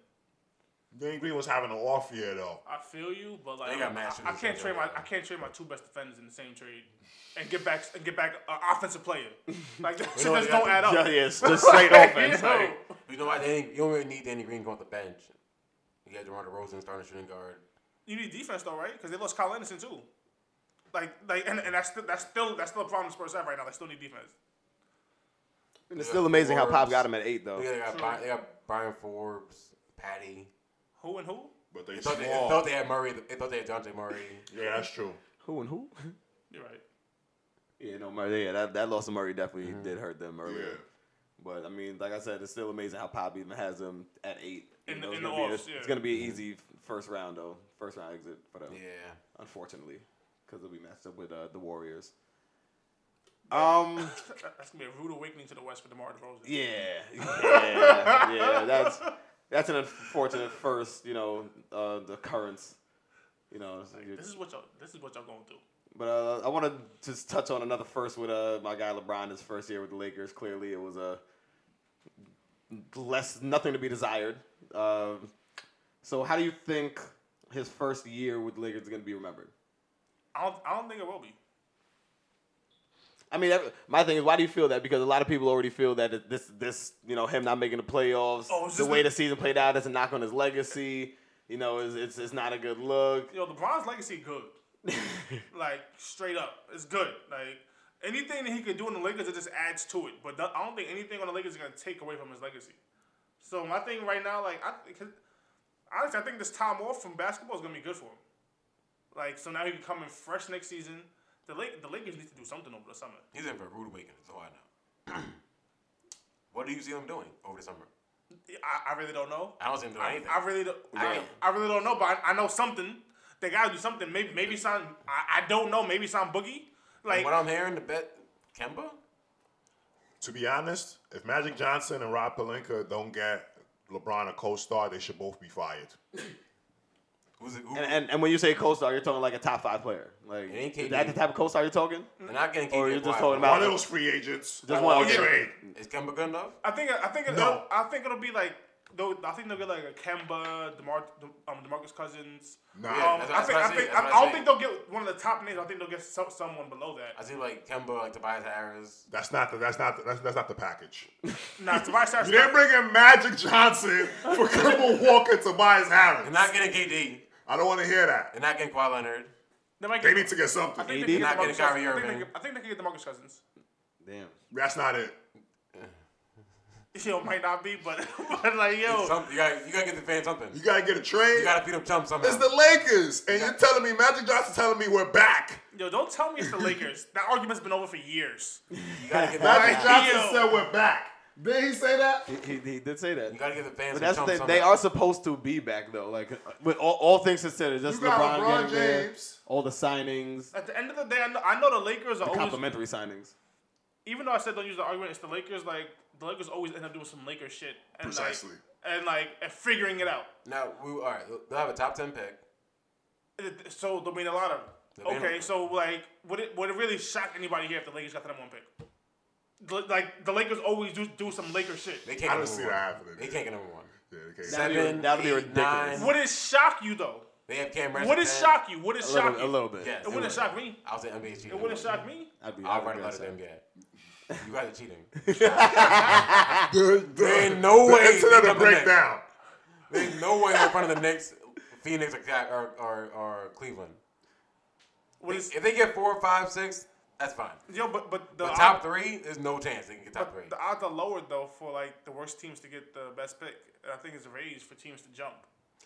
Speaker 3: Danny Green was having an off year though.
Speaker 4: I feel you, but like
Speaker 5: They got mad shooters
Speaker 4: I, I can't
Speaker 5: out
Speaker 4: trade
Speaker 5: there,
Speaker 4: my
Speaker 5: though.
Speaker 4: I can't trade my two best defenders in the same trade and get back and get back an offensive player. Like that shit
Speaker 5: know
Speaker 4: just
Speaker 5: what,
Speaker 4: don't add up.
Speaker 2: Yeah, yeah, it's just straight offense.
Speaker 4: You know?
Speaker 2: like,
Speaker 5: You know why Danny? You don't really need Danny Green going off the bench. You got DeMar DeRozan starting shooting guard.
Speaker 4: You need defense though, right? Because they lost Kyle Anderson too. Like like and, and that's still that's still that's still a problem Spurs have right now. They still need defense.
Speaker 2: and it's still amazing how Pop got him at eight though.
Speaker 5: They got, Bri- they got Brian Forbes, Patty.
Speaker 4: Who and who?
Speaker 3: But they
Speaker 5: They
Speaker 3: small.
Speaker 5: thought they, they thought they had Murray. They thought they had Dante Murray.
Speaker 3: yeah, that's true.
Speaker 2: Who and who?
Speaker 4: You're right.
Speaker 2: Yeah, no Murray. Yeah, that that loss of Murray definitely did hurt them earlier.
Speaker 3: Yeah.
Speaker 2: But I mean, like I said, it's still amazing how Pop even has them at eight. You
Speaker 4: In
Speaker 2: know,
Speaker 4: the-
Speaker 2: it's
Speaker 4: in the
Speaker 2: gonna be a-
Speaker 4: offs, yeah.
Speaker 2: It's gonna be an easy first round though, first round exit for them.
Speaker 5: Yeah.
Speaker 2: unfortunately, because we matched up with uh, the Warriors. Um.
Speaker 4: That- That's gonna be a rude awakening to the West for DeMar DeRozan.
Speaker 2: Yeah. Yeah. yeah. That's that's an unfortunate first, you know, uh, occurrence. You know, so you-
Speaker 4: This is what y'all this is what y'all going through.
Speaker 2: but uh, I want to just touch on another first with uh, my guy LeBron. His first year with the Lakers, clearly it was a less nothing to be desired. Um, so, how do you think his first year with the Lakers is going to be remembered?
Speaker 4: I don't I don't think it will be.
Speaker 2: I mean, that, my thing is, why do you feel that? Because a lot of people already feel that it- this, this, you know, him not making the playoffs,
Speaker 4: Oh, it's
Speaker 2: the
Speaker 4: just
Speaker 2: way
Speaker 4: the-
Speaker 2: the season played out, is a knock on his legacy. You know, it's it's, it's not a good look.
Speaker 4: Yo, LeBron's legacy good. like straight up, it's good. Like anything that he could do in the Lakers, it just adds to it. But th- I don't think anything on the Lakers is gonna take away from his legacy. So my thing right now, like I, cause, honestly, I think this time off from basketball is gonna be good for him. Like so now he can come in fresh next season. The Lake, the Lakers need to do something over the summer.
Speaker 5: He's in for a rude awakening. So I know. what do you see him doing over the summer?
Speaker 4: I, I really don't know.
Speaker 5: I don't see him doing
Speaker 4: I,
Speaker 5: anything.
Speaker 4: I really don't. I,
Speaker 5: Yeah.
Speaker 4: I really don't know, but I, I know something. They gotta do something. Maybe maybe sign. I, I don't know. Maybe sign Boogie. Like
Speaker 5: what I'm hearing, the bet Kemba.
Speaker 3: To be honest, if Magic Johnson and Rob Palinka don't get LeBron a co-star, they should both be fired.
Speaker 5: Who's it? Who,
Speaker 2: And, and and when you say co-star, you're talking like a top five player. Like
Speaker 5: It ain't
Speaker 2: is that the
Speaker 5: KD.
Speaker 2: type of co-star you're talking?
Speaker 5: they're not getting KD.
Speaker 2: Or Oh, you're
Speaker 5: and
Speaker 2: just
Speaker 5: Kawhi,
Speaker 2: talking
Speaker 5: bro.
Speaker 3: One
Speaker 2: about-
Speaker 3: of those free agents.
Speaker 2: Just
Speaker 3: or
Speaker 2: one.
Speaker 3: trade.
Speaker 5: Is Kemba good enough?
Speaker 4: I think I think it,
Speaker 3: No.
Speaker 4: I think it'll be like though. I think they'll get like a Kemba, Demar, um, Demarcus Cousins.
Speaker 3: Nah.
Speaker 4: um,
Speaker 3: Yeah,
Speaker 5: that's what-
Speaker 4: I
Speaker 5: that's
Speaker 4: think
Speaker 5: what
Speaker 4: I
Speaker 5: I see,
Speaker 4: think
Speaker 5: that's
Speaker 4: I,
Speaker 5: what
Speaker 4: I
Speaker 5: I
Speaker 4: don't
Speaker 5: see.
Speaker 4: think they'll get one of the top names. I think they'll get so, someone below
Speaker 5: I
Speaker 4: that.
Speaker 5: see like Kemba, like Tobias Harris.
Speaker 3: That's not the. That's not the, that's, that's not the package. You
Speaker 4: Nah, Tobias Harris.
Speaker 3: didn't bring in Magic Johnson for Kimball Walker, Tobias
Speaker 5: They're
Speaker 3: Harris.
Speaker 5: not getting KD.
Speaker 3: I don't want to hear that.
Speaker 5: They're not getting Kawhi Leonard.
Speaker 4: They might
Speaker 3: They
Speaker 4: get.
Speaker 3: need to get
Speaker 4: I
Speaker 3: something.
Speaker 4: think
Speaker 2: AD?
Speaker 4: they
Speaker 2: Not
Speaker 4: can
Speaker 5: getting
Speaker 4: get Demarcus
Speaker 5: Kyrie
Speaker 4: Cousins. I think they
Speaker 5: Irving.
Speaker 4: get- I think they can get Demarcus Cousins.
Speaker 2: Damn.
Speaker 3: That's not it.
Speaker 4: Yo, might not be, but but like yo,
Speaker 5: Some- you got you got to get the fans something.
Speaker 3: You gotta get a trade.
Speaker 5: You got to feed them chump somehow.
Speaker 3: it's the Lakers, and you're telling me Magic Johnson telling me we're back.
Speaker 4: yo, don't tell me it's the Lakers. That argument's been over for years.
Speaker 5: you got to get
Speaker 3: Magic
Speaker 5: the
Speaker 3: Johnson
Speaker 4: Yo.
Speaker 3: said we're back. Did he say that?
Speaker 2: He, he, he did say that.
Speaker 5: you got to get the fans
Speaker 2: But that's
Speaker 5: some
Speaker 2: the,
Speaker 5: chump
Speaker 2: they
Speaker 5: somehow.
Speaker 2: are supposed to be back though. Like with all, all things considered, just
Speaker 3: You got
Speaker 2: LeBron,
Speaker 3: LeBron
Speaker 2: getting there,
Speaker 3: James.
Speaker 2: all the signings,
Speaker 4: At the end of the day, I know, I know the Lakers are always.
Speaker 2: complimentary signings.
Speaker 4: even though I said don't use the argument, it's the Lakers. Like the Lakers always end up doing some Lakers shit. And
Speaker 3: Precisely.
Speaker 4: Like, and like and figuring it out.
Speaker 5: Now we all right. They'll have a top ten pick.
Speaker 4: It- So they'll be in the lottery.
Speaker 5: They'll be in the
Speaker 4: Okay,
Speaker 5: lottery.
Speaker 4: so like, would it would it really shock anybody here if the Lakers got the number one pick? The- Like the Lakers always do do some Lakers shit.
Speaker 5: They can't.
Speaker 3: I don't
Speaker 5: get number
Speaker 3: see
Speaker 5: one.
Speaker 3: that happening.
Speaker 5: They can't get number one.
Speaker 3: Yeah, okay.
Speaker 2: That'd be-
Speaker 5: Seven,
Speaker 2: that'd be
Speaker 5: eight,
Speaker 2: ridiculous.
Speaker 5: nine.
Speaker 4: Would it shock you though?
Speaker 5: They have Cam Reddish.
Speaker 4: Would it
Speaker 5: at 10.
Speaker 4: shock you? Would it
Speaker 2: A
Speaker 4: shock
Speaker 2: little,
Speaker 4: you?
Speaker 2: a little bit.
Speaker 5: Yes,
Speaker 4: It wouldn't
Speaker 5: would.
Speaker 4: shock me.
Speaker 5: I was say NBA cheating.
Speaker 4: It wouldn't shock me.
Speaker 2: I'd be.
Speaker 5: I'll
Speaker 2: I'd
Speaker 5: write
Speaker 2: be
Speaker 5: a letter to
Speaker 2: upset.
Speaker 5: NBA. You guys are cheating.
Speaker 3: The- the-
Speaker 5: There ain't no
Speaker 3: the
Speaker 5: way they
Speaker 3: Internet will
Speaker 5: come
Speaker 3: break
Speaker 5: back.
Speaker 3: down.
Speaker 5: There's no way they're in front of the Knicks Phoenix or Ca- or, or, or Cleveland.
Speaker 4: What is,
Speaker 5: If they get four, five, six, that's fine.
Speaker 4: yo, but but the
Speaker 5: But
Speaker 4: odds-
Speaker 5: top three, there's no chance they can get top three.
Speaker 4: but the odds are lower though for like the worst teams to get the best pick. And I think it's raised for teams to jump.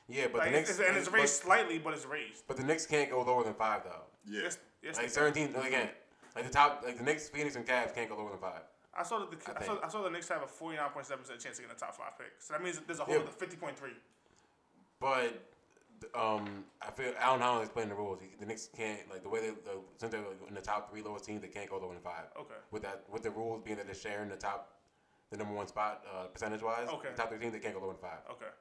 Speaker 5: Yeah, but
Speaker 4: Like,
Speaker 5: the Knicks
Speaker 4: it's, and it's
Speaker 5: but-
Speaker 4: raised slightly, but it's raised.
Speaker 5: But the Knicks can't go lower than five though.
Speaker 3: Yeah.
Speaker 4: Yes, yes,
Speaker 5: Like
Speaker 4: they-
Speaker 5: certain teams, no, they can't. Like the top, like the Knicks, Phoenix, and Cavs can't go lower than five.
Speaker 4: I saw that the I, saw,
Speaker 5: think.
Speaker 4: I saw the Knicks have a forty nine point seven percent chance to get a top five pick. So that means that there's a whole
Speaker 5: Yeah.
Speaker 4: other fifty point three.
Speaker 5: But um, I feel Allen Holland explained the rules. The Knicks can't like the way they the, since they're in the top three lowest teams, they can't go lower than five.
Speaker 4: Okay.
Speaker 5: With that, with the rules being that they're sharing the top, the number one spot uh, percentage wise.
Speaker 4: Okay.
Speaker 5: The top three teams they can't go lower than five.
Speaker 4: Okay.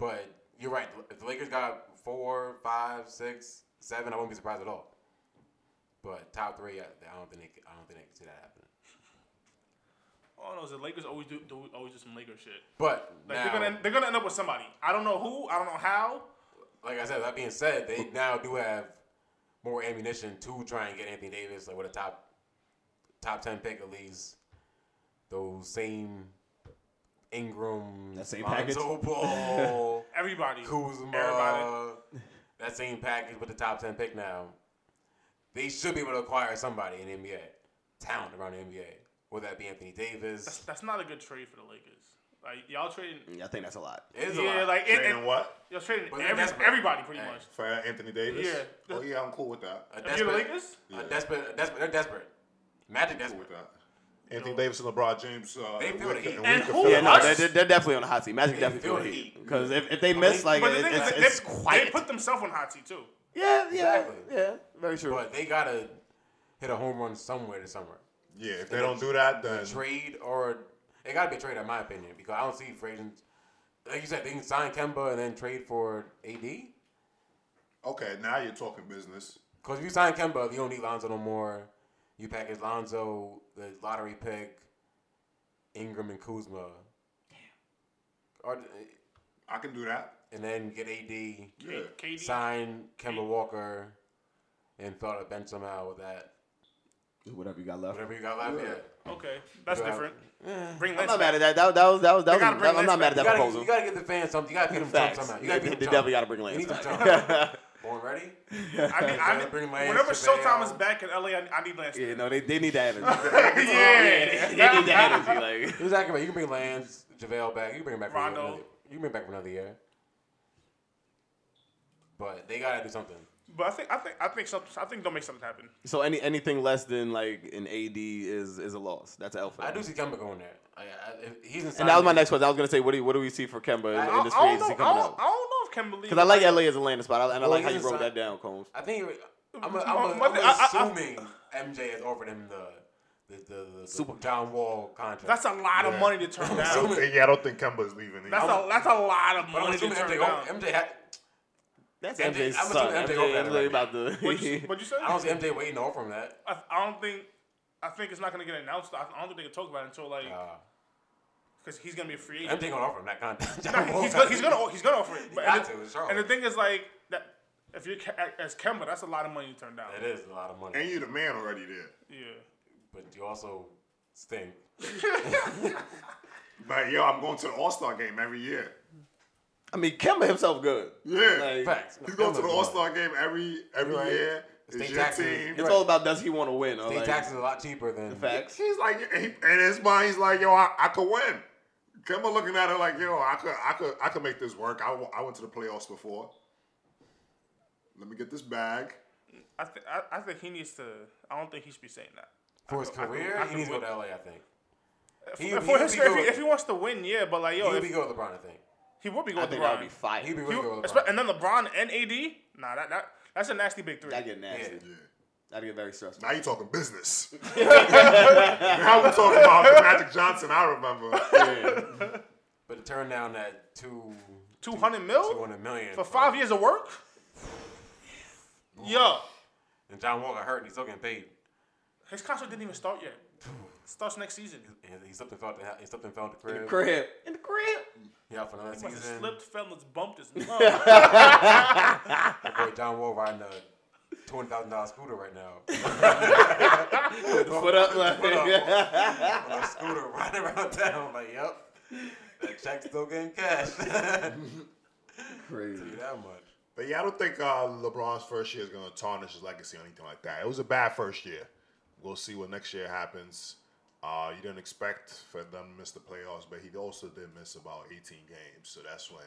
Speaker 5: But you're right. If the Lakers got four, five, six, seven, I wouldn't be surprised at all. But top three, I, I don't think they, I don't think they can see that happening.
Speaker 4: All I know is the Lakers always do, do always do some Lakers shit.
Speaker 5: But
Speaker 4: Like
Speaker 5: now,
Speaker 4: they're gonna they're gonna end up with somebody. I don't know who. I don't know how.
Speaker 5: like I said, that being said, they now do have more ammunition to try and get Anthony Davis, like with a top top ten pick at least. Those same Ingram,
Speaker 2: That same
Speaker 5: Lonzo Ball,
Speaker 4: Everybody.
Speaker 5: Kuzma,
Speaker 4: Everybody.
Speaker 5: that same package with the top ten pick now. They should be able to acquire somebody in the NBA, talent around the NBA, whether that be Anthony
Speaker 4: That's,
Speaker 5: Davis.
Speaker 4: that's not a good trade for the Lakers. Like y'all trading.
Speaker 2: Yeah, I think that's a lot.
Speaker 5: It is a
Speaker 4: yeah,
Speaker 5: lot.
Speaker 4: like it,
Speaker 3: Trading
Speaker 4: and
Speaker 3: what?
Speaker 4: y'all trading
Speaker 5: But they're
Speaker 4: every,
Speaker 5: desperate.
Speaker 4: everybody pretty
Speaker 5: Hey.
Speaker 4: much.
Speaker 3: For Anthony Davis?
Speaker 4: Yeah.
Speaker 3: Oh, yeah, I'm cool with that.
Speaker 5: a
Speaker 4: If you're the
Speaker 5: desperate-
Speaker 4: Lakers,
Speaker 5: a desperate, a desperate, they're desperate. Magic
Speaker 3: cool
Speaker 5: desperate.
Speaker 3: with that. Anthony Davis and LeBron James. Uh,
Speaker 5: They feel
Speaker 3: we
Speaker 5: the
Speaker 3: could-
Speaker 5: heat.
Speaker 3: we
Speaker 4: And
Speaker 3: could
Speaker 4: who
Speaker 3: fill
Speaker 2: Yeah,
Speaker 3: it
Speaker 2: no,
Speaker 3: out.
Speaker 4: Us?
Speaker 2: they're, they're they're definitely on the hot seat. Magic
Speaker 5: They
Speaker 2: definitely
Speaker 5: feel
Speaker 2: on the
Speaker 5: the
Speaker 2: heat.
Speaker 5: heat.
Speaker 2: Because if, if they miss, like,
Speaker 4: but the
Speaker 2: it,
Speaker 4: thing
Speaker 2: it's,
Speaker 4: is,
Speaker 2: it's
Speaker 4: they,
Speaker 2: quiet.
Speaker 4: they put themselves on hot seat too.
Speaker 2: yeah, yeah,
Speaker 5: Exactly.
Speaker 2: yeah. Very true.
Speaker 5: But they gotta hit a home run somewhere this summer.
Speaker 3: Yeah, if they don't do that, then
Speaker 5: Trade or it gotta be a trade in my opinion because I don't see free agents. Like you said, they can sign Kemba and then trade for AD. Because
Speaker 3: okay, now you're talking business.
Speaker 5: if you sign Kemba, you don't need Lonzo no more. You package Lonzo, the lottery pick, Ingram and Kuzma. Or, eh,
Speaker 3: I can do that.
Speaker 5: and then get AD,
Speaker 3: Yeah.
Speaker 4: KD.
Speaker 5: sign Kemba Walker, and fill out a bench somehow with that.
Speaker 2: Whatever you got left.
Speaker 5: Whatever you got left, yeah.
Speaker 4: Okay, that's
Speaker 5: Yeah.
Speaker 4: different. Bring
Speaker 2: I'm not
Speaker 4: Lance back.
Speaker 2: mad at that. That, that was that was that
Speaker 4: They
Speaker 2: was.
Speaker 4: gotta bring
Speaker 2: I'm not
Speaker 4: Lance
Speaker 2: mad at
Speaker 4: back.
Speaker 2: that
Speaker 5: you gotta,
Speaker 2: proposal.
Speaker 5: you gotta give the fans something. You gotta feed them
Speaker 2: Facts.
Speaker 5: something somehow. You
Speaker 2: They-
Speaker 5: gotta feed them
Speaker 2: they definitely
Speaker 5: something.
Speaker 2: gotta bring
Speaker 5: You
Speaker 2: Lance
Speaker 5: need some
Speaker 2: back.
Speaker 5: jump. Born ready?
Speaker 4: I need, I
Speaker 5: Gotta
Speaker 4: need,
Speaker 5: bring Lance
Speaker 4: whenever
Speaker 5: Javale
Speaker 4: Showtime is
Speaker 5: out.
Speaker 4: back in LA, I, I need Lance.
Speaker 2: Yeah,
Speaker 4: back.
Speaker 2: no, they they need that energy.
Speaker 4: yeah.
Speaker 2: they need that energy. Like,
Speaker 5: It was accurate. You can bring Lance, JaVale back. You can bring him back for
Speaker 4: Rondo.
Speaker 5: another, You can bring him back for another year. But they gotta do something.
Speaker 4: But I think I think I think something I think they'll make something happen.
Speaker 2: so any anything less than like an AD is is a loss. That's alpha.
Speaker 5: I do see Kemba going there. I, I, if he's inside.
Speaker 2: And that was my next question. I was gonna say, what do you, what do we see for Kemba
Speaker 5: I-
Speaker 2: in,
Speaker 4: I,
Speaker 2: in
Speaker 4: I
Speaker 2: this free
Speaker 4: don't know.
Speaker 2: agency
Speaker 4: I don't,
Speaker 2: coming
Speaker 4: I don't
Speaker 2: out?
Speaker 4: know if Kemba leaves.
Speaker 2: Because I like LA as a landing spot, I- and I
Speaker 5: Well,
Speaker 2: like how
Speaker 5: he's
Speaker 2: you wrote
Speaker 5: inside-
Speaker 2: that down, Combs.
Speaker 5: I think. I'm, I'm,
Speaker 4: My-
Speaker 5: I'm,
Speaker 4: my
Speaker 5: I'm
Speaker 4: thing- I- I- I-
Speaker 5: assuming MJ has offered him the the the, the, the Super John Wall contract.
Speaker 4: That's a lot of money to turn
Speaker 3: I don't
Speaker 4: down.
Speaker 3: think, yeah, I don't think Kemba's leaving. either.
Speaker 4: That's a that's a lot of
Speaker 5: but I'm
Speaker 4: money to
Speaker 5: assuming
Speaker 4: turn
Speaker 5: MJ.
Speaker 4: down.
Speaker 5: Over, MJ had,
Speaker 2: That's
Speaker 5: MJ
Speaker 2: MJ's
Speaker 5: I'm
Speaker 2: son.
Speaker 5: assuming
Speaker 2: MJ,
Speaker 5: MJ over that
Speaker 2: MJ
Speaker 5: right
Speaker 2: about to.
Speaker 4: What you, what you said?
Speaker 5: I don't see MJ waiting to offer him that.
Speaker 4: I, I don't think. I think it's not gonna get announced. I I don't think they can talk about it until like
Speaker 5: Uh,
Speaker 4: because he's gonna be a free agent.
Speaker 5: MJ gonna offer him that contract.
Speaker 4: Nah, he's, gonna, he's gonna he's gonna offer it. But-
Speaker 5: got
Speaker 4: and,
Speaker 5: to,
Speaker 4: the,
Speaker 5: it's Charlotte.
Speaker 4: and the thing is like that if you're Ke- as Kemba, that's a lot of money to turn down.
Speaker 5: It is a lot of money.
Speaker 3: and you the man already there.
Speaker 4: Yeah.
Speaker 5: but you also stink.
Speaker 3: But yo, I'm going to the All Star game every year.
Speaker 2: I mean, Kemba himself good.
Speaker 3: Yeah,
Speaker 2: Like,
Speaker 5: Facts.
Speaker 3: he's going to the All Star game every every
Speaker 5: Right.
Speaker 3: year. It's
Speaker 5: State
Speaker 3: your
Speaker 5: taxes.
Speaker 3: team.
Speaker 2: it's all about does he want to win? Or
Speaker 5: State
Speaker 2: like,
Speaker 5: taxes are a lot cheaper than
Speaker 2: Facts.
Speaker 3: He's like, he, in his mind, he's like, yo, I, I could win. Kemba looking at it like, yo, I could, I could, I could make this work. I, w- I went to the playoffs before. Let me get this bag.
Speaker 4: I, th- I I think he needs to. I don't think he should be saying that.
Speaker 5: for his
Speaker 4: I could-
Speaker 5: career.
Speaker 4: I could
Speaker 5: he needs to go
Speaker 4: win.
Speaker 5: to LA. I think He-
Speaker 4: If-
Speaker 5: he
Speaker 4: if-
Speaker 5: would
Speaker 4: if,
Speaker 5: be
Speaker 4: he- if,
Speaker 5: good.
Speaker 4: he, if he wants to win, yeah, but like yo,
Speaker 5: he
Speaker 4: if,
Speaker 5: would be good with LeBron. I think
Speaker 4: he would be
Speaker 2: I
Speaker 4: going to
Speaker 2: think that would
Speaker 4: LeBron.
Speaker 2: be fire.
Speaker 5: he'd
Speaker 4: He
Speaker 5: be really good
Speaker 4: would-
Speaker 5: with
Speaker 4: espe-
Speaker 5: LeBron.
Speaker 4: and then LeBron and AD. Nah, that, that that's a nasty big three.
Speaker 2: That'd get nasty.
Speaker 5: Yeah.
Speaker 3: Yeah.
Speaker 2: That'd get very stressful.
Speaker 3: Now you talking business. now we're talking about the Magic Johnson. I remember.
Speaker 5: But to turn down that two
Speaker 4: Two hundred mil
Speaker 5: two hundred million
Speaker 4: for five years of work. Yo,
Speaker 5: and John Walker hurt and he's still getting paid.
Speaker 4: his contract didn't even start yet. Starts next season.
Speaker 5: And He slipped and fell. He slipped and fell in the crib.
Speaker 2: Crib in the crib.
Speaker 5: He out for another
Speaker 4: Must have
Speaker 5: season.
Speaker 4: slipped, fell, and bumped Oh, his lung.
Speaker 5: That boy John Wall riding a two hundred thousand dollar scooter right now.
Speaker 2: Put up, like,
Speaker 5: Put up on a scooter riding around town. Like, yep, that check's still getting cash.
Speaker 2: crazy.
Speaker 5: that much.
Speaker 3: But yeah, I don't think uh, LeBron's first year is going to tarnish his legacy or anything like that. It was a bad first year. We'll see what next year happens. Uh, you didn't expect for them to miss the playoffs, but he also did miss about 18 games. So that's when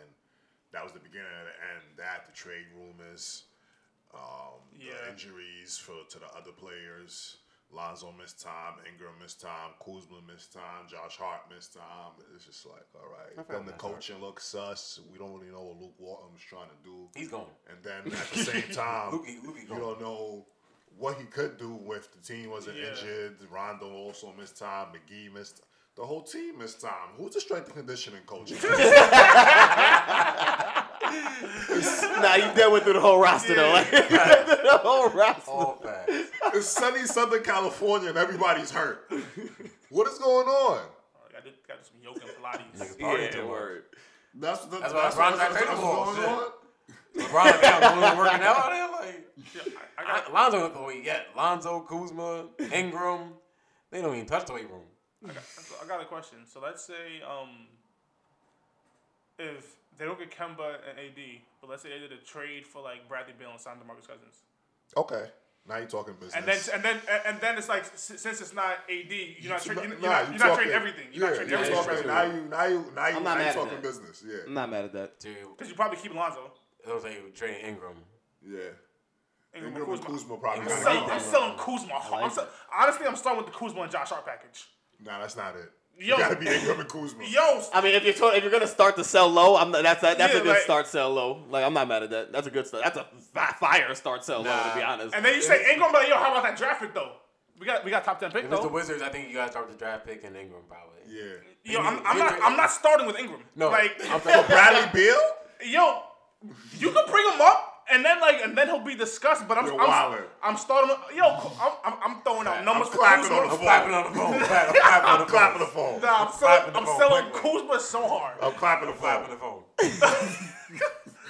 Speaker 3: that was the beginning of the end. That the trade rumors, um,
Speaker 4: Yeah.
Speaker 3: the injuries for to the other players. Lonzo missed time, Ingram missed time, Kuzma missed time, Josh Hart missed time. It's just like, all right. Then the coaching looks sus. We don't really know what Luke Walton was trying to do.
Speaker 5: He's going.
Speaker 3: And then at the same time,
Speaker 5: Luki- Luki
Speaker 3: you
Speaker 5: gone.
Speaker 3: don't know what he could do if the team wasn't
Speaker 4: Yeah.
Speaker 3: injured. Rondo also missed time. McGee missed. The whole team missed time. Who's the strength and conditioning coach?
Speaker 2: nah, you dead with through the whole roster though. Like, the whole roster.
Speaker 5: All fast.
Speaker 3: it's sunny Southern California and everybody's hurt. What is going on?
Speaker 4: I did got some yoga and Pilates.
Speaker 5: Party too much.
Speaker 3: That's the,
Speaker 5: That's
Speaker 3: that's,
Speaker 5: why
Speaker 3: that's,
Speaker 5: LeBron's
Speaker 3: that's,
Speaker 5: not taking
Speaker 3: what's
Speaker 5: the ball,
Speaker 3: going
Speaker 5: shit.
Speaker 3: on.
Speaker 5: LeBron now going working out out there. Like
Speaker 4: Yeah, I, I got
Speaker 5: I, Lonzo not the way yet. Lonzo, Kuzma, Ingram, they don't even touch the weight room.
Speaker 4: I got, so I got a question. So let's say um, if they don't get Kemba and AD, but let's say they did a trade for like Bradley Beal and signed DeMarcus Cousins,
Speaker 3: Okay. Now you're talking business.
Speaker 4: and then and then and- and then it's like s- since it's not AD, you're not trading. You're,
Speaker 3: Nah,
Speaker 4: not,
Speaker 3: you
Speaker 4: you're not
Speaker 3: talking-
Speaker 4: trading everything. You're not
Speaker 3: yeah,
Speaker 4: trading
Speaker 3: you're talking-
Speaker 4: everything.
Speaker 3: Now you, now you, now you,
Speaker 2: I'm not
Speaker 3: now
Speaker 2: mad
Speaker 3: you
Speaker 2: at
Speaker 3: talking
Speaker 2: that. Mm.
Speaker 3: business.
Speaker 2: I'm
Speaker 3: Yeah,
Speaker 2: not mad at that.
Speaker 5: Dude,
Speaker 4: Because you probably keep Lonzo.
Speaker 5: those they were trading Ingram.
Speaker 3: yeah.
Speaker 4: And
Speaker 3: Ingram and
Speaker 4: Mm. Kuzma.
Speaker 3: Kuzma probably.
Speaker 5: Ingram.
Speaker 3: gotta
Speaker 4: Selling-
Speaker 3: go.
Speaker 4: I'm selling Kuzma. I'm
Speaker 2: like
Speaker 4: sell- honestly, I'm starting with the Kuzma and Josh Hart package.
Speaker 3: Nah, that's not it.
Speaker 4: Yo.
Speaker 3: You gotta be Ingram and Kuzma.
Speaker 4: Yo,
Speaker 2: I mean, if you're to- if you're gonna start to sell low, I'm not, that's a, that's
Speaker 4: Yeah,
Speaker 2: a good
Speaker 4: like-
Speaker 2: start sell low. Like I'm not mad at that. That's a good start. That's a fi- fire start sell low to be
Speaker 5: Nah.
Speaker 2: honest.
Speaker 4: and then you say Ingram, but yo, how about that draft pick though? We got we got top ten pick
Speaker 5: If it's the
Speaker 4: though.
Speaker 5: Wizards, I think you guys dropped the draft pick and Ingram probably.
Speaker 3: Yeah.
Speaker 4: Yo, I'm, I'm not I'm not starting with Ingram.
Speaker 5: No,
Speaker 4: like
Speaker 5: I'm saying
Speaker 3: Bradley Bill?
Speaker 4: yo, you can bring him up, and then like, and then he'll be discussed. But I'm,
Speaker 3: You're
Speaker 4: I'm,
Speaker 3: wildin'.
Speaker 4: I'm starting. Yo, I'm, I'm, I'm throwing out numbers
Speaker 3: I'm
Speaker 4: for
Speaker 3: clapping
Speaker 4: Kuzma.
Speaker 3: on the
Speaker 5: I'm clapping on the phone. I'm clapping on the phone.
Speaker 3: Clap for the phone.
Speaker 4: Nah, I'm selling,
Speaker 5: clapping the
Speaker 4: I'm
Speaker 5: phone
Speaker 4: selling
Speaker 5: quickly.
Speaker 4: Kuzma so hard.
Speaker 3: I'm clapping the phone.
Speaker 5: Clapping the phone.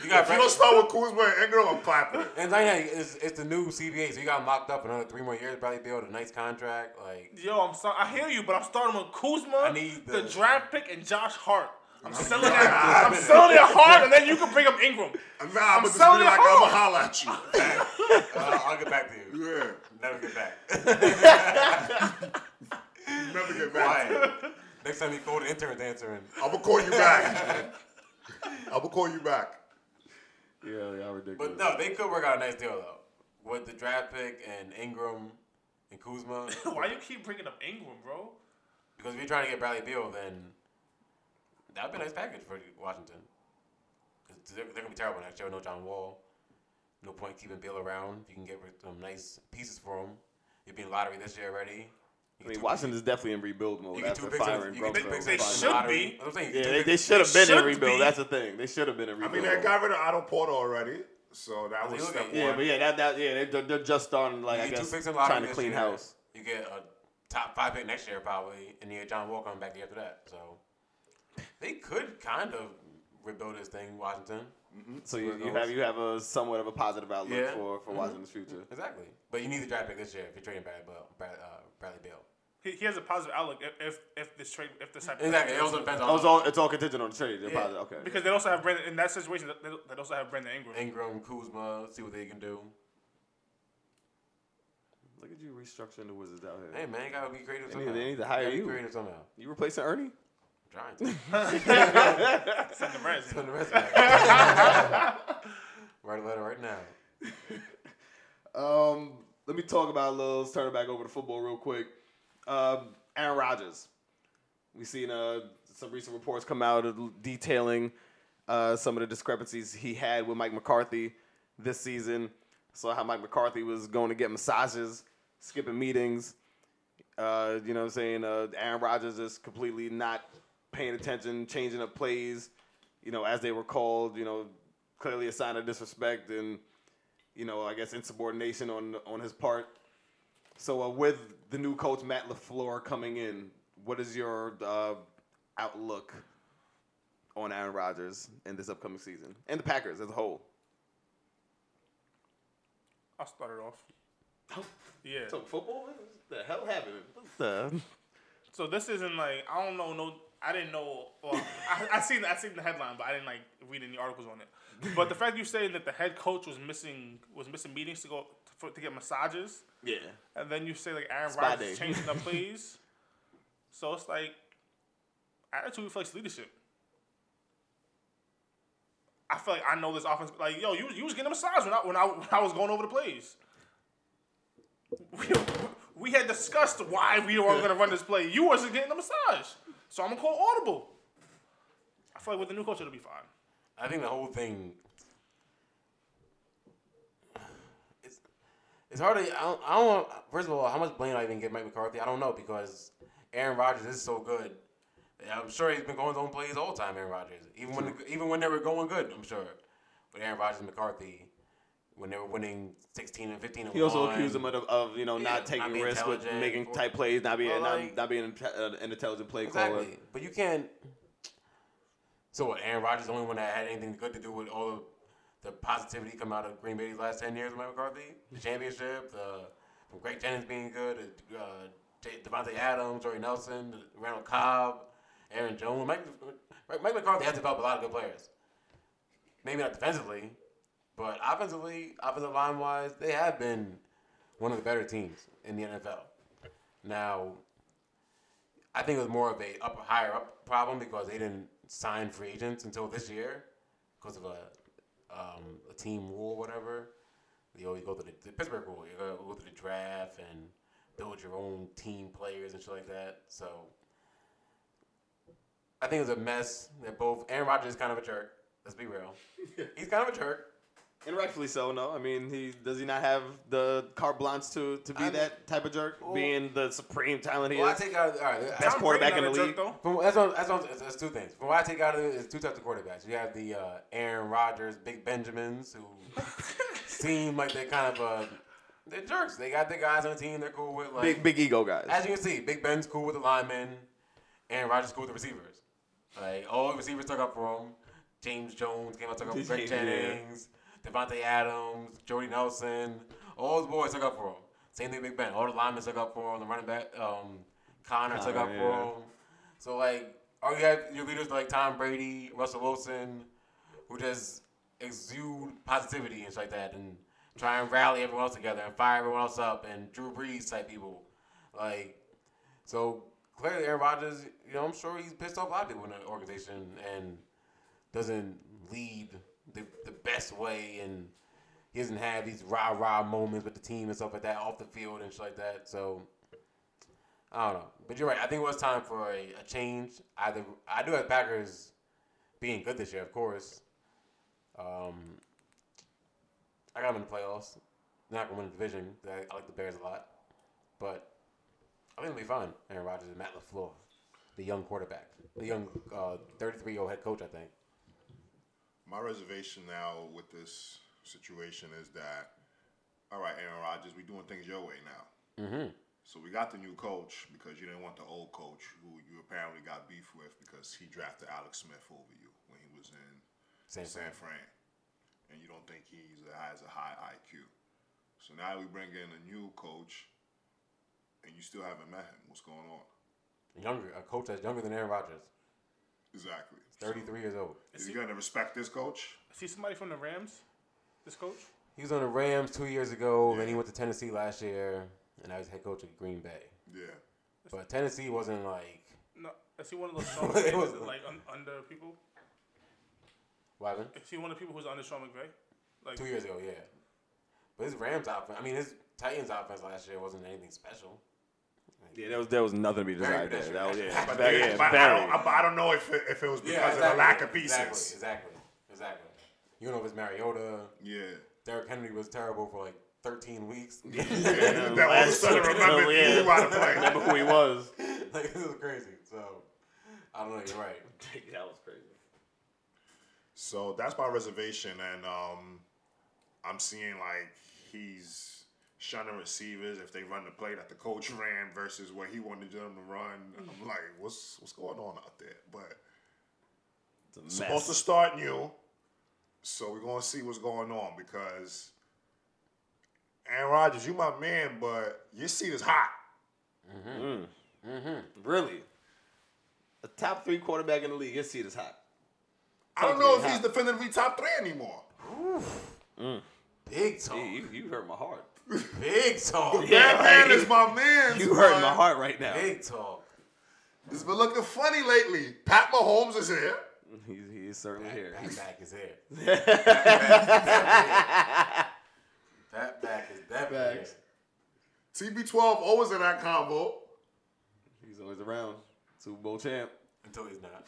Speaker 5: you got
Speaker 3: If you don't start with Kuzma and Ingram, I'm clapping. it.
Speaker 5: And like, hey, it's, it's the new CBA, so you got locked up another three more years. Probably deal with a nice contract. Like,
Speaker 4: Yo, I'm sorry. I hear you, but I'm starting with Kuzma,
Speaker 5: I need
Speaker 4: the,
Speaker 5: the-
Speaker 4: draft pick, and Josh Hart. I'm selling
Speaker 3: not
Speaker 4: that. I'm
Speaker 3: having it.
Speaker 4: selling it hard, and then you can bring up Ingram.
Speaker 3: Nah, I'm gonna just be
Speaker 4: selling it
Speaker 3: like, I'm
Speaker 4: home.
Speaker 3: gonna holler at you.
Speaker 5: uh, I'll get back to you.
Speaker 3: Yeah.
Speaker 5: Never get back.
Speaker 3: Never get back.
Speaker 5: Quiet. Next time you call the intern's answering.
Speaker 3: I'm gonna call you back. I'm gonna call you back.
Speaker 2: yeah, yeah, ridiculous.
Speaker 5: But no, they could work out a nice deal though. With the draft pick and Ingram and Kuzma.
Speaker 4: Why you keep bringing up Ingram, bro?
Speaker 5: because if you're trying to get Bradley Beal, then that would be a nice package for Washington. 'Cause They're, they're going to be terrible next year with no John Wall. No point keeping Beal around. You can get rid- some nice pieces for him. You'd be in the lottery this year already. You
Speaker 2: I
Speaker 5: get
Speaker 2: mean,
Speaker 5: two-
Speaker 2: Washington's definitely in rebuild mode
Speaker 5: You get two
Speaker 2: after
Speaker 5: picks. in-
Speaker 2: firing
Speaker 5: You get two
Speaker 2: Brunson.
Speaker 5: picks.
Speaker 4: They
Speaker 5: in the
Speaker 4: should
Speaker 5: lottery.
Speaker 4: be.
Speaker 5: That's what I'm saying. You
Speaker 2: Yeah,
Speaker 5: get
Speaker 2: they,
Speaker 5: two
Speaker 2: they
Speaker 5: picks-
Speaker 2: should have been
Speaker 4: should
Speaker 2: in rebuild.
Speaker 4: be.
Speaker 2: That's the thing. They should have been in
Speaker 3: I
Speaker 2: rebuild.
Speaker 3: mean, they got rid of Otto Porter already, so that was
Speaker 5: look
Speaker 3: step
Speaker 5: at-
Speaker 3: one.
Speaker 2: yeah, but yeah, that, that yeah, they, they're, they're just starting like
Speaker 5: You
Speaker 2: I
Speaker 5: get
Speaker 2: guess
Speaker 5: two picks in the lottery
Speaker 2: trying to
Speaker 5: this
Speaker 2: clean
Speaker 5: year.
Speaker 2: house.
Speaker 5: You get a top five pick next year probably, and you get John Wall coming back the year after that. So they could kind of rebuild this thing, Washington.
Speaker 2: So you, you
Speaker 5: knows?
Speaker 2: have you have a somewhat of a positive outlook
Speaker 5: Yeah. Mm-hmm.
Speaker 2: for for Washington's future.
Speaker 5: Exactly. But you need the draft pick this year if you're trading Bradley Bill. Brad, uh, Bradley Bill.
Speaker 4: He, he has a positive outlook if if, if this trade if this type of
Speaker 5: Exactly. It also depends
Speaker 2: Oh, it's
Speaker 5: on
Speaker 2: all it's all contingent on the trade. They're
Speaker 5: Yeah,
Speaker 2: positive. Okay.
Speaker 4: because they also have Brandon in that situation they, they also have Brandon Ingram.
Speaker 5: Ingram, Kuzma, see what they can do.
Speaker 2: Look at you restructuring the Wizards out here.
Speaker 5: Hey, man, you gotta be creative
Speaker 2: need-
Speaker 5: somehow.
Speaker 2: they need to hire
Speaker 5: gotta
Speaker 2: you.
Speaker 5: Be creative somehow.
Speaker 2: You replacing Ernie?
Speaker 5: I'm trying to.
Speaker 4: Send the rest.
Speaker 5: Put the rest back. Write a letter right now.
Speaker 2: Um, let me talk about a little. Let's turn it back over to football real quick. Um, Aaron Rodgers. We've seen uh, some recent reports come out of- detailing uh, some of the discrepancies he had with Mike McCarthy this season. Saw how Mike McCarthy was going to get massages, skipping meetings. Uh, you know what I'm saying? Uh, Aaron Rodgers is completely not paying attention, changing up plays, you know, as they were called, you know, clearly a sign of disrespect and you know, I guess insubordination on on his part. So uh, with the new coach Matt Lafleur coming in, what is your uh, outlook on Aaron Rodgers in this upcoming season and the Packers as a whole?
Speaker 4: I'll start it off. Yeah.
Speaker 2: football, what the hell happened? The
Speaker 4: So this isn't like I don't know no I didn't know. Well, I, I seen I seen the headline, but I didn't like read any articles on it. But the fact you saying that the head coach was missing was missing meetings to go for, to get massages,
Speaker 2: Yeah.
Speaker 4: and then you say like Aaron
Speaker 2: Spa
Speaker 4: Rodgers is
Speaker 2: day.
Speaker 4: changing up plays, so it's like attitude reflects leadership. I feel like I know this offense. Like yo, you, you was getting a massage when I when I, when I was going over the plays. We, we had discussed why we weren't going to run this play. You wasn't getting a massage, so I'm gonna call audible. I feel like with the new coach it'll be fine.
Speaker 5: I think the whole thing. It's it's hard to. I don't, I don't. First of all, how much blame do I even give Mike McCarthy? I don't know because Aaron Rodgers is so good. I'm sure he's been going his own plays all the time. Aaron Rodgers, even when even when they were going good, I'm sure. But Aaron Rodgers and McCarthy, when they were winning 16 and 15, and
Speaker 2: He also
Speaker 5: one,
Speaker 2: accused him of, of you know
Speaker 5: Yeah,
Speaker 2: not
Speaker 5: not
Speaker 2: taking
Speaker 5: being
Speaker 2: risks with
Speaker 5: intelligent.
Speaker 2: making tight plays, not being
Speaker 5: Well,
Speaker 2: not,
Speaker 5: like-
Speaker 2: not being an, uh, an intelligent play
Speaker 5: Exactly.
Speaker 2: caller.
Speaker 5: But you can't. So what? Aaron Rodgers is the only one that had anything good to do with all the, the positivity come out of Green Bay's last ten years with Mike McCarthy, the championship, the from Greg Jennings being good, uh, J- Devontae Adams, Jordy Nelson, Randall Cobb, Aaron Jones. Mike, Mike Mike McCarthy has developed a lot of good players. Maybe not defensively, but offensively, offensive line wise, they have been one of the better teams in the NFL. Now, I think it was more of a up higher up problem because they didn't sign free agents until this year because of a um, a team rule or whatever. You always go to the, the Pittsburgh rule. You gotta go to the draft and build your own team players and shit like that. So I think it was a mess. That both Aaron Rodgers is kind of a jerk. Let's be real. He's kind of a jerk.
Speaker 2: And rightfully so. No, I mean, he does he not have the carte blanche to to be
Speaker 5: I-
Speaker 2: that type of jerk,
Speaker 5: Well-
Speaker 2: being the supreme talent he
Speaker 5: Well, I
Speaker 2: is.
Speaker 5: take out all right.
Speaker 2: Best
Speaker 5: I-
Speaker 2: quarterback in
Speaker 4: not
Speaker 2: the
Speaker 4: a
Speaker 2: league.
Speaker 4: though.
Speaker 5: From, that's, what, that's, what, that's two things. From what I take out of it is two types of quarterbacks. You have the uh, Aaron Rodgers, Big Benjamins, who seem like they're kind of uh, they're jerks. They got their guys on the team they're cool with. Like,
Speaker 2: Big big ego guys.
Speaker 5: as you can see, Big Ben's cool with the linemen, Aaron Rodgers cool with the receivers. Like all the receivers took up for him. James Jones came out took up for Greg
Speaker 2: Yeah.
Speaker 5: Jennings, Devontae Adams, Jordy Nelson. All those boys took up for him. Same thing, with Big Ben. All the linemen took up for him. The running back, um, Connor took
Speaker 2: Connor,
Speaker 5: up
Speaker 2: yeah.
Speaker 5: for him. So like, all you have your leaders like Tom Brady, Russell Wilson, who just exude positivity and shit like that, and try and rally everyone else together and fire everyone else up, and Drew Brees type people. Like, so clearly Aaron Rodgers, you know, I'm sure he's pissed off a lot of people in the organization and doesn't lead the, the best way and he doesn't have these rah rah moments with the team and stuff like that off the field and shit like that. So I don't know. But you're right. I think it was time for a, a change. Either I do have Packers being good this year, of course. Um, I got them in the playoffs. They're not gonna win the division. I, I like the Bears a lot, but I think it'll be fine. Aaron Rodgers and Matt Lafleur, the young quarterback, the young uh, 33 year old head coach, I think.
Speaker 3: My reservation now with this situation is that, all right, Aaron Rodgers, we doing things your way now.
Speaker 5: Mhm.
Speaker 3: So we got the new coach because you didn't want the old coach who you apparently got beef with because he drafted Alex Smith over you when he was in
Speaker 5: Same thing.
Speaker 3: San Fran, and you don't think he's has a high IQ. So now we bring in a new coach, and you still haven't met him. What's going on?
Speaker 5: Younger, a coach that's younger than Aaron Rodgers,
Speaker 3: Exactly.
Speaker 5: 33 years old.
Speaker 3: Is he gonna respect this coach?
Speaker 4: See somebody from the Rams, this coach.
Speaker 5: He was on the Rams two years ago, then he went to Tennessee last year, and I was head coach at Green Bay.
Speaker 3: Yeah.
Speaker 5: But Tennessee wasn't like
Speaker 4: No, is he one of those Sean
Speaker 5: It
Speaker 4: McVays
Speaker 5: was-
Speaker 4: that, like un- under people?
Speaker 5: what happened?
Speaker 4: Is he one of the people who's under Sean McVay? Like
Speaker 5: two years ago, yeah. But his Rams offense, I mean his Titans offense last year wasn't anything special.
Speaker 2: yeah, there was there was nothing to be
Speaker 5: Very
Speaker 2: desired there. That was, yeah,
Speaker 5: pedestrian.
Speaker 2: Ba- yeah,
Speaker 3: but, I
Speaker 2: very.
Speaker 3: don't, but I don't know if it, if it was because of the
Speaker 5: exactly,
Speaker 3: lack of
Speaker 5: yeah,
Speaker 3: pieces.
Speaker 5: Exactly, exactly, exactly. You don't know if it's Mariota,
Speaker 3: Yeah.
Speaker 5: Derrick Henry was terrible for like 13 weeks.
Speaker 3: Yeah, that all of a
Speaker 2: Last-
Speaker 3: sudden remember
Speaker 2: yeah.
Speaker 3: you want to play.
Speaker 2: Remember who he was?
Speaker 5: like this is crazy. So I don't know. You're right.
Speaker 2: that was crazy.
Speaker 3: So that's my reservation, and um, I'm seeing like he's shunning receivers if they run the play that the coach ran versus what he wanted them to run. I'm like, what's what's going on out there? But
Speaker 2: It's a
Speaker 3: supposed to
Speaker 2: mess.
Speaker 3: start new, so we're gonna see what's going on because Aaron Rodgers, you my man, but your seat is hot.
Speaker 2: Really? a top three quarterback in the league, his seat is hot.
Speaker 3: I don't know if
Speaker 2: Hot.
Speaker 3: he's definitively top three anymore.
Speaker 5: Big
Speaker 2: Hey,
Speaker 5: talk.
Speaker 2: you, you hurt my heart.
Speaker 5: Big talk.
Speaker 2: Yeah,
Speaker 3: that man
Speaker 2: like-
Speaker 3: is my man.
Speaker 2: You hurt
Speaker 3: son.
Speaker 2: my heart right now.
Speaker 5: Big talk.
Speaker 3: It's been looking funny lately. Pat Mahomes is here.
Speaker 2: He's, he's certainly here.
Speaker 5: Pat back is here. Pat back is definitely
Speaker 2: Facts.
Speaker 3: TB12 always oh in that combo.
Speaker 2: He's always around. Super Bowl champ.
Speaker 5: until he's not.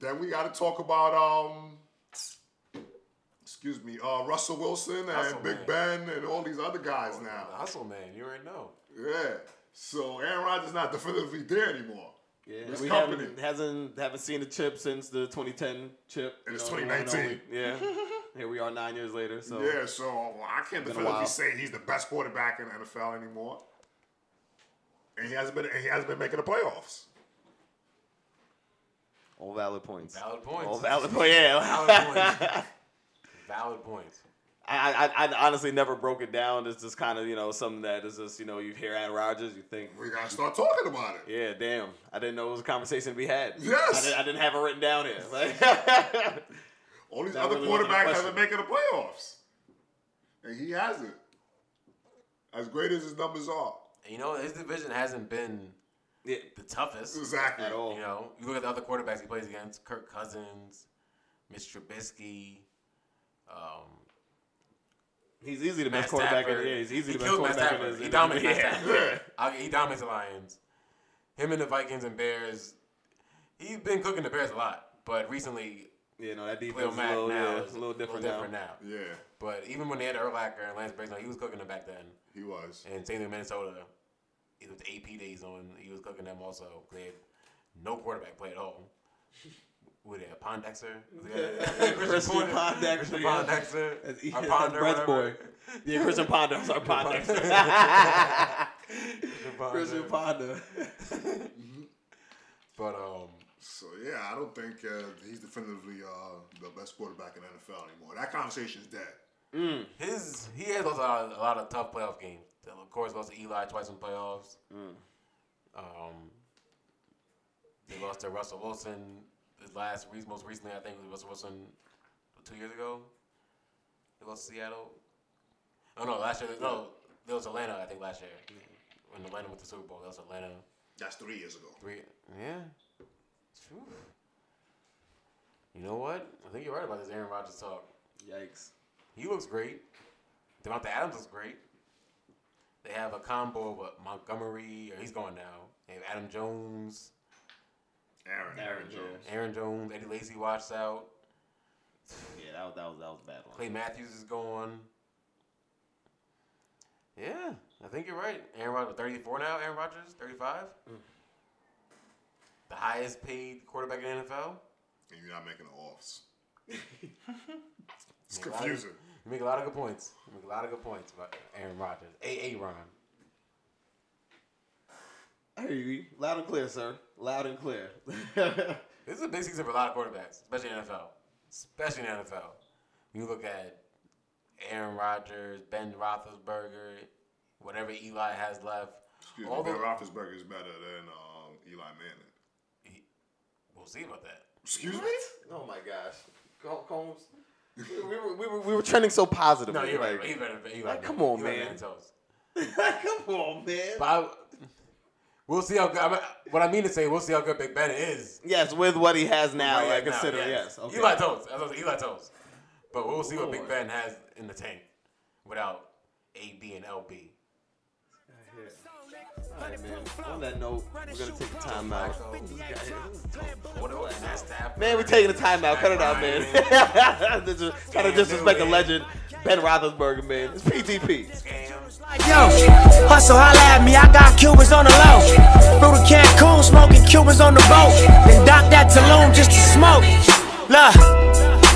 Speaker 3: Then we got to talk about um, excuse me, uh, Russell Wilson and
Speaker 5: Russell,
Speaker 3: Big Ben and all these other guys
Speaker 2: Oh,
Speaker 5: The
Speaker 3: now.
Speaker 5: hustle man, you already know.
Speaker 3: Yeah. So Aaron Rodgers is not definitively there anymore.
Speaker 2: Yeah,
Speaker 3: This
Speaker 2: we
Speaker 3: company.
Speaker 2: haven't, hasn't haven't seen the chip since the 2010 chip.
Speaker 3: And
Speaker 2: You
Speaker 3: it's
Speaker 2: know, the one and
Speaker 3: 2019.
Speaker 2: only. Yeah, here we are nine years later. So
Speaker 3: yeah. So I
Speaker 2: Been
Speaker 3: can't
Speaker 2: a
Speaker 3: definitively
Speaker 2: while.
Speaker 3: say he's the best quarterback in the NFL anymore. And he hasn't been. And he hasn't been making the playoffs.
Speaker 2: all valid points.
Speaker 5: Valid points.
Speaker 2: All valid points. Yeah,
Speaker 5: Valid points. Valid points.
Speaker 2: I, I I honestly never broke it down. It's just kind of you know something that is just you know you hear Aaron Rodgers, you think.
Speaker 3: We gotta start talking about it.
Speaker 2: Yeah, damn. I didn't know it was a conversation to be had.
Speaker 3: Yes.
Speaker 2: I, did, I didn't have it written down here. Like,
Speaker 3: All these
Speaker 2: That
Speaker 3: other
Speaker 2: really wasn't a
Speaker 3: quarterbacks
Speaker 2: question.
Speaker 3: haven't making the playoffs, and he hasn't. As great as his numbers are,
Speaker 5: And you know, his division hasn't been
Speaker 2: yeah,
Speaker 5: the toughest.
Speaker 3: exactly.
Speaker 2: at all.
Speaker 5: You know, you look at the other quarterbacks he plays against: Kirk Cousins, Mitch Trubisky. Um,
Speaker 2: He's easily the
Speaker 5: Matt
Speaker 2: best quarterback. In,
Speaker 5: Stafford.
Speaker 2: yeah, he's easily the
Speaker 5: He
Speaker 2: best
Speaker 5: killed Matt
Speaker 2: quarterback. in
Speaker 5: Stafford.
Speaker 2: his-
Speaker 5: He
Speaker 2: in his-
Speaker 5: dominates Matt
Speaker 2: yeah.
Speaker 5: Stafford.
Speaker 3: Yeah.
Speaker 5: I- he dominates the Lions. Him and the Vikings and Bears. He's been cooking the Bears a lot, but recently,
Speaker 2: Yeah, no, that defense
Speaker 5: Lil
Speaker 2: is a
Speaker 5: Mac
Speaker 2: little,
Speaker 5: now
Speaker 2: yeah,
Speaker 5: is
Speaker 2: it's a little different now.
Speaker 5: now.
Speaker 3: Yeah,
Speaker 5: But even when they had Erlacher and Lance Briggs, on, he was cooking them back then.
Speaker 3: he was.
Speaker 5: And same thing with Minnesota. It was AP days on. He was cooking them also. They had no quarterback play at all. With that Pondexter, Was it-
Speaker 2: Christian
Speaker 5: Ponder-
Speaker 2: Pondexter,
Speaker 5: Christian
Speaker 2: yeah.
Speaker 5: Pondexter,
Speaker 2: Yeah,
Speaker 5: or Ponder,
Speaker 2: Breath
Speaker 5: whatever.
Speaker 2: Boy. Yeah, Christian Ponder. I'm sorry, Ponder.
Speaker 5: Christian
Speaker 2: Christian
Speaker 5: Ponder.
Speaker 2: Ponder.
Speaker 5: But um,
Speaker 3: So yeah, I don't think uh, he's definitively uh, the best quarterback in the NFL anymore. That conversation's dead.
Speaker 5: his he has lost a lot, a lot of tough playoff games. Of course, lost to Eli twice in playoffs. Um, they lost to Russell Wilson. The last, re- most recently, I think it was Russell Wilson two years ago. They lost to Seattle. Oh no, last year no, there was Atlanta. I think last year when Atlanta went to the Super Bowl, that was Atlanta.
Speaker 3: That's three years ago.
Speaker 5: Three, yeah. Phew. You know what? I think you're right about this Aaron Rodgers talk.
Speaker 2: Yikes.
Speaker 5: He looks great. Devonta Adams looks great. They have a combo with Montgomery, or he's gone now. They have Adam Jones,
Speaker 3: Aaron, Aaron
Speaker 2: Aaron,
Speaker 3: Jones.
Speaker 5: Aaron Jones, Eddie Lacy watched out.
Speaker 2: Yeah, that was that was that was a bad one.
Speaker 5: Clay Matthews is gone. Yeah, I think you're right. Aaron Rodgers, 34 now. Aaron Rodgers, 35. The highest paid quarterback in the NFL.
Speaker 3: And you're not making the offs. it's
Speaker 5: Make a lot of-
Speaker 3: confusing.
Speaker 5: You make a lot of good points. You make a lot of good points about Aaron Rodgers. A. A. Ron.
Speaker 2: I hear you. Loud and clear, sir. Loud and clear. Oh,
Speaker 5: This is a big season for a lot of quarterbacks, especially in the NFL. Especially in the NFL. You look at Aaron Rodgers, Ben Roethlisberger, whatever Eli has left.
Speaker 3: Excuse
Speaker 5: All
Speaker 3: me, Ben
Speaker 5: the-
Speaker 3: Roethlisberger is better than um, Eli Manning.
Speaker 5: He- We'll see about that.
Speaker 3: Excuse me?
Speaker 2: oh my gosh, Col- Combs. We were, we, were, we were trending so positively.
Speaker 5: No, you're right.
Speaker 2: like-
Speaker 5: He better. He
Speaker 2: like,
Speaker 5: better
Speaker 2: come on,
Speaker 5: he better
Speaker 2: man.
Speaker 5: than Toast.
Speaker 2: Come on, man.
Speaker 5: But I, we'll see how good. I mean, what I mean to say, we'll see how good Big Ben is.
Speaker 2: Yes, with what he has now,
Speaker 5: Right
Speaker 2: I
Speaker 5: now,
Speaker 2: consider yes. Okay.
Speaker 5: Eli Toast. I was gonna say Eli Toast. But we'll see what Big
Speaker 2: Lord.
Speaker 5: Ben has in the tank without AB and LB.
Speaker 2: All right, man. On that note, we're gonna take a time out.
Speaker 5: Flacco, we got him. What else? Matt Stafford.
Speaker 2: Man, we're taking a time out. Cut it out, man. Kind of disrespect the legend, Ben Roethlisberger, man. It's PTP.
Speaker 5: Damn.
Speaker 1: Yo, hustle, holla at me. I got Cubans on the low. Through the Cancun, smoking Cubans on the boat. Then dock that Tulum just to smoke. Look,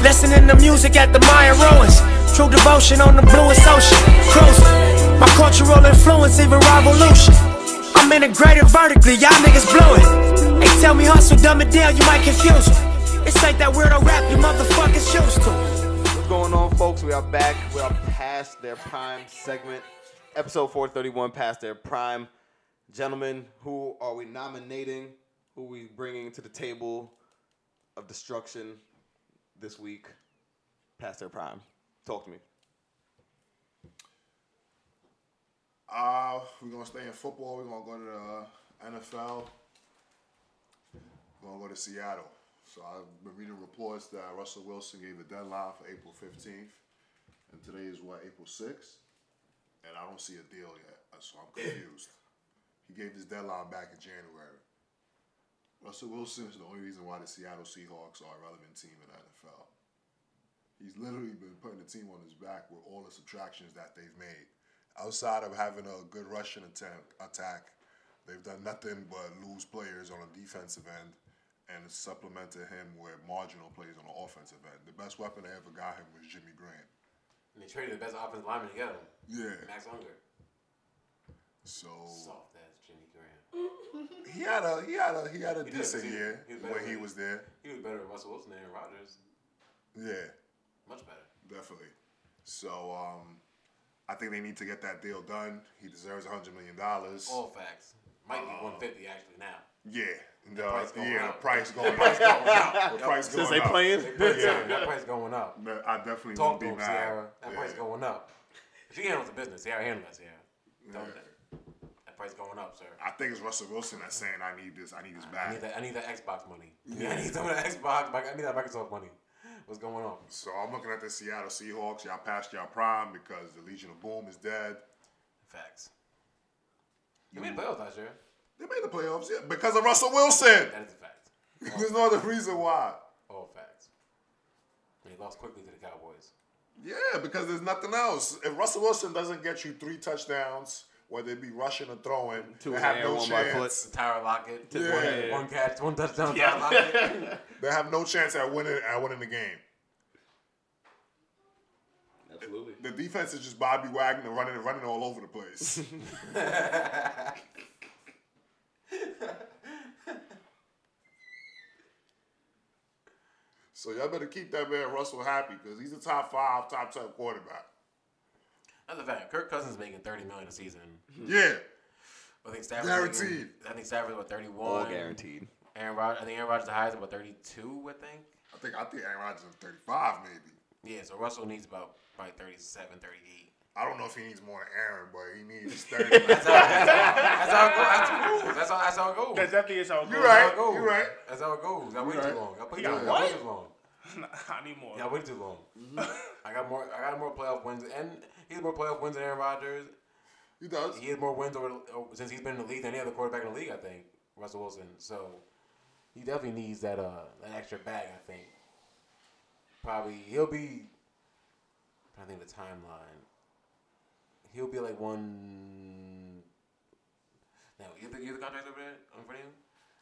Speaker 1: listening to music at the Mayan ruins. True devotion on the bluest ocean. Cruising. My cultural influence, even revolution. I'm integrated vertically, y'all niggas blew it. They tell me hustle, dumb it down, you might confuse them. It's like that weirdo rap you motherfuckers used to.
Speaker 2: What's going on, folks? We are back. We are past their prime segment, episode 431, past their prime. Gentlemen, who are we nominating? Who we bringing to the table of destruction this week past their prime? Talk to me.
Speaker 3: Uh, we're gonna stay in football. We're gonna go to the uh, NFL. We're gonna go to Seattle. So I've been reading reports that Russell Wilson gave a deadline for April fifteenth, and today is what April sixth, and I don't see a deal yet. uh, So I'm confused. he gave his deadline back in January. Russell Wilson is the only reason why the Seattle Seahawks are a relevant team in the NFL. He's literally been putting the team on his back with all the subtractions that they've made. Outside of having a good rushing attack, attack they've done nothing but lose players on the defensive end and supplemented him with marginal plays on the offensive end. The best weapon they ever got him was Jimmy Grant.
Speaker 5: And they traded the best offensive lineman to get him.
Speaker 3: Yeah.
Speaker 5: Max Unger.
Speaker 3: So
Speaker 5: Soft ass Jimmy Graham.
Speaker 3: he had a he had a he had a
Speaker 5: did,
Speaker 3: decent
Speaker 5: he-
Speaker 3: year
Speaker 5: he was better
Speaker 3: when he
Speaker 5: than-
Speaker 3: was there.
Speaker 5: He was better than Russell Wilson and Aaron Rodgers.
Speaker 3: Yeah.
Speaker 5: Much better.
Speaker 3: Definitely. So um, I think they need to get that deal done. He deserves hundred million dollars.
Speaker 5: All facts. Might
Speaker 3: Uh-huh.
Speaker 5: be 150 actually now.
Speaker 3: Yeah, the,
Speaker 5: price going
Speaker 3: yeah,
Speaker 5: up.
Speaker 3: the price going up.
Speaker 5: Price going up.
Speaker 3: the price going
Speaker 2: Since they
Speaker 3: up.
Speaker 2: playing,
Speaker 5: Yeah. That price going up.
Speaker 3: Man, I definitely won't
Speaker 5: Talk to
Speaker 3: be
Speaker 5: him,
Speaker 3: mad.
Speaker 5: Sierra. That price
Speaker 3: Yeah.
Speaker 5: going up. She handles the business. Sierra handles that, Sierra. Don't
Speaker 3: Yeah.
Speaker 5: that. That price going up, sir.
Speaker 3: I think it's Russell Wilson that's saying, "I need this. I need this
Speaker 5: I
Speaker 3: back."
Speaker 5: need that. I need that Xbox money. I need some of that Xbox. I need that Microsoft money. What's going on?
Speaker 3: So I'm looking at the Seattle Seahawks. Y'all passed y'all prime because the Legion of Boom is dead.
Speaker 5: Facts. You made the playoffs last year.
Speaker 3: They made the playoffs yeah, because of Russell Wilson.
Speaker 5: That is a fact.
Speaker 3: There's no other reason why.
Speaker 5: All facts. They lost quickly to the Cowboys.
Speaker 3: Yeah, because there's nothing else. If Russell Wilson doesn't get you three touchdowns, whether it be rushing or throwing,
Speaker 2: Two
Speaker 3: they
Speaker 2: in
Speaker 3: have
Speaker 2: the air,
Speaker 3: no
Speaker 2: one by
Speaker 3: chance.
Speaker 5: It's Tyler Lockett.
Speaker 2: Yeah.
Speaker 5: One,
Speaker 2: Yeah.
Speaker 5: one catch, one touchdown. Tyler Lockett.
Speaker 3: They have no chance at winning at winning the game.
Speaker 2: absolutely.
Speaker 3: The defense is just Bobby Wagner running and running all over the place. so y'all better keep that man Russell happy because he's a top five, top ten quarterback.
Speaker 5: That's a fact. Kirk Cousins is making thirty million a season.
Speaker 3: Yeah,
Speaker 5: I think Stafford. Guaranteed.
Speaker 3: Guaranteed.
Speaker 5: I think Stafford's about thirty-one.
Speaker 2: All guaranteed.
Speaker 5: Aaron Rodgers. I think Aaron Rodgers the highest about thirty-two. I think.
Speaker 3: I think I think Aaron Rodgers is thirty five maybe.
Speaker 5: Yeah. So Russell needs about probably 37, 38.
Speaker 3: I don't know if he needs more than Aaron, but he needs thirty.
Speaker 5: That's how, that's how, that's how it goes. That's how, that's how it goes.
Speaker 4: That's definitely is how it
Speaker 3: You
Speaker 4: goes.
Speaker 3: right.
Speaker 5: That's how it goes.
Speaker 3: you right.
Speaker 5: That's how it goes. I waited
Speaker 3: right.
Speaker 5: too long. I played
Speaker 4: You
Speaker 5: too
Speaker 4: got
Speaker 5: long. I waited too long.
Speaker 4: I need more.
Speaker 5: Yeah, I waited too long.
Speaker 3: Mm-hmm.
Speaker 5: I got more. I got more playoff wins, and he has more playoff wins than Aaron Rodgers.
Speaker 3: He does.
Speaker 5: He has more wins over, over since he's been in the league than any other quarterback in the league. I think Russell Wilson. So he definitely needs that uh that extra bag. I think probably he'll be. I think of the timeline. He'll be like one. No, you think you have the contract over there um, for him?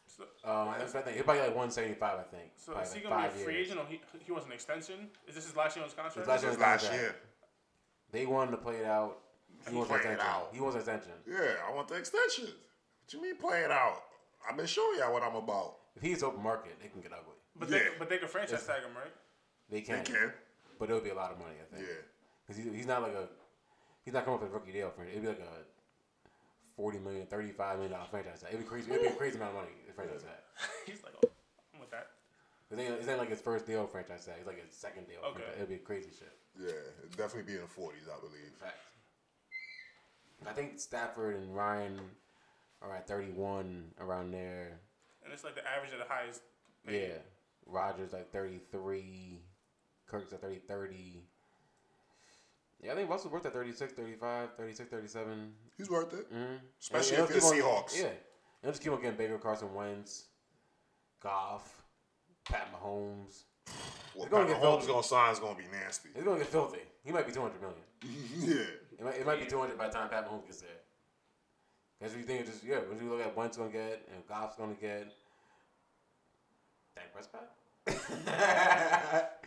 Speaker 4: So,
Speaker 5: Um, that's what I think. He'll probably like one seventy five. I think.
Speaker 4: so
Speaker 5: Probably
Speaker 4: is he
Speaker 5: like
Speaker 4: gonna be
Speaker 5: five
Speaker 4: a free
Speaker 5: years.
Speaker 4: agent or he, he wants an extension? Is this his last year on his contract?
Speaker 5: His last year
Speaker 3: Just
Speaker 5: on
Speaker 3: last
Speaker 5: contract.
Speaker 3: year.
Speaker 5: They wanted to play it out. He wants an
Speaker 3: Play it
Speaker 5: extension.
Speaker 3: out.
Speaker 5: He wants an extension.
Speaker 3: Yeah, I want the extension. What you mean play it out? I've been showing y'all what I'm about.
Speaker 5: If he's open market, it can get ugly.
Speaker 4: But
Speaker 3: Yeah.
Speaker 4: they but they can franchise tag him, right?
Speaker 5: They
Speaker 3: They
Speaker 5: can,
Speaker 3: can.
Speaker 5: but it'll be a lot of money. I
Speaker 3: Yeah.
Speaker 5: think. Because he, he's not like a, he's not coming up with a rookie deal for it. It'd be like a forty million, thirty-five million dollar franchise tag. It'd be crazy. It'd be a crazy amount of money. The franchise tag.
Speaker 4: He's like, oh, I'm with that.
Speaker 5: It ain't, it ain't like his first deal franchise tag. It's like his second deal.
Speaker 4: Okay.
Speaker 5: franchise- It'd be crazy shit.
Speaker 3: Yeah. It'd definitely be in the forties, I believe.
Speaker 5: Facts. I think Stafford and Ryan are at thirty-one around there.
Speaker 4: And it's like the average of the highest.
Speaker 5: Yeah. Rogers like 33. Kirk's at 30 30. Yeah, I think Russell's worth at 36, 35, 36, 37.
Speaker 3: He's worth it.
Speaker 5: Mm.
Speaker 3: Especially
Speaker 5: And
Speaker 3: if you're
Speaker 5: they'll keep on-
Speaker 3: Seahawks.
Speaker 5: Yeah. They'll just keep on getting bigger. Carson Wentz, Goff, Pat Mahomes.
Speaker 3: What
Speaker 5: gonna
Speaker 3: Pat
Speaker 5: get
Speaker 3: Mahomes
Speaker 5: Philly.
Speaker 3: gonna sign is gonna be nasty.
Speaker 5: It's going to get filthy. He might be 200 million.
Speaker 3: yeah.
Speaker 5: It might, it might be 200 by the time Pat Mahomes gets there. That's what you think. It's just, yeah, when you look at Wentz going to get and Goff's going to get. Dak Prescott?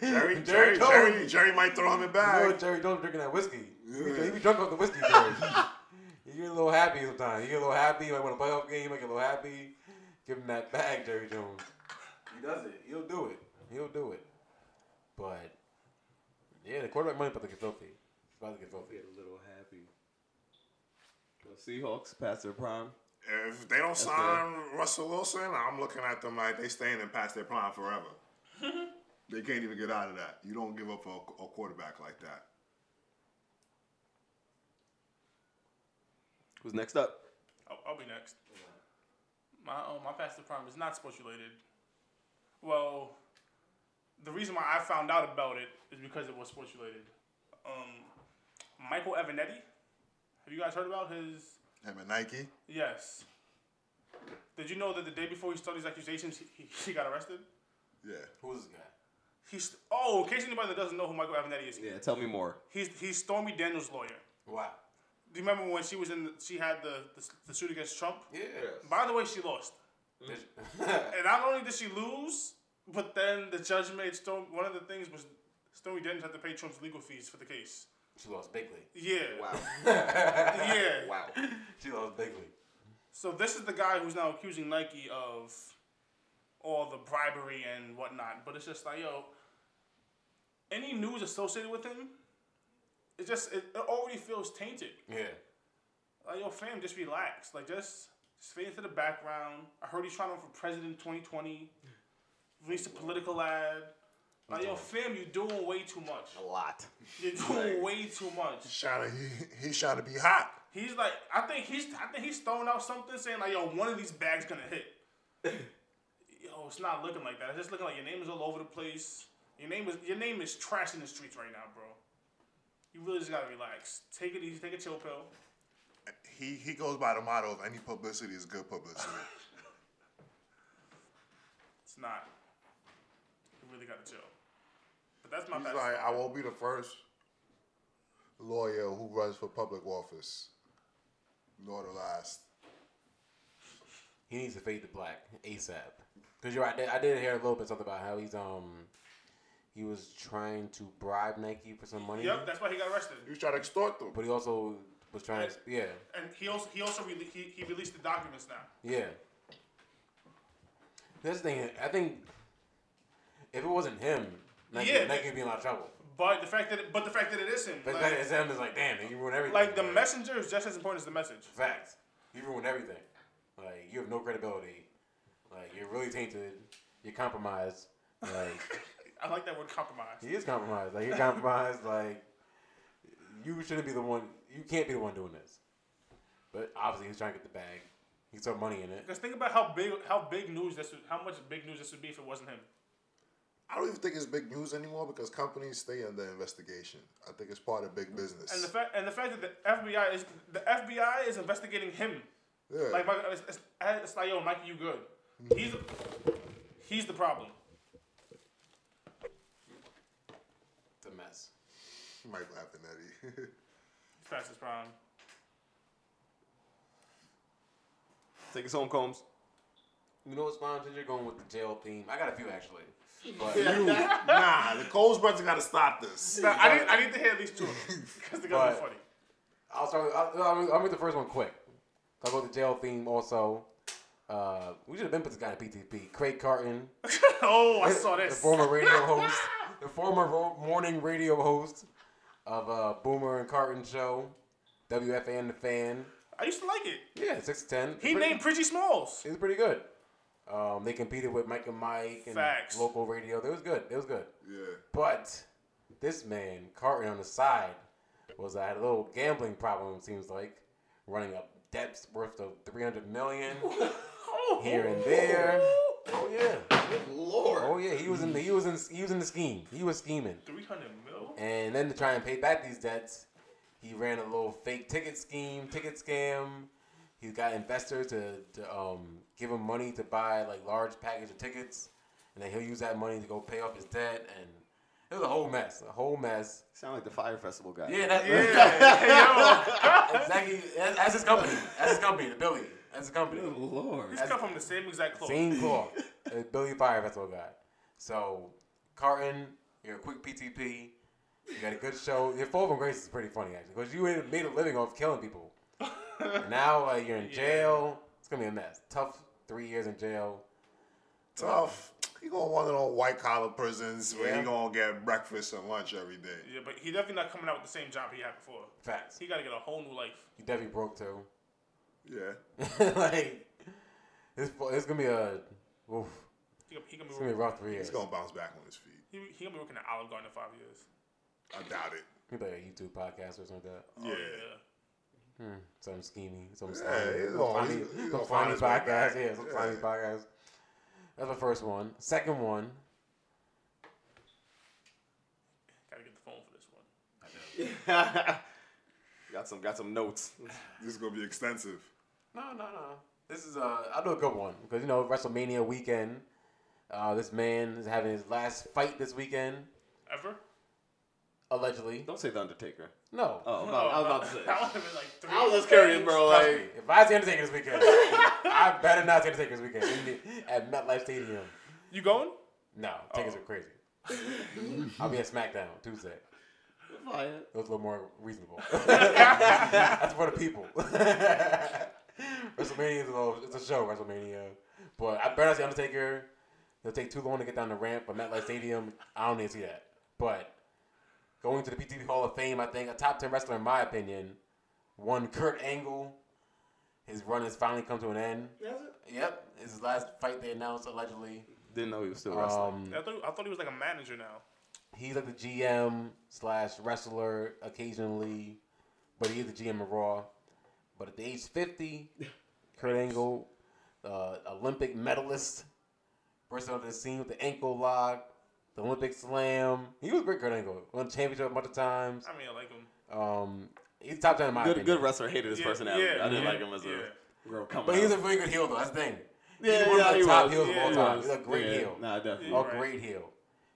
Speaker 3: Jerry, Jerry,
Speaker 5: Jones.
Speaker 3: Jerry, Jerry might throw him in
Speaker 5: You know
Speaker 3: back.
Speaker 5: Jerry Jones drinking that whiskey. He be-
Speaker 3: Yeah.
Speaker 5: He be drunk off the whiskey, Jerry. you get a little happy sometimes. You get a little happy. You might want a playoff game. You might get a little happy. Give him that bag, Jerry Jones. He does it. He'll do it. He'll do it. But yeah, the quarterback money about to get filthy. It's about to get filthy.
Speaker 2: Get a little happy. The Seahawks past their prime.
Speaker 3: If they don't sign Russell Wilson, I'm looking at them like they staying in past their prime forever. they can't even get out of that. You don't give up a, a quarterback like that.
Speaker 2: Who's next up?
Speaker 4: I'll, I'll be next. My oh, my past the prime is not sports related. Well, the reason why I found out about it is because it was sports related. Um, Michael Evanetti. Have you guys heard about his?
Speaker 3: Him and Nike.
Speaker 4: Yes. Did you know that the day before he started his accusations, he, he, he got arrested?
Speaker 3: Yeah.
Speaker 5: Who's this guy?
Speaker 4: He's oh, in case anybody that doesn't know who Michael Avenatti is,
Speaker 2: Yeah, tell me more.
Speaker 4: he's he's Stormy Daniels' lawyer.
Speaker 5: Wow.
Speaker 4: Do you remember when she was in? The, she had the, the the suit against Trump.
Speaker 5: Yeah.
Speaker 4: By the way, she lost.
Speaker 5: This-
Speaker 4: And not only did she lose, but then the judge made Storm. One of the things was Stormy Daniels had to pay Trump's legal fees for the case.
Speaker 5: she lost bigly.
Speaker 4: Yeah.
Speaker 2: Wow.
Speaker 4: Yeah.
Speaker 2: Uh, Wow.
Speaker 5: She lost bigly.
Speaker 4: So this is the guy who's now accusing Nike of all the bribery and whatnot. But it's just like, yo, any news associated with him, it just it, it already feels tainted.
Speaker 5: Yeah.
Speaker 4: Like, yo, fam, just relax. Like, just, just fade into the background. I heard he's trying to run for president 2020. Released a political ad. Like, yo, fam, you're doing way too much.
Speaker 2: A lot.
Speaker 4: You're doing way too much.
Speaker 3: Trying to, he, he's trying to be hot.
Speaker 4: He's like, I think he's, I think he's throwing out something saying like, yo, one of these bags gonna hit. yo, it's not looking like that. It's just looking like your name is all over the place. Your name is, your name is trash in the streets right now, bro. You really just gotta relax. Take it easy. Take a chill pill.
Speaker 3: He he goes by the motto of any publicity is good publicity.
Speaker 4: It's not. You really gotta chill. But that's my
Speaker 3: He's
Speaker 4: best.
Speaker 3: like, I won't be the first lawyer who runs for public office, nor the last.
Speaker 5: He needs to fade to black ASAP. Cause you're right. I did, I did hear a little bit something about how he's um, he was trying to bribe Nike for some money.
Speaker 4: yep, that's why he got arrested.
Speaker 3: He was trying to extort them.
Speaker 5: But he also was trying to. Yeah.
Speaker 4: And he also he also rele- he, he released the documents now.
Speaker 5: Yeah. That's the thing. I think if it wasn't him, Nike,
Speaker 4: Yeah.
Speaker 5: Nike would be in a lot of trouble.
Speaker 4: But the fact that it, but the fact that it is him,
Speaker 5: But that
Speaker 4: like,
Speaker 5: it's him is like, damn, you ruined everything.
Speaker 4: like the messenger is just as important as the message.
Speaker 5: Facts. You ruined everything. Like you have no credibility. Like you're really tainted. You're compromised. Like
Speaker 4: I like that word compromise.
Speaker 5: he is compromised. Like you're compromised. Like you shouldn't be the one. You can't be the one doing this. But obviously he's trying to get the bag. He throw money in it.
Speaker 4: Because think about how big how big news this would, how much big news this would be if it wasn't him.
Speaker 3: I don't even think it's big news anymore because companies stay under investigation. I think it's part of big business.
Speaker 4: And the fact and the fact that the FBI is the FBI is investigating him.
Speaker 3: yeah.
Speaker 4: Like Michael, it's, it's, it's like yo, Mikey, you good? He's he's the problem.
Speaker 5: It's a mess.
Speaker 3: Michael Avenatti.
Speaker 4: Fastest prime.
Speaker 2: Take us home, Combs.
Speaker 5: You know what's fine? Since you're going with the jail theme, I got a few actually. But
Speaker 3: nah, the Coles brothers gotta stop this.
Speaker 4: Nah, I, need, I need to hear at least two of them because they're gonna be
Speaker 5: But-
Speaker 4: funny.
Speaker 5: I'll start. With, I'll, I'll, I'll make the first one quick. I'll go with the jail theme also. Uh, we should have been put this guy in PTP. Craig Carton,
Speaker 4: Oh, I saw
Speaker 5: the
Speaker 4: this.
Speaker 5: former radio host, the former ro- morning radio host of uh, Boomer and Carton show, WFAN the fan.
Speaker 4: I used to like it.
Speaker 5: Yeah, six to ten.
Speaker 4: He named Pretty Smalls.
Speaker 5: It's pretty good. Um, they competed with Mike and Mike and
Speaker 4: Facts.
Speaker 5: local radio. It was good. It was good.
Speaker 3: yeah.
Speaker 5: But this man, Carton on the side, was I had a little gambling problem, it seems like, running up debts worth of 300 million here and there. Oh yeah.
Speaker 2: Lord.
Speaker 5: Oh yeah, he was in the he was in he was in the scheme. He was scheming.
Speaker 4: 300 mil?
Speaker 5: And then to try and pay back these debts, he ran a little fake ticket scheme, ticket scam. He got investors to, to um, give him money to buy like large package of tickets, and then he'll use that money to go pay off his debt. And it was a whole mess, a whole mess.
Speaker 2: Sound like the Fire Festival guy.
Speaker 5: Yeah, that's
Speaker 4: Yeah, yo.
Speaker 5: exactly. That's, that's his company. That's his company, the Billy. That's his company.
Speaker 2: Lord.
Speaker 4: He's come from the same exact cloth.
Speaker 5: Same claw. Uh, Billy Fire Festival guy. So, Carton, you're a quick PTP. You got a good show. Your Fall from Grace is pretty funny actually, because you had made a living off killing people. And now like, you're in jail. It's gonna be a mess. Tough three years in jail.
Speaker 3: Tough. He going to one of those white collar prisons where
Speaker 5: Yeah.
Speaker 3: he gonna get breakfast and lunch every day.
Speaker 4: Yeah, but he definitely not coming out with the same job he had before.
Speaker 5: Facts.
Speaker 4: He got to get a whole new life.
Speaker 5: You definitely broke too.
Speaker 3: Yeah.
Speaker 5: like it's it's gonna be a oof,
Speaker 4: He gonna, he gonna
Speaker 5: it's
Speaker 4: be
Speaker 5: gonna be
Speaker 4: working,
Speaker 5: a rough three years.
Speaker 3: He's gonna bounce back on his feet.
Speaker 4: he, he gonna be working at Olive Garden in five years.
Speaker 3: I doubt it.
Speaker 5: He's like a YouTube podcast or something like that.
Speaker 3: yeah.
Speaker 5: Hmm. Something schemey, something
Speaker 3: Yeah,
Speaker 5: slimy,
Speaker 3: he's
Speaker 5: some
Speaker 3: gonna-
Speaker 5: funny,
Speaker 3: he's- he's
Speaker 5: some
Speaker 3: gonna
Speaker 5: funny
Speaker 3: find his way
Speaker 5: podcast.
Speaker 3: back.
Speaker 5: Yeah, some funny
Speaker 3: Yeah.
Speaker 5: podcast. That's the first one. Second one.
Speaker 4: Gotta get the phone for this one.
Speaker 2: got some got some notes.
Speaker 3: This is gonna be extensive.
Speaker 5: No, no, no. This is uh, I'll do a good one because you know WrestleMania weekend. Uh, this man is having his last fight this weekend,
Speaker 4: Ever?
Speaker 5: allegedly.
Speaker 2: Don't say the Undertaker.
Speaker 5: No.
Speaker 2: Oh, I'm about, I was about to say.
Speaker 4: That would have been like three.
Speaker 2: I was just curious, bro.
Speaker 5: Trust me,
Speaker 2: Like,
Speaker 5: if I see Undertaker this weekend, I better not see Undertaker this weekend in the, at MetLife Stadium.
Speaker 4: You going?
Speaker 5: No, tickets are crazy. I'll be at SmackDown Tuesday.
Speaker 2: fire.
Speaker 5: That was a little more reasonable. That's for the people. WrestleMania is a, little, it's a show, WrestleMania. But I better not see Undertaker. It'll take too long to get down the ramp at MetLife Stadium. I don't need to see that. But going to the PTV Hall of Fame, I think a top ten wrestler in my opinion. One Kurt Angle. His run has finally come to an end. Yep, his last fight they announced allegedly.
Speaker 2: didn't know he was still wrestling.
Speaker 5: Um,
Speaker 4: I thought, I thought he was like a manager now.
Speaker 5: he's like the GM slash wrestler occasionally, but he is the GM of Raw. But at the age fifty, Kurt Angle, uh, Olympic medalist, burst onto the scene with the ankle lock, the Olympic slam. He was great, Kurt Angle. Won championship a bunch of times.
Speaker 4: I mean, I like him.
Speaker 5: Um, he's top ten in my
Speaker 2: good,
Speaker 5: opinion.
Speaker 2: good wrestler. Hated his
Speaker 4: Yeah,
Speaker 2: personality.
Speaker 4: yeah,
Speaker 2: I didn't
Speaker 4: yeah,
Speaker 2: like him as a
Speaker 4: yeah.
Speaker 2: girl coming.
Speaker 5: but he's a
Speaker 2: up.
Speaker 5: really good heel though. That's the thing.
Speaker 2: yeah,
Speaker 5: he's one of the
Speaker 2: he
Speaker 5: top
Speaker 2: was.
Speaker 5: heels of
Speaker 2: Yeah,
Speaker 5: all
Speaker 2: he
Speaker 5: time.
Speaker 2: was.
Speaker 5: He's a great
Speaker 2: Yeah.
Speaker 5: heel.
Speaker 2: Nah, definitely.
Speaker 5: a
Speaker 4: Right.
Speaker 5: Oh, great heel.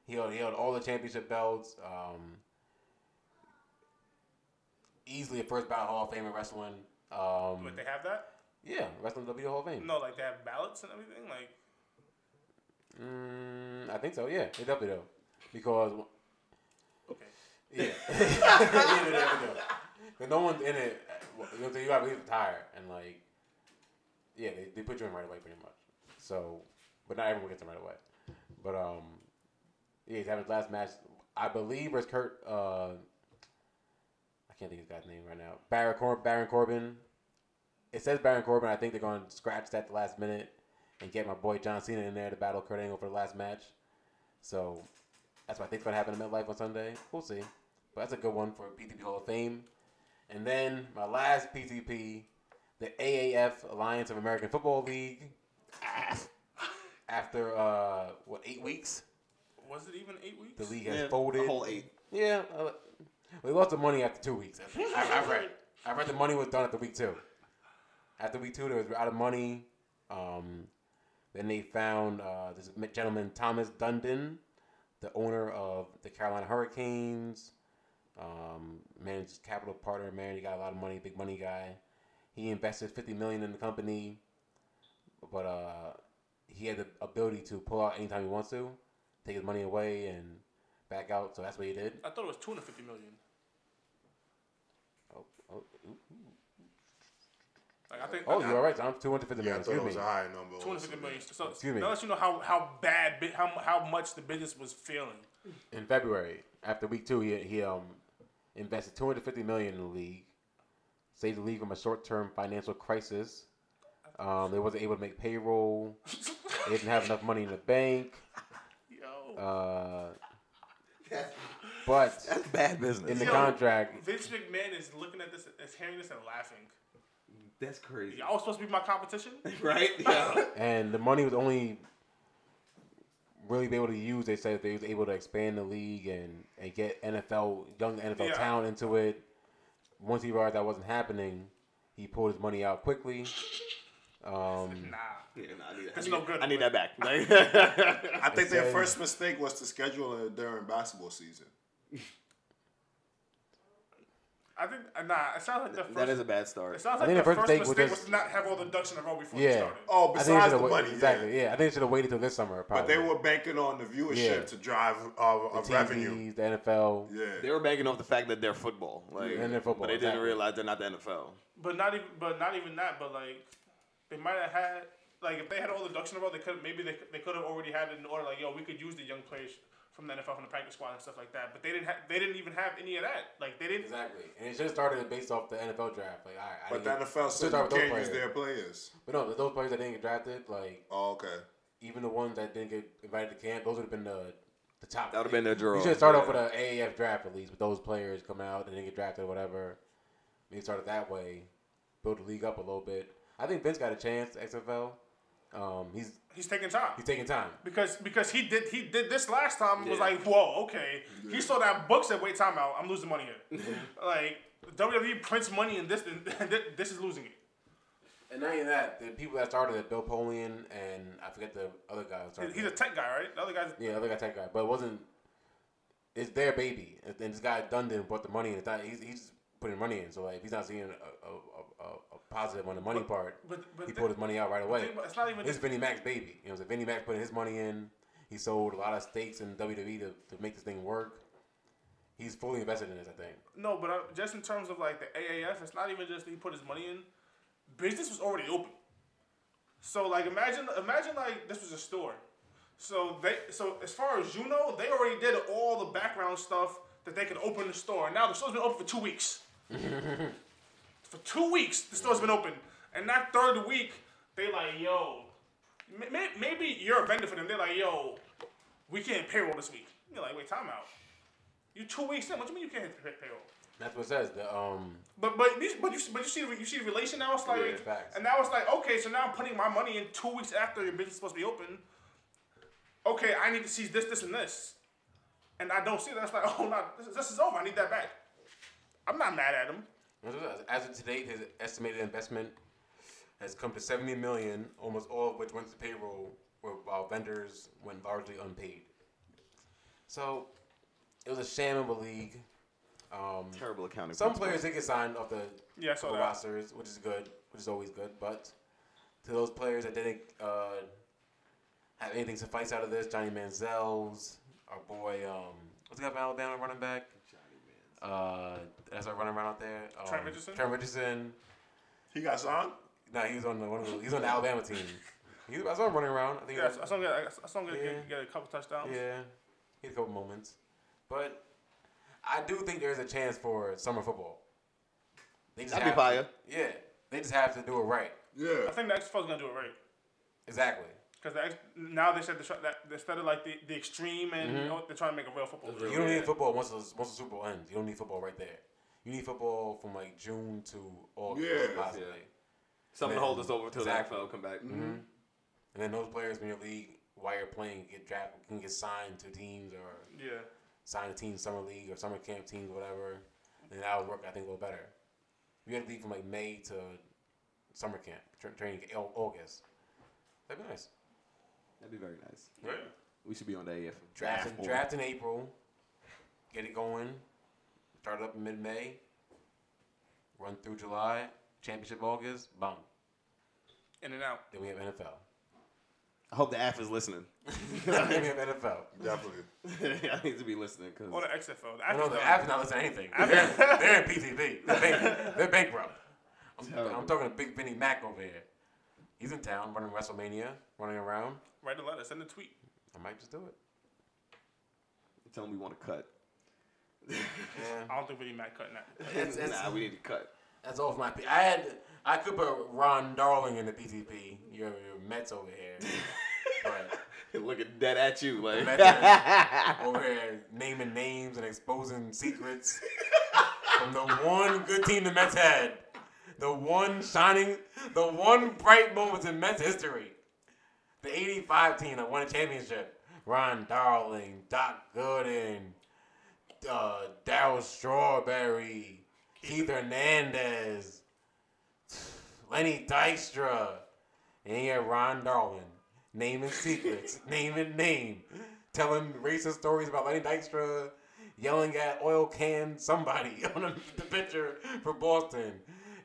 Speaker 5: He held, he held all the championship belts. Um, easily a first ballot Hall of Fame in wrestling. Um,
Speaker 4: But they have that?
Speaker 5: yeah, wrestling WWE Hall of Fame.
Speaker 4: No, like they have ballots and everything. Like,
Speaker 5: Mm, I think so. Yeah, they definitely do. Because
Speaker 4: okay.
Speaker 5: yeah, yeah they definitely do. But no one's in it. well, You know, what I'm saying? you gotta leave retired and like, yeah, they, they put you in right away pretty much. So, but not everyone gets in right away. But um, yeah, he's having his last match, I believe, versus Kurt. Uh, I can't think of his guy's name right now. Baron, Cor- Baron Corbin. It says Baron Corbin. I think they're going to scratch that at the last minute and get my boy John Cena in there to battle Kurt Angle for the last match. So that's what I think's going to happen in MetLife on Sunday. We'll see. But that's a good one for PTP Hall of Fame. And then my last PTP, the AAF Alliance of American Football League. Ah. After uh, what eight weeks,
Speaker 4: Was it even eight weeks?
Speaker 5: the league has
Speaker 2: Yeah,
Speaker 5: folded.
Speaker 2: a whole eight.
Speaker 5: Yeah, I, li- we lost the money after two weeks. I, think. I, I read. I read the money was done after week two. After week two, they was out of money. Um, then they found uh, this m- gentleman Thomas Dundon, the owner of the Carolina Hurricanes, um, managed capital partner. Man, he got a lot of money, big money guy. He invested fifty million in the company, but uh, he had the ability to pull out anytime he wants to, take his money away and back out. So that's what he did.
Speaker 4: I thought it was 250 million.
Speaker 5: Oh, oh, ooh.
Speaker 4: Like, I think.
Speaker 5: oh
Speaker 4: I,
Speaker 5: you are right, Tom. 250
Speaker 3: Uh, Yeah, I
Speaker 5: million.
Speaker 3: thought it was
Speaker 5: Excuse
Speaker 3: a
Speaker 5: me.
Speaker 3: high number.
Speaker 4: Two hundred fifty million. So
Speaker 5: Excuse me.
Speaker 4: that lets you know how how bad, bi- how how much the business was feeling.
Speaker 5: In February, after week two, he, he um invested 250 million in the league, saved the league from a short-term financial crisis. Um, they wasn't able to make payroll. They didn't have enough money in the bank.
Speaker 4: Yo,
Speaker 5: Uh, but
Speaker 2: That's bad
Speaker 5: in
Speaker 2: business.
Speaker 5: the
Speaker 4: Yo.
Speaker 5: contract,
Speaker 4: Vince McMahon is looking at this, is hearing this and laughing.
Speaker 2: That's crazy.
Speaker 4: Y'all supposed to be my competition?
Speaker 2: Right? Yeah.
Speaker 5: and the money was only really be able to use. They said they was able to expand the league and, and get NFL young NFL
Speaker 4: Yeah.
Speaker 5: talent into it. Once he realized that wasn't happening, he pulled his money out quickly. Um,
Speaker 4: Nah.
Speaker 2: yeah nah, I need that.
Speaker 4: That's
Speaker 2: I need,
Speaker 4: no good.
Speaker 2: I need that back. Like-
Speaker 3: I think their
Speaker 5: Exactly.
Speaker 3: first mistake was to schedule it during basketball season.
Speaker 4: I think uh, nah. It sounds like the first.
Speaker 2: that is a bad start.
Speaker 4: it sounds
Speaker 5: I
Speaker 4: like
Speaker 5: think
Speaker 4: the first mistake,
Speaker 5: was
Speaker 4: was,
Speaker 5: just-
Speaker 4: to not have all the ducks in a row before
Speaker 5: Yeah.
Speaker 4: they started.
Speaker 3: Oh,
Speaker 5: I think they
Speaker 3: besides the
Speaker 5: should've wait-
Speaker 3: money,
Speaker 5: exactly.
Speaker 3: yeah.
Speaker 5: Yeah. I think they should have waited till this summer. Probably.
Speaker 3: But they were banking on the viewership
Speaker 5: Yeah.
Speaker 3: to drive uh, of
Speaker 5: the
Speaker 3: revenue.
Speaker 5: TVs, the NFL.
Speaker 3: Yeah.
Speaker 2: They were banking off the fact that they're football. Like,
Speaker 5: And they're football,
Speaker 2: But they didn't
Speaker 5: exactly.
Speaker 2: realize they're not the NFL.
Speaker 4: But not even, but not even that. But like, they might have had like if they had all the ducks in a row, they could maybe they, they could have already had it in order. Like yo, we could use the young players from from the NFL from the practice squad and stuff like that. But they didn't ha- they didn't even have any of that. Like they didn't.
Speaker 5: Exactly, and it should have started based off the NFL draft. Like, all right, I
Speaker 3: But
Speaker 5: didn't
Speaker 3: the
Speaker 5: get-
Speaker 3: NFL
Speaker 5: should
Speaker 3: said
Speaker 5: start
Speaker 3: you
Speaker 5: with those
Speaker 3: can't use
Speaker 5: players.
Speaker 3: their players.
Speaker 5: But no, those players that didn't get drafted, like
Speaker 3: Oh, okay.
Speaker 5: even the ones that didn't get invited to camp, those would have been the the top.
Speaker 2: That would have been their draw.
Speaker 5: You should start off with an AAF draft at least, with those players coming out and then get drafted or whatever. Maybe start it that way, build the league up a little bit. I think Vince got a chance XFL. Um, he's
Speaker 4: He's taking time.
Speaker 5: he's taking time.
Speaker 4: Because because he did he did this last time and was
Speaker 2: Yeah.
Speaker 4: like, whoa, okay. He saw that book said, wait, time out, I'm losing money here. like WWE prints money and this and thi- this is losing it.
Speaker 5: And not even that, the people that started it, Bill Polian and I forget the other guy who started.
Speaker 4: He's a
Speaker 5: it.
Speaker 4: tech guy, right? The other guy's
Speaker 5: yeah, other guy tech guy, but it wasn't. It's their baby, and and this guy Dundon brought the money, and it's not, he's he's putting money in. So like, if he's not seeing a, a, a, a- a positive on the money part,
Speaker 4: but- but
Speaker 5: he
Speaker 4: the-
Speaker 5: pulled his money out right away.
Speaker 4: think about- it's not even-
Speaker 5: It's Vinnie Mac's baby. You know, so Vinnie Mac putting his money in. He sold a lot of stakes in WWE to, to make this thing work. He's fully invested in this, I think.
Speaker 4: no, but uh, just in terms of like the AAF, it's not even just he put his money in. Business was already open. So like imagine imagine like this was a store. So they so as far as you know, they already did all the background stuff that they could open the store. And now the store's been open for two weeks. for two weeks the store's been open, and that third week they like yo, may- may- maybe you're a vendor for them. They're like yo, we can't payroll this week. You're like wait time out. You two weeks in? What do you mean you can't pay- payroll?
Speaker 5: That's what it says. The um,
Speaker 4: But but these- but you see- but you see you see the relation now. It's like
Speaker 2: Yeah,
Speaker 5: facts.
Speaker 4: and now it's like okay, so now I'm putting my money in two weeks after your business is supposed to be open. Okay, I need to see this this and this, and I don't see that. It's like oh no, this, is- this is over. I need that back. I'm not mad at him.
Speaker 5: As of today, his estimated investment has come to 70 million, almost all of which went to payroll, where- while vendors went largely unpaid. So it was a sham of a league. Um,
Speaker 2: terrible accounting.
Speaker 5: some
Speaker 2: principles.
Speaker 5: players did get signed off the,
Speaker 4: Yeah, I saw
Speaker 5: the
Speaker 4: that.
Speaker 5: rosters, which is good, which is always good. But to those players that didn't uh, have anything suffice out of this, Johnny Manziel's, our boy, um, what's the guy from Alabama running back? Uh, that's our running around out there. Um,
Speaker 4: Trent Richardson?
Speaker 5: Trent Richardson.
Speaker 3: He got signed.
Speaker 5: No, he was on the one of the, he's on the Alabama team. He, I saw him running around. I think
Speaker 4: Yeah,
Speaker 5: he
Speaker 4: I
Speaker 5: was,
Speaker 4: saw him get, I saw him get,
Speaker 5: Yeah.
Speaker 4: get, get a couple touchdowns.
Speaker 5: yeah, he had a couple moments, but I do think there's a chance for summer football. They just
Speaker 2: That'd be
Speaker 5: have
Speaker 2: fire.
Speaker 5: To, yeah, they just have to do it right.
Speaker 3: Yeah.
Speaker 4: I think the XFL's gonna do it right
Speaker 5: Exactly.
Speaker 4: because the X, now they said the, that instead of like the, the extreme and you know, they're trying to make a real football.
Speaker 5: Mm-hmm. You don't need football once the, once the Super Bowl ends. You don't need football right there. You need football from like June to August,
Speaker 3: Yeah.
Speaker 5: possibly.
Speaker 2: Yeah. Something to hold us over till
Speaker 5: Exactly. Mm-hmm.
Speaker 2: the NFL come back. Mm-hmm.
Speaker 5: And then those players in your league, while you're playing, get drafted, can get signed to teams or
Speaker 4: Yeah,
Speaker 5: sign a team summer league or summer camp teams, whatever, then that would work. I think a little better. You had to leave from like May to summer camp tra- training in August. That'd be nice.
Speaker 2: That'd be very nice.
Speaker 5: Right.
Speaker 2: We should be on the AF
Speaker 5: Draft,
Speaker 2: draft.
Speaker 5: in,
Speaker 2: board.
Speaker 5: draft in April, get it going. Start it up in mid May. Run through July. Championship August. Boom.
Speaker 4: in and out.
Speaker 5: Then we have NFL.
Speaker 2: I hope the AF is listening.
Speaker 5: then we have NFL.
Speaker 3: Definitely.
Speaker 2: I need to be listening because
Speaker 4: Or the XFL. The
Speaker 5: I know the
Speaker 4: XFL.
Speaker 5: app's not listening to anything. They're, they're in PTV. They're, bank, they're bankrupt. I'm, I'm talking to Big Benny Mac over here. He's in town running WrestleMania, running around.
Speaker 4: Write a letter. Send a tweet.
Speaker 5: I might just do it.
Speaker 2: tell them we want to cut.
Speaker 5: Yeah.
Speaker 4: I don't think really Matt cutting that.
Speaker 5: That's, that's-
Speaker 2: nah, we need to cut.
Speaker 5: that's all for my. P- I had I could put Ron Darling in the PTP. Your, your Mets over here, but
Speaker 2: Looking dead at you, like
Speaker 5: Mets are over here naming names and exposing secrets from the one good team the Mets had, the one shining, the one bright moment in Mets history, the '85 team that won a championship. Ron Darling, Doc Gooden, uh, Daryl Strawberry, Keith Hernandez, Lenny Dykstra, and yeah, Ron Darwin. Naming secrets, naming name, telling racist stories about Lenny Dykstra, yelling at oil can somebody on the, the picture for Boston,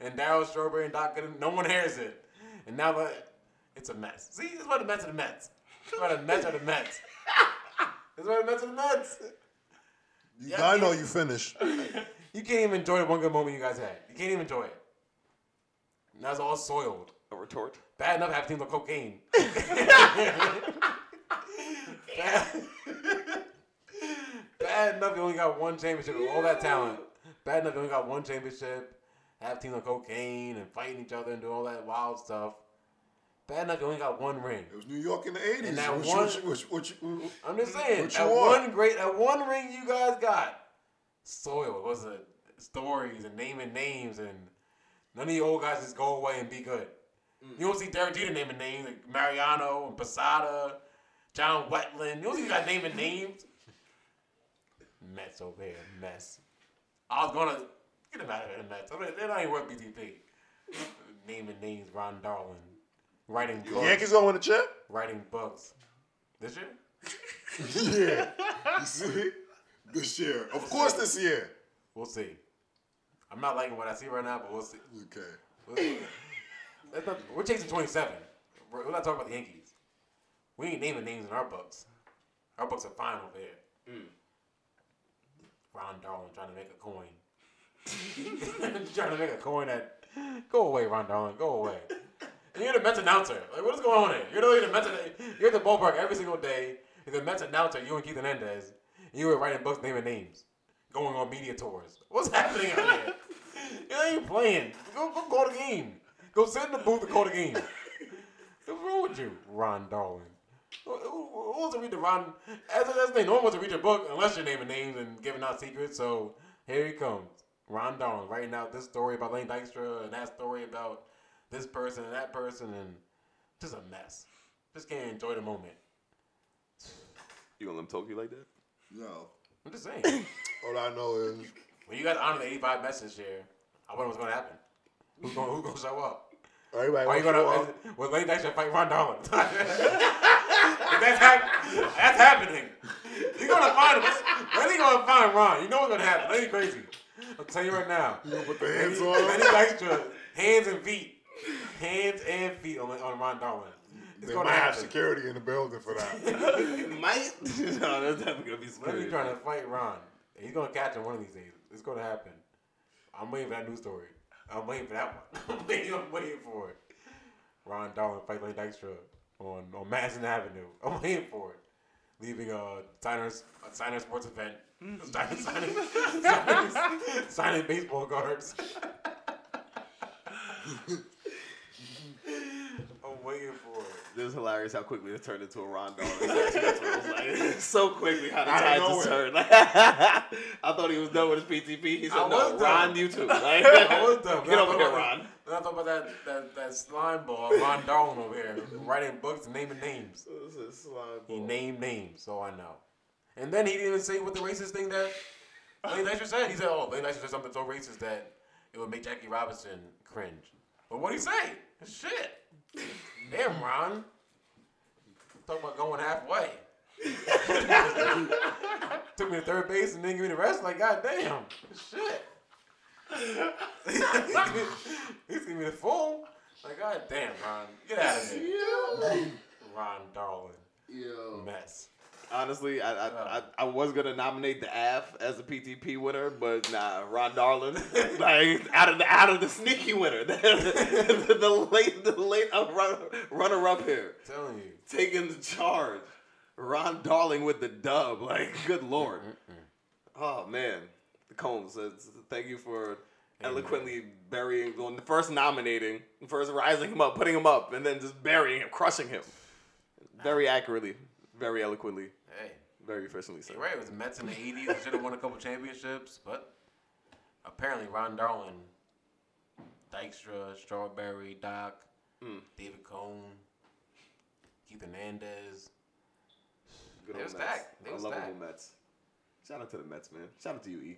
Speaker 5: and Daryl Strawberry and Doc Gooden. No one hears it, and now that it's a mess. See, it's about the Mets are the Mets. It's about the Mets are the Mets. It's about the Mets are the Mets.
Speaker 3: You,
Speaker 5: Yeah,
Speaker 3: I
Speaker 5: yeah.
Speaker 3: know you finished.
Speaker 5: You can't even enjoy the one good moment you guys had. You can't even enjoy it. Now it's all soiled.
Speaker 2: a retort.
Speaker 5: Bad enough having teams on cocaine. Bad, bad enough you only got one championship with all that talent. Bad enough you only got one championship, have teams on cocaine and fighting each other and doing all that wild stuff. Bad enough you only got one ring.
Speaker 3: It was New York in the eighties.
Speaker 5: that
Speaker 3: What,
Speaker 5: one-
Speaker 3: you- what, you- what, you-
Speaker 5: I'm just saying,
Speaker 3: What you
Speaker 5: that
Speaker 3: want?
Speaker 5: one great, that one ring you guys got, soil was a stories and naming names and none of you old guys just go away and be good.
Speaker 3: Mm.
Speaker 5: You don't see Derek Jeter naming names like Mariano and Posada, John Wetland. You don't see you guys naming names. Mets over here, mess. I was gonna get them out of here, the Mets. I mean, they're not even worth BTP. naming names, Ron Darwin, writing
Speaker 3: The
Speaker 5: books,
Speaker 3: Yankees gonna win the chip?
Speaker 5: writing books. This year.
Speaker 3: yeah. You see? This year. Of course this year.
Speaker 5: We'll see. I'm not liking what I see right now, but we'll see.
Speaker 3: Okay.
Speaker 5: We'll- That's not, we're chasing 27. We're, we're not talking about the Yankees. We ain't naming names in our books. Our books are fine over here. Ron Darwin trying to make a coin. trying to make a coin at. Go away, Ron Darwin. Go away. And you're the Mets announcer. Like, what is going on here? You're literally the Mets. You're at the ballpark every single day. You're the Mets announcer. You and Keith Hernandez. And you were writing books, naming names, going on media tours. What's happening out here? you ain't playing. Go, go call the game. Go sit in the booth and call the game. What's wrong with you, Ron Darwin? Who, who, who wants to read the Ron? As that's the thing, no one wants to read your book unless you're naming names and giving out secrets. So here he comes, Ron Darwin, writing out this story about Lane Dykstra and that story about this person and that person, and just a mess. Just can't enjoy the moment.
Speaker 2: You gonna let him talk to you like that?
Speaker 3: No.
Speaker 5: I'm just saying.
Speaker 3: All I know is
Speaker 5: when you guys honor the 85 message here, I wonder what's gonna happen. Who's gonna who's gonna show up?
Speaker 3: everybody.
Speaker 5: Why you
Speaker 3: wants to
Speaker 5: gonna
Speaker 3: go
Speaker 5: uh,
Speaker 3: out.
Speaker 5: well Lane Dykstra fight Ron Darwin? If that's, hap- that's happening. You're gonna find him. Lenny gonna find Ron. You know what's gonna happen. Lenny crazy. I'll tell you right now.
Speaker 3: put the hands on
Speaker 5: Lenny
Speaker 3: him.
Speaker 5: Dykstra, hands and feet, hands and feet on, on Ron Darwin. It's
Speaker 3: They
Speaker 5: gonna
Speaker 3: might have
Speaker 5: happen.
Speaker 3: security in the building for that.
Speaker 2: Might? no, that's definitely gonna be
Speaker 5: Lenny
Speaker 2: scary.
Speaker 5: trying to fight Ron. He's gonna catch him one of these days. It's gonna happen. I'm waiting for that news story. I'm waiting for that one. I'm waiting, I'm waiting for it. Ron Darwin fight Lane Dykstra on, on Madison Avenue. I'm waiting for it. Leaving a signer, a signer sports event. Signing, signing, signing, signing baseball cards. I'm waiting for it.
Speaker 2: This is hilarious how quickly it turned into a Ron Darwin. so quickly how the
Speaker 3: Outta
Speaker 2: tide just
Speaker 3: nowhere.
Speaker 2: turned. I thought he was done with his PTP. He said,
Speaker 5: I
Speaker 2: "No,
Speaker 5: was
Speaker 2: Ron,
Speaker 5: done.
Speaker 2: you too." Like,
Speaker 5: I was dumb.
Speaker 2: Get over here,
Speaker 5: Then I
Speaker 2: Ron.
Speaker 5: thought about- Then I thought about that, that, that slime ball, Ron Darwin over here, writing books and naming names.
Speaker 2: This is slime
Speaker 5: He
Speaker 2: ball.
Speaker 5: named names, so I know. And then he didn't even say what the racist thing that Lane Dykstra said. He said, oh, Lane Dykstra said something so racist that it would make Jackie Robinson cringe. But what'd he say? Shit. Damn, Ron. Talking about going halfway. Took me to third base and didn't give me the rest. Like, goddamn. Shit. He's giving me the full. Like, goddamn, Ron. Get out of here. Ron Darwin. Mess.
Speaker 2: Honestly, I I, I I was gonna nominate the AF as a PTP winner, but nah, Ron Darlin, like out of the out of the sneaky winner, the, late the late up runner, runner up here
Speaker 5: telling you.
Speaker 2: taking the charge. Ron Darling with the dub, like good lord. Oh man, the Combs. uh, Thank you for eloquently burying on the first nominating, first rising him up, putting him up, and then just burying him, crushing him. Very accurately, very eloquently.
Speaker 5: Hey.
Speaker 2: Very efficiently, sir.
Speaker 5: You're right, it was the Mets in the 80s. They should have won a couple championships, but apparently Ron Darwin, Dykstra, Strawberry, Doc, David Cohn, Keith Hernandez.
Speaker 2: Good
Speaker 5: They
Speaker 2: old
Speaker 5: was
Speaker 2: Mets.
Speaker 5: stacked. They
Speaker 2: I
Speaker 5: was
Speaker 2: love
Speaker 5: stacked.
Speaker 2: old Mets. Shout out to the Mets, man. Shout out to you, E.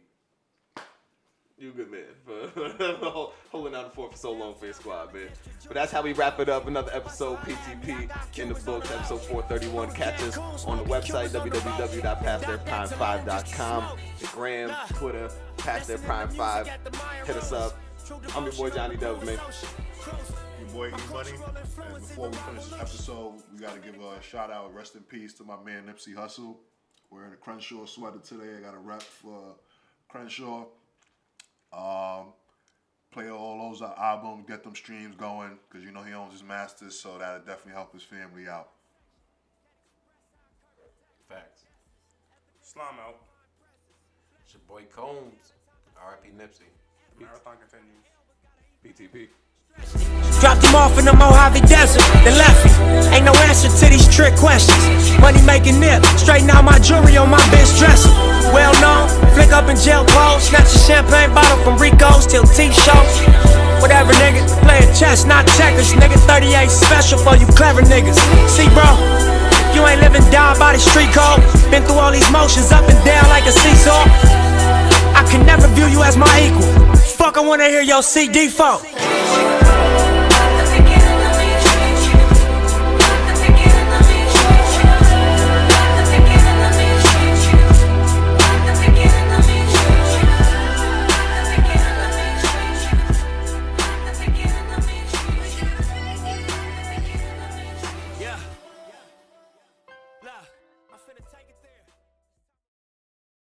Speaker 2: You a good man for holding out the fort for so long for your squad, man. But that's how we wrap it up. Another episode, PTP in the books, episode 431. Catch us on the website, www.pasttheirprime5.com. The gram, Twitter, Past Their Prime 5. Hit us up. I'm your boy, Johnny Dove, man.
Speaker 3: Your boy E Money. And before we finish this episode, we gotta give a shout out, rest in peace to my man Nipsey Hussle. Wearing a Crenshaw sweater today. I got a rep for Crenshaw. Um, play all those uh, albums, get them streams going, because you know he owns his masters, so that'll definitely help his family out.
Speaker 5: Facts.
Speaker 4: Slime out.
Speaker 5: your boy Combs. R.I.P. Nipsey.
Speaker 4: Marathon continues.
Speaker 2: PTP.
Speaker 1: Dropped him off in the Mojave Desert, then left him. Ain't no answer to these trick questions. Money making nip, straighten out my jewelry on my bitch dresser. Well known, flick up in jail clothes, snatch a champagne bottle from Rico's till T shows. Whatever, nigga, playing chess, not checkers. Nigga, 38 special for you clever niggas. See, bro, you ain't living down by the street code. Been through all these motions, up and down like a seesaw. I can never view you as my equal. Fuck, I wanna hear your CD fault.